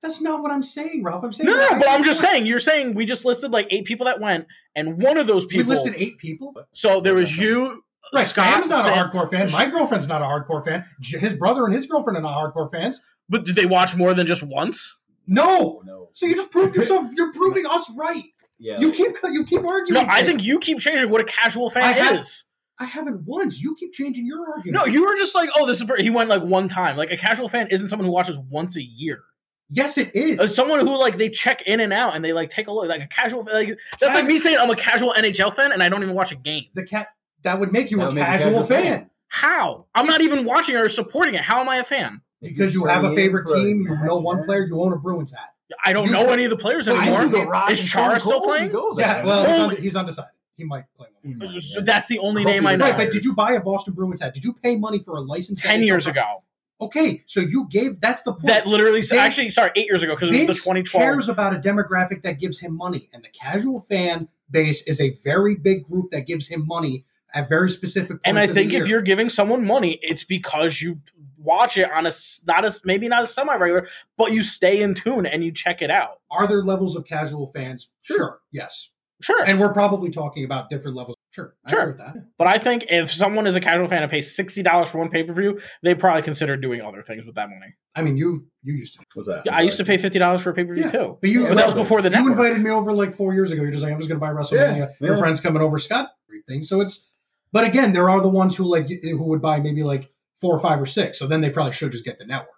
S2: That's not what I'm saying, Ralph. I'm saying
S1: No, no,
S2: that
S1: no,
S2: I-
S1: but I'm just saying, you're saying we just listed like eight people that went, and one of those
S2: We
S1: people.
S2: listed eight people.
S1: so there was you,
S2: Right,
S1: Scott,
S2: Sam's not
S1: Sam-
S2: a hardcore fan. My girlfriend's not a hardcore fan. J- His brother and his girlfriend are not hardcore fans.
S1: but did they watch more than just once?
S2: No.
S3: no.
S2: So you just proved yourself. You're proving us right.
S3: Yeah,
S2: You keep you keep arguing.
S1: No, I
S2: things.
S1: think you keep changing what a casual fan
S2: I have-
S1: is.
S2: I haven't once. You keep changing your argument.
S1: No, you were just like, oh, this is. He went like one time. Like a casual fan isn't someone who watches once a year.
S2: yes, it is.
S1: It's Uh, someone who like they check in and out and they like take a look. Like a casual, like that's like me saying I'm a casual NHL fan and I don't even watch a game.
S2: the cat that would make you
S3: That
S2: a
S3: would make you a
S2: casual,
S3: casual
S2: fan,
S3: fan.
S1: How? I'm not even watching or supporting it. How am I a fan?
S2: because you have a favorite team. You know one player. You own a Bruins hat.
S1: I don't
S2: You-
S1: know any of the players
S2: Well, you
S1: anymore.
S2: do the
S1: Is Chara still playing?
S3: Oh,
S2: Yeah, well, he's,
S1: Holy-
S2: unde- he's undecided. He might play one.
S1: Uh, So that's the only
S3: Probably
S1: name I
S3: the
S1: know.
S2: Right, but did you buy a Boston Bruins hat? Did you pay money for a license?
S1: Ten years ago.
S2: Okay, so you gave. That's the point.
S1: That literally,
S2: Vince-
S1: actually, sorry, eight years ago because it was the
S2: Vince
S1: 2012.
S2: cares about a demographic that gives him money, and the casual fan base is a very big group that gives him money at very specific. Points
S1: And I
S2: of the
S1: think
S2: year.
S1: if you're giving someone money, it's because you watch it on a s- not as maybe not a semi regular, but you stay in tune and you check it out.
S2: are there levels of casual fans? Sure, yes,
S1: Sure,
S2: and we're probably talking about different levels. Sure, I agree
S1: Sure.
S2: with that.
S1: but I think if someone is a casual fan and pays sixty dollars for one pay per view, they probably consider doing other things with that money.
S2: I mean, you you used to,
S3: What's that?
S1: Yeah, I used to pay fifty dollars for a pay per view
S2: Yeah.
S1: too,
S2: but you
S3: Yeah,
S1: but that was
S3: Exactly.
S1: before the
S2: you
S1: network.
S2: invited me over like four years ago. You're just like, I'm just going to buy WrestleMania.
S3: Yeah,
S2: Your
S3: yeah.
S2: friend's coming over, Scott. Thing. So it's, but again, there are the ones who like who would buy maybe like four or five or six. So then they probably should just get the network.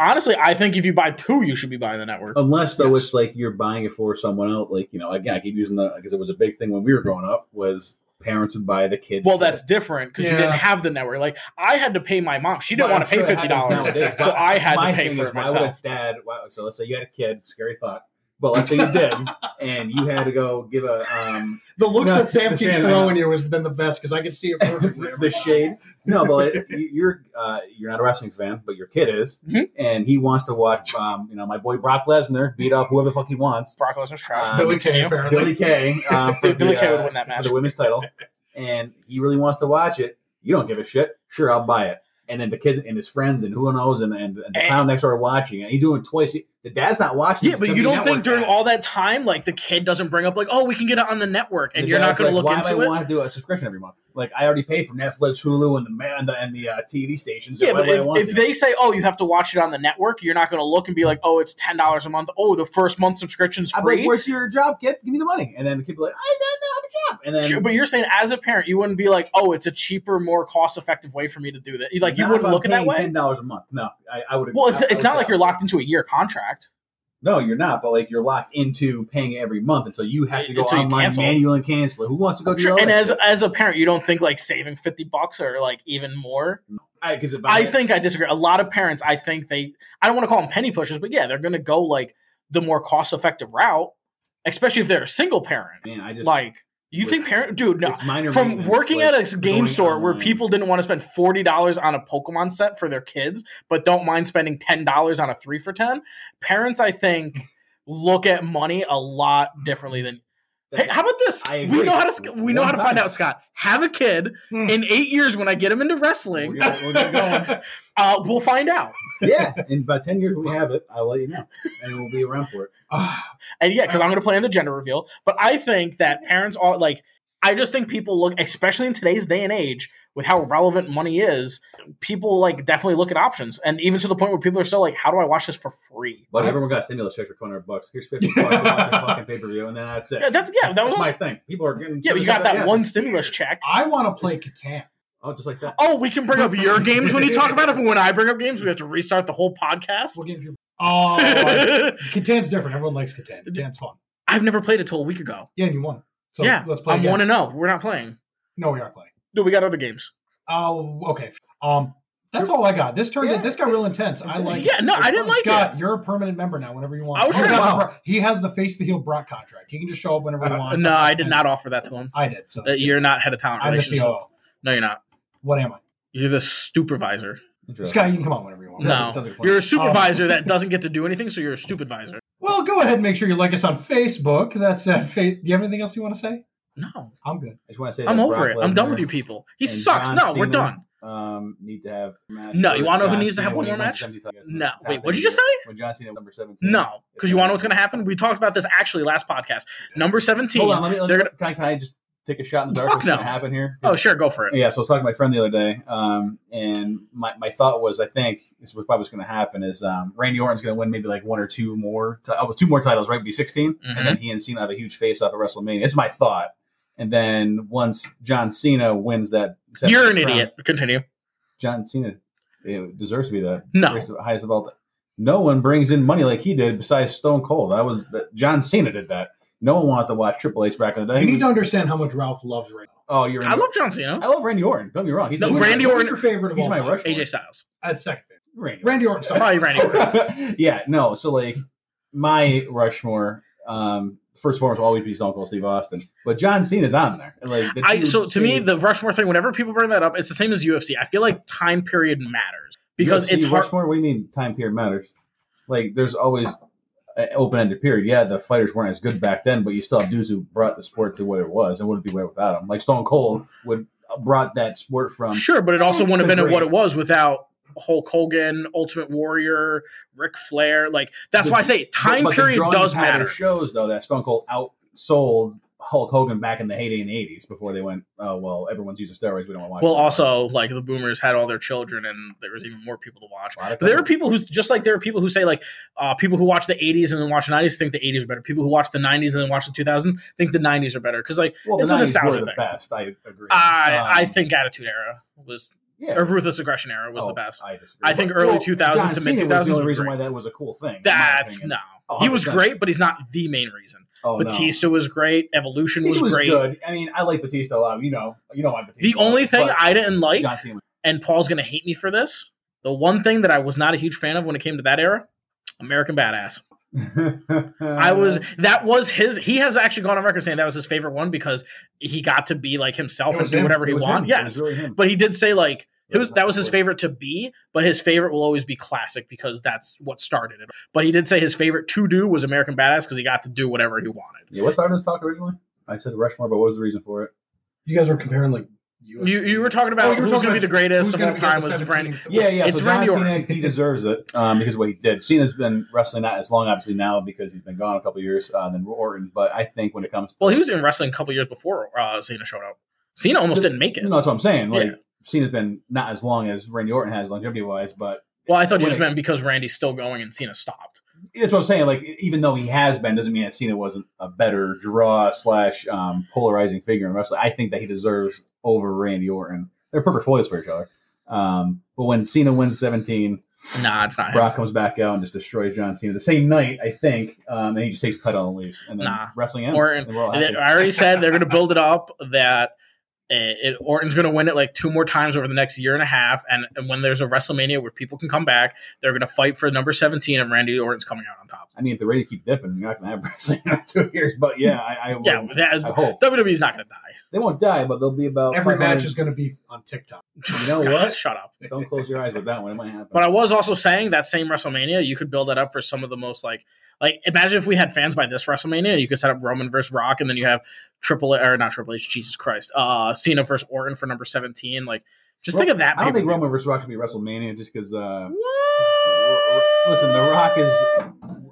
S1: Honestly, I think if you buy two, you should be buying the network.
S3: Unless though,
S2: Yes.
S3: it's like you're buying it for someone else. Like you know, again, I keep using the because it was a big thing when we were growing up. Was parents would buy the kids.
S1: Well, that's different because you
S2: Yeah.
S1: didn't have the network. Like I had to pay my mom; she didn't
S3: Well,
S1: want to
S3: I'm
S1: pay
S3: sure it
S1: fifty
S3: happens
S1: dollars,
S3: nowadays,
S1: so
S3: but
S1: I had
S3: my
S1: to pay
S3: thing
S1: for
S3: is,
S1: it
S3: why would
S1: myself.
S3: a dad? Why, so let's say you had a kid. Scary thought. But let's say you
S1: (laughs)
S3: did, and you had to go give a um,
S2: The looks
S3: No,
S2: that Sam
S3: the
S2: keeps
S3: Sam-
S2: throwing you is been the best because I could (laughs) see it perfectly.
S3: the shade. No, but it, you- you're uh, you're not a wrestling fan, but your kid is,
S1: Mhm.
S3: and he wants to watch. Um, you know, my boy Brock Lesnar beat up whoever the fuck he wants.
S1: Brock Lesnar's trash.
S3: Uh,
S2: Billy Kay
S1: Continue.
S2: apparently.
S3: Billy Kay.
S1: (laughs)
S3: Um, for
S1: Billy
S3: the,
S1: Kay would
S3: uh,
S1: win that
S3: for
S1: match.
S3: the women's title, and he really wants to watch it. You don't give a shit. Sure, I'll buy it. And then the kids and his friends and who knows and, and, and the
S1: And-
S3: clown next door are watching it. He doing it twice. He- the dad's not watching.
S1: Yeah, but you don't think during all that time, like the kid doesn't bring up like, oh, we can get it on the network, and you're not going to
S3: why
S1: look
S3: am
S1: into
S3: I
S1: it.
S3: want to do a subscription every month? Like I already paid for Netflix, Hulu, and the ma- and the, and the uh, TV stations.
S1: yeah,
S3: Why
S1: but
S3: would I want
S1: if,
S3: to?
S1: if they say, oh, you have to watch it on the network, you're not going to look and be like, oh, it's ten dollars a month. Oh, the first month subscription's
S3: I'm
S1: free.
S3: like, where's your job, kid? Give me the money. And then the kid be like, I don't know, I have a
S1: Sure,
S3: job. And then
S1: but you're saying as a parent, you wouldn't be like, oh, it's a cheaper, more cost-effective way for me to do that. You- Like you
S3: Not if
S1: wouldn't
S3: I'm
S1: look at that
S3: paying
S1: way.
S3: Ten dollars a month. No, I, I would.
S1: Well, it's,
S3: I- I
S1: it's
S3: would
S1: not
S3: say
S1: like you're
S3: opposite.
S1: locked into a year contract.
S3: No, you're not. But like you're locked into paying every month until you have to go
S1: Until you
S3: online
S1: cancel.
S3: manual and cancel it. Who wants to go do
S1: Sure,
S3: all
S1: and
S3: that
S1: as as a parent, you don't think like saving fifty bucks or like even more.
S3: because if
S1: I think I disagree. A lot of parents, I think they, I don't want to call them penny pushers, but yeah, they're going to go like the more cost effective route, especially if they're a single parent.
S3: man, I just
S1: like, You think parent, dude? No.
S3: It's minor
S1: From
S3: maintenance,
S1: working
S3: like,
S1: at a game
S3: going
S1: store where
S3: online.
S1: people didn't want to spend forty dollars on a Pokemon set for their kids, but don't mind spending ten dollars on a three for ten, parents, I think, look at money a lot differently than. (laughs) Hey, how about this?
S3: I
S1: We
S3: agree.
S1: know how to sc- we know how
S3: One
S1: to find
S3: time.
S1: out. Scott, have a kid
S2: Hmm.
S1: in eight years when I get him into wrestling.
S3: We're gonna- we're
S1: (laughs)
S3: gonna go.
S2: (laughs)
S1: Uh, we'll find out.
S3: yeah, in about 10 years, when we have it, I'll let you know. And we'll be around for it.
S2: Ah,
S1: And yeah, because I'm going to play in the gender reveal. But I think that parents are like, I just think people look, especially in today's day and age, with how relevant money is, people like definitely look at options. And even to the point where people are still like, how do I watch this for free?
S3: But everyone got stimulus checks for 200 bucks. Here's 50 bucks to watch a fucking pay per view, and then that's it.
S1: Yeah, that's, yeah, that was
S3: That's my
S1: awesome.
S3: thing. People are getting.
S1: Yeah, but you got that
S3: Yes.
S1: one stimulus check.
S2: I want to play Catan.
S3: Oh, just like that.
S1: Oh, we can bring up your games when you talk about it, but when I bring up games, we have to restart the whole podcast.
S2: What game (laughs) did you? Oh, I- Catan's different. Everyone likes Catan. Catan's fun.
S1: (laughs) I've never played it till a week ago.
S2: Yeah, and you won. So
S1: yeah,
S2: let's play.
S1: I'm
S2: again.
S1: one and zero. We're not playing.
S2: No, we are playing.
S1: No, we got other games.
S2: Oh, okay. Um, that's all I got. This turned.
S3: Yeah.
S2: This got real intense. I like.
S1: Yeah, no, I didn't like
S2: Scott, you're a permanent member now. Whenever you want.
S1: I was
S2: He's
S1: trying
S2: got
S3: to-
S2: a pro- He has the face the heel Brock contract. He can just show up whenever he
S1: it.
S2: wants.
S1: No, I did not offer that to him.
S2: I did. So
S1: Uh,
S2: that's it.
S1: You're not head of talent
S2: I'm the
S3: E
S1: relations.
S2: COO.
S1: No, you're not.
S2: What am I?
S1: You're the supervisor.
S2: Scott, you can come on whenever you want.
S1: No.
S3: Sounds like a plan.
S1: You're a supervisor that doesn't get to do anything, so you're a supervisor.
S2: Well, go ahead and make sure you like us on Facebook. That's uh, fa- Do you have anything else you want to say?
S1: No,
S2: I'm good.
S3: I just want to say
S1: I'm
S3: that
S1: over
S3: Brock
S1: it. I'm done with
S3: Lesnar,
S1: you people. He
S3: and
S1: sucks.
S3: John
S1: no, we're
S3: Cena.
S1: done.
S3: Um, need to have a match
S1: No, you
S3: for
S1: wanna know who
S3: John
S1: needs to have
S3: Cena
S1: one
S3: when
S1: more
S3: he wins
S1: match?
S3: 75 years.
S1: No,
S3: Top
S1: wait, what'd you
S3: eight.
S1: just say?
S3: When John Cena was number 17.
S1: No, because you want to know what's going to happen? We talked about this actually last podcast. Number 17.
S3: Hold on, let me. Let me
S1: They're
S3: can, I, can I just take a shot in the dark?
S1: Fuck
S3: what's
S1: no.
S3: going to happen here?
S1: Oh, sure, go for it.
S3: Yeah, so I was talking to my friend the other day, um, and my, my thought was, I think this is probably what's going to happen is um, Randy Orton's going to win maybe like one or two more, ti- oh, two more titles, right? Be 16
S1: Mhm.
S3: and then he and Cena have a huge face off at WrestleMania. It's my thought. And then once John Cena wins that,
S1: You're an
S3: crown,
S1: idiot. Continue.
S3: John Cena it deserves to be the
S1: No.
S3: greatest- highest of all. time. No one brings in money like he did besides Stone Cold. That was that John Cena did that. No one wanted to watch Triple H back in the day.
S2: You
S3: He
S2: need
S3: was-
S2: to understand how much Ralph loves right now.
S3: oh, you're
S1: I love John Cena.
S3: I love Randy Orton. Don't be wrong. He's
S1: No,
S3: a-
S1: Randy
S2: Who's
S1: Orton-
S2: your favorite of
S3: He's
S2: all
S3: my
S2: time?
S3: rush.
S1: AJ Styles.
S2: I'd second favorite.
S3: Randy.
S2: Randy Orton. Sorry.
S1: Probably Randy
S3: (laughs)
S1: Orton.
S3: yeah, no. So like my Rushmore, um, first and foremost, will always be Stone Cold Steve Austin, but John Cena's on there. Like, the
S1: I
S3: two
S1: so to me
S3: same-
S1: the Rushmore thing. Whenever people bring that up, it's the same as UFC. I feel like time period matters because
S3: UFC
S1: it's hard.
S3: Rushmore. We mean time period matters. Like there's always an open ended period. Yeah, the fighters weren't as good back then, but you still have dudes who brought the sport to what it was. It wouldn't be way without them. Like Stone Cold would uh, brought that sport from
S1: Sure, but it also wouldn't have
S3: to
S1: been what
S3: Um, oh, great.
S1: it was without Hulk Hogan, Ultimate Warrior, Ric Flair. Like that's
S3: The-
S1: why I say time
S3: But the
S1: period
S3: drawing
S1: does
S3: pattern
S1: matter.
S3: Shows though that Stone Cold outsold Hulk Hogan back in the heyday in the '80s before they went. Oh well, everyone's using steroids. We don't want to watch.
S1: Well,
S3: that."
S1: also like the boomers had all their children, and there was even more people to watch.
S3: A lot of
S1: But there are
S3: people-
S1: people who just like there are people who say like uh, people who watch the '80s and then watch the '90s think the '80s are better. People who watch the '90s and then watch the 2000s think the '90s are better because like
S3: well, the
S1: it's a
S3: 90s were
S1: nostalgia
S3: the
S1: thing.
S3: best. I agree.
S1: I
S3: Um,
S1: I think Attitude Era was
S3: yeah,
S1: or Ruthless Aggression Era was
S3: Oh,
S1: the best.
S3: I disagree.
S1: I think
S3: Well,
S1: early
S3: well,
S1: 2000s to
S3: John
S1: mid
S3: Cena was
S1: 2000s
S3: The
S1: was
S3: only reason
S1: great.
S3: why that was a cool thing. in my
S1: That's
S3: opinion.
S1: no.
S3: Oh,
S1: He was
S3: 100%.
S1: great, but he's not the main reason.
S3: Oh, no.
S1: Batista was great. Evolution was,
S3: Batista was
S1: great.
S3: good. I mean, I like Batista a lot. You know, you know, my Batista.
S1: The only thing
S3: but
S1: I didn't like,
S3: John Cena. was-
S1: and Paul's going to hate me for this, the one thing that I was not a huge fan of when it came to that era, American Badass.
S3: (laughs)
S2: Uh-huh.
S1: I was that was his. He has actually gone on record saying that was his favorite one because he got to be like himself
S2: It
S1: and
S2: was
S1: do
S2: him.
S1: whatever
S3: It
S1: he
S3: was
S1: wanted.
S3: him. It
S1: Yes,
S3: was really him.
S1: but he did say like it was, that was his
S3: Exactly.
S1: favorite to be, but his favorite will always be classic because that's what started it. But he did say his favorite to do was American Badass because he got to do whatever he wanted.
S3: Yeah, what started this talk originally? I said Rushmore, but what was the reason for it?
S2: You guys were comparing like
S1: You you were talking about
S2: Oh, you were
S1: who's
S2: talking
S1: going to be
S2: about
S1: the greatest
S2: who's
S1: of
S2: gonna
S1: all
S2: be
S1: time
S2: the
S1: was
S2: 17th?
S1: Randy.
S3: Yeah, yeah.
S1: It's
S3: so John
S1: Randy
S3: Cena,
S1: Orton.
S3: he deserves it um, because of what he did. Cena's been wrestling not as long, obviously now because he's been gone a couple of years uh, than Orton. But I think when it comes to
S1: Well, he was in wrestling a couple years before uh, Cena showed up. Cena almost didn't make it.
S3: no, that's what I'm saying. Like
S1: Yeah.
S3: Cena's been not as long as Randy Orton has longevity wise, but
S1: Well, I thought you
S3: When
S1: just
S3: it-
S1: meant because Randy's still going and Cena stopped.
S3: that's what I'm saying. Like even though he has been, doesn't mean that Cena wasn't a better draw slash um, polarizing figure in wrestling. I think that he deserves over Randy Orton. They're perfect foils for each other. Um, but when Cena wins 17,
S1: Nah, it's not. Him.
S3: Brock comes back out and just destroys John Cena the same night, I think, um, and he just takes the title and leaves. And then
S1: Nah.
S3: wrestling ends.
S1: Orton-
S3: and we're all
S1: And
S3: happy.
S1: then- I already said they're going to build it up that It, it- Orton's going to win it like two more times over the next year and a half. And, and when there's a WrestleMania where people can come back, they're going to fight for number 17, and Randy Orton's coming out on top.
S3: I mean, if the ratings keep dipping, you're not going to have (laughs) wrestling in two years. But yeah, I, I,
S1: Yeah,
S3: would- Oh, I
S1: that,
S3: hope
S1: WWE's not going to die.
S3: they won't die, but they'll be about
S2: Every
S3: 500
S2: match is going to be on TikTok.
S3: You
S1: (laughs)
S3: know what?
S1: Shut up.
S3: Don't close your eyes with that one. It might happen.
S1: But I was also saying that same WrestleMania, you could build that up for some of the most like like imagine if we had fans by this WrestleMania, you could set up Roman versus Rock, and then you have Triple or not Triple H, Jesus Christ, uh, Cena versus Orton for number seventeen. Like, just think of that.
S3: I don't think
S1: pay-per-view.
S3: Roman versus Rock should be WrestleMania just because. Uh,
S1: What?
S3: listen, The Rock is,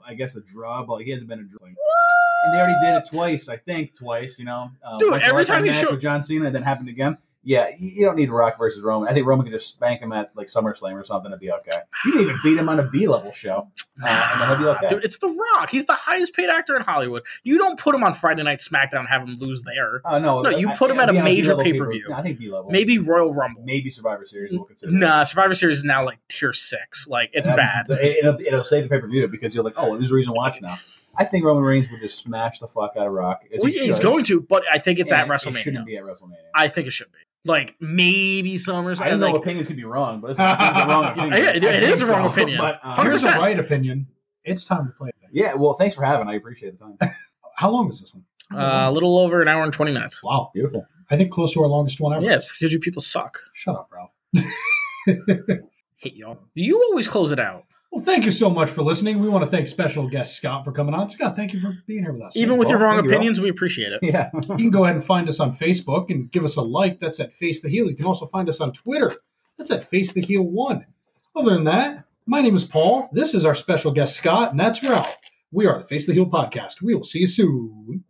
S3: I guess, a draw, but like, he hasn't been a draw. And they already did it twice, I think, twice. You know, uh,
S1: Dude,
S3: Michael
S1: every
S3: Arthur
S1: time he
S3: match
S1: show-
S3: with John Cena, and then happened again. Yeah, you you don't need Rock versus Roman. I think Roman could just spank him at like SummerSlam or something. It'd be okay. You can even beat him on a B level show, uh, and then he'll be okay.
S1: Dude, it's The Rock. He's the highest paid actor in Hollywood. You don't put him on Friday Night SmackDown and have him lose there.
S3: Oh no,
S1: No, you put him at a
S3: yeah,
S1: major
S3: B-level
S1: pay-per-view.
S3: people- No, I think B level.
S1: Maybe Royal Rumble.
S3: maybe Survivor Series. We'll consider.
S1: Nah, Survivor Series is now like tier six. Like it's
S3: That's-
S1: bad.
S3: It, will it'll save the pay per view because you're like, oh, there's a reason to watch now. I think Roman Reigns would just smash the fuck out of Rock. as
S1: Well,
S3: he
S1: he's
S3: should.
S1: going to, but I think it's
S3: And
S1: at WrestleMania.
S3: It shouldn't be at WrestleMania.
S1: I think it should be. Like maybe Summers.
S3: I don't know.
S1: like,
S3: opinions could be wrong, but this is, this is
S1: (laughs)
S3: a wrong opinion.
S1: Yeah, it-
S3: I
S1: it
S3: think
S1: is a wrong opinion.
S3: But, um,
S1: 100%.
S2: Here's a right opinion. It's time to play. it.
S3: yeah, well, thanks for having. I appreciate the time.
S2: How long is this one?
S1: uh, a little over an hour and twenty minutes.
S2: wow.
S3: Beautiful.
S2: I think close to our longest one ever.
S1: Yeah, it's because you people suck.
S2: Shut up, Ralph.
S1: Hate y'all. You always close it out,
S2: Well, thank you so much for listening. We want to thank special guest Scott for coming on. Scott, thank you for being here with us.
S1: even with
S3: well,
S1: your wrong
S3: thank you, Ralph.
S1: opinions. We appreciate it.
S3: (laughs) Yeah.
S2: you can go ahead and find us on Facebook and give us a like. That's at Face the Heel. You can also find us on Twitter. That's at Face the Heel One. Other than that, my name is Paul. This is our special guest Scott, and that's Ralph. We are the Face the Heel podcast. We will see you soon.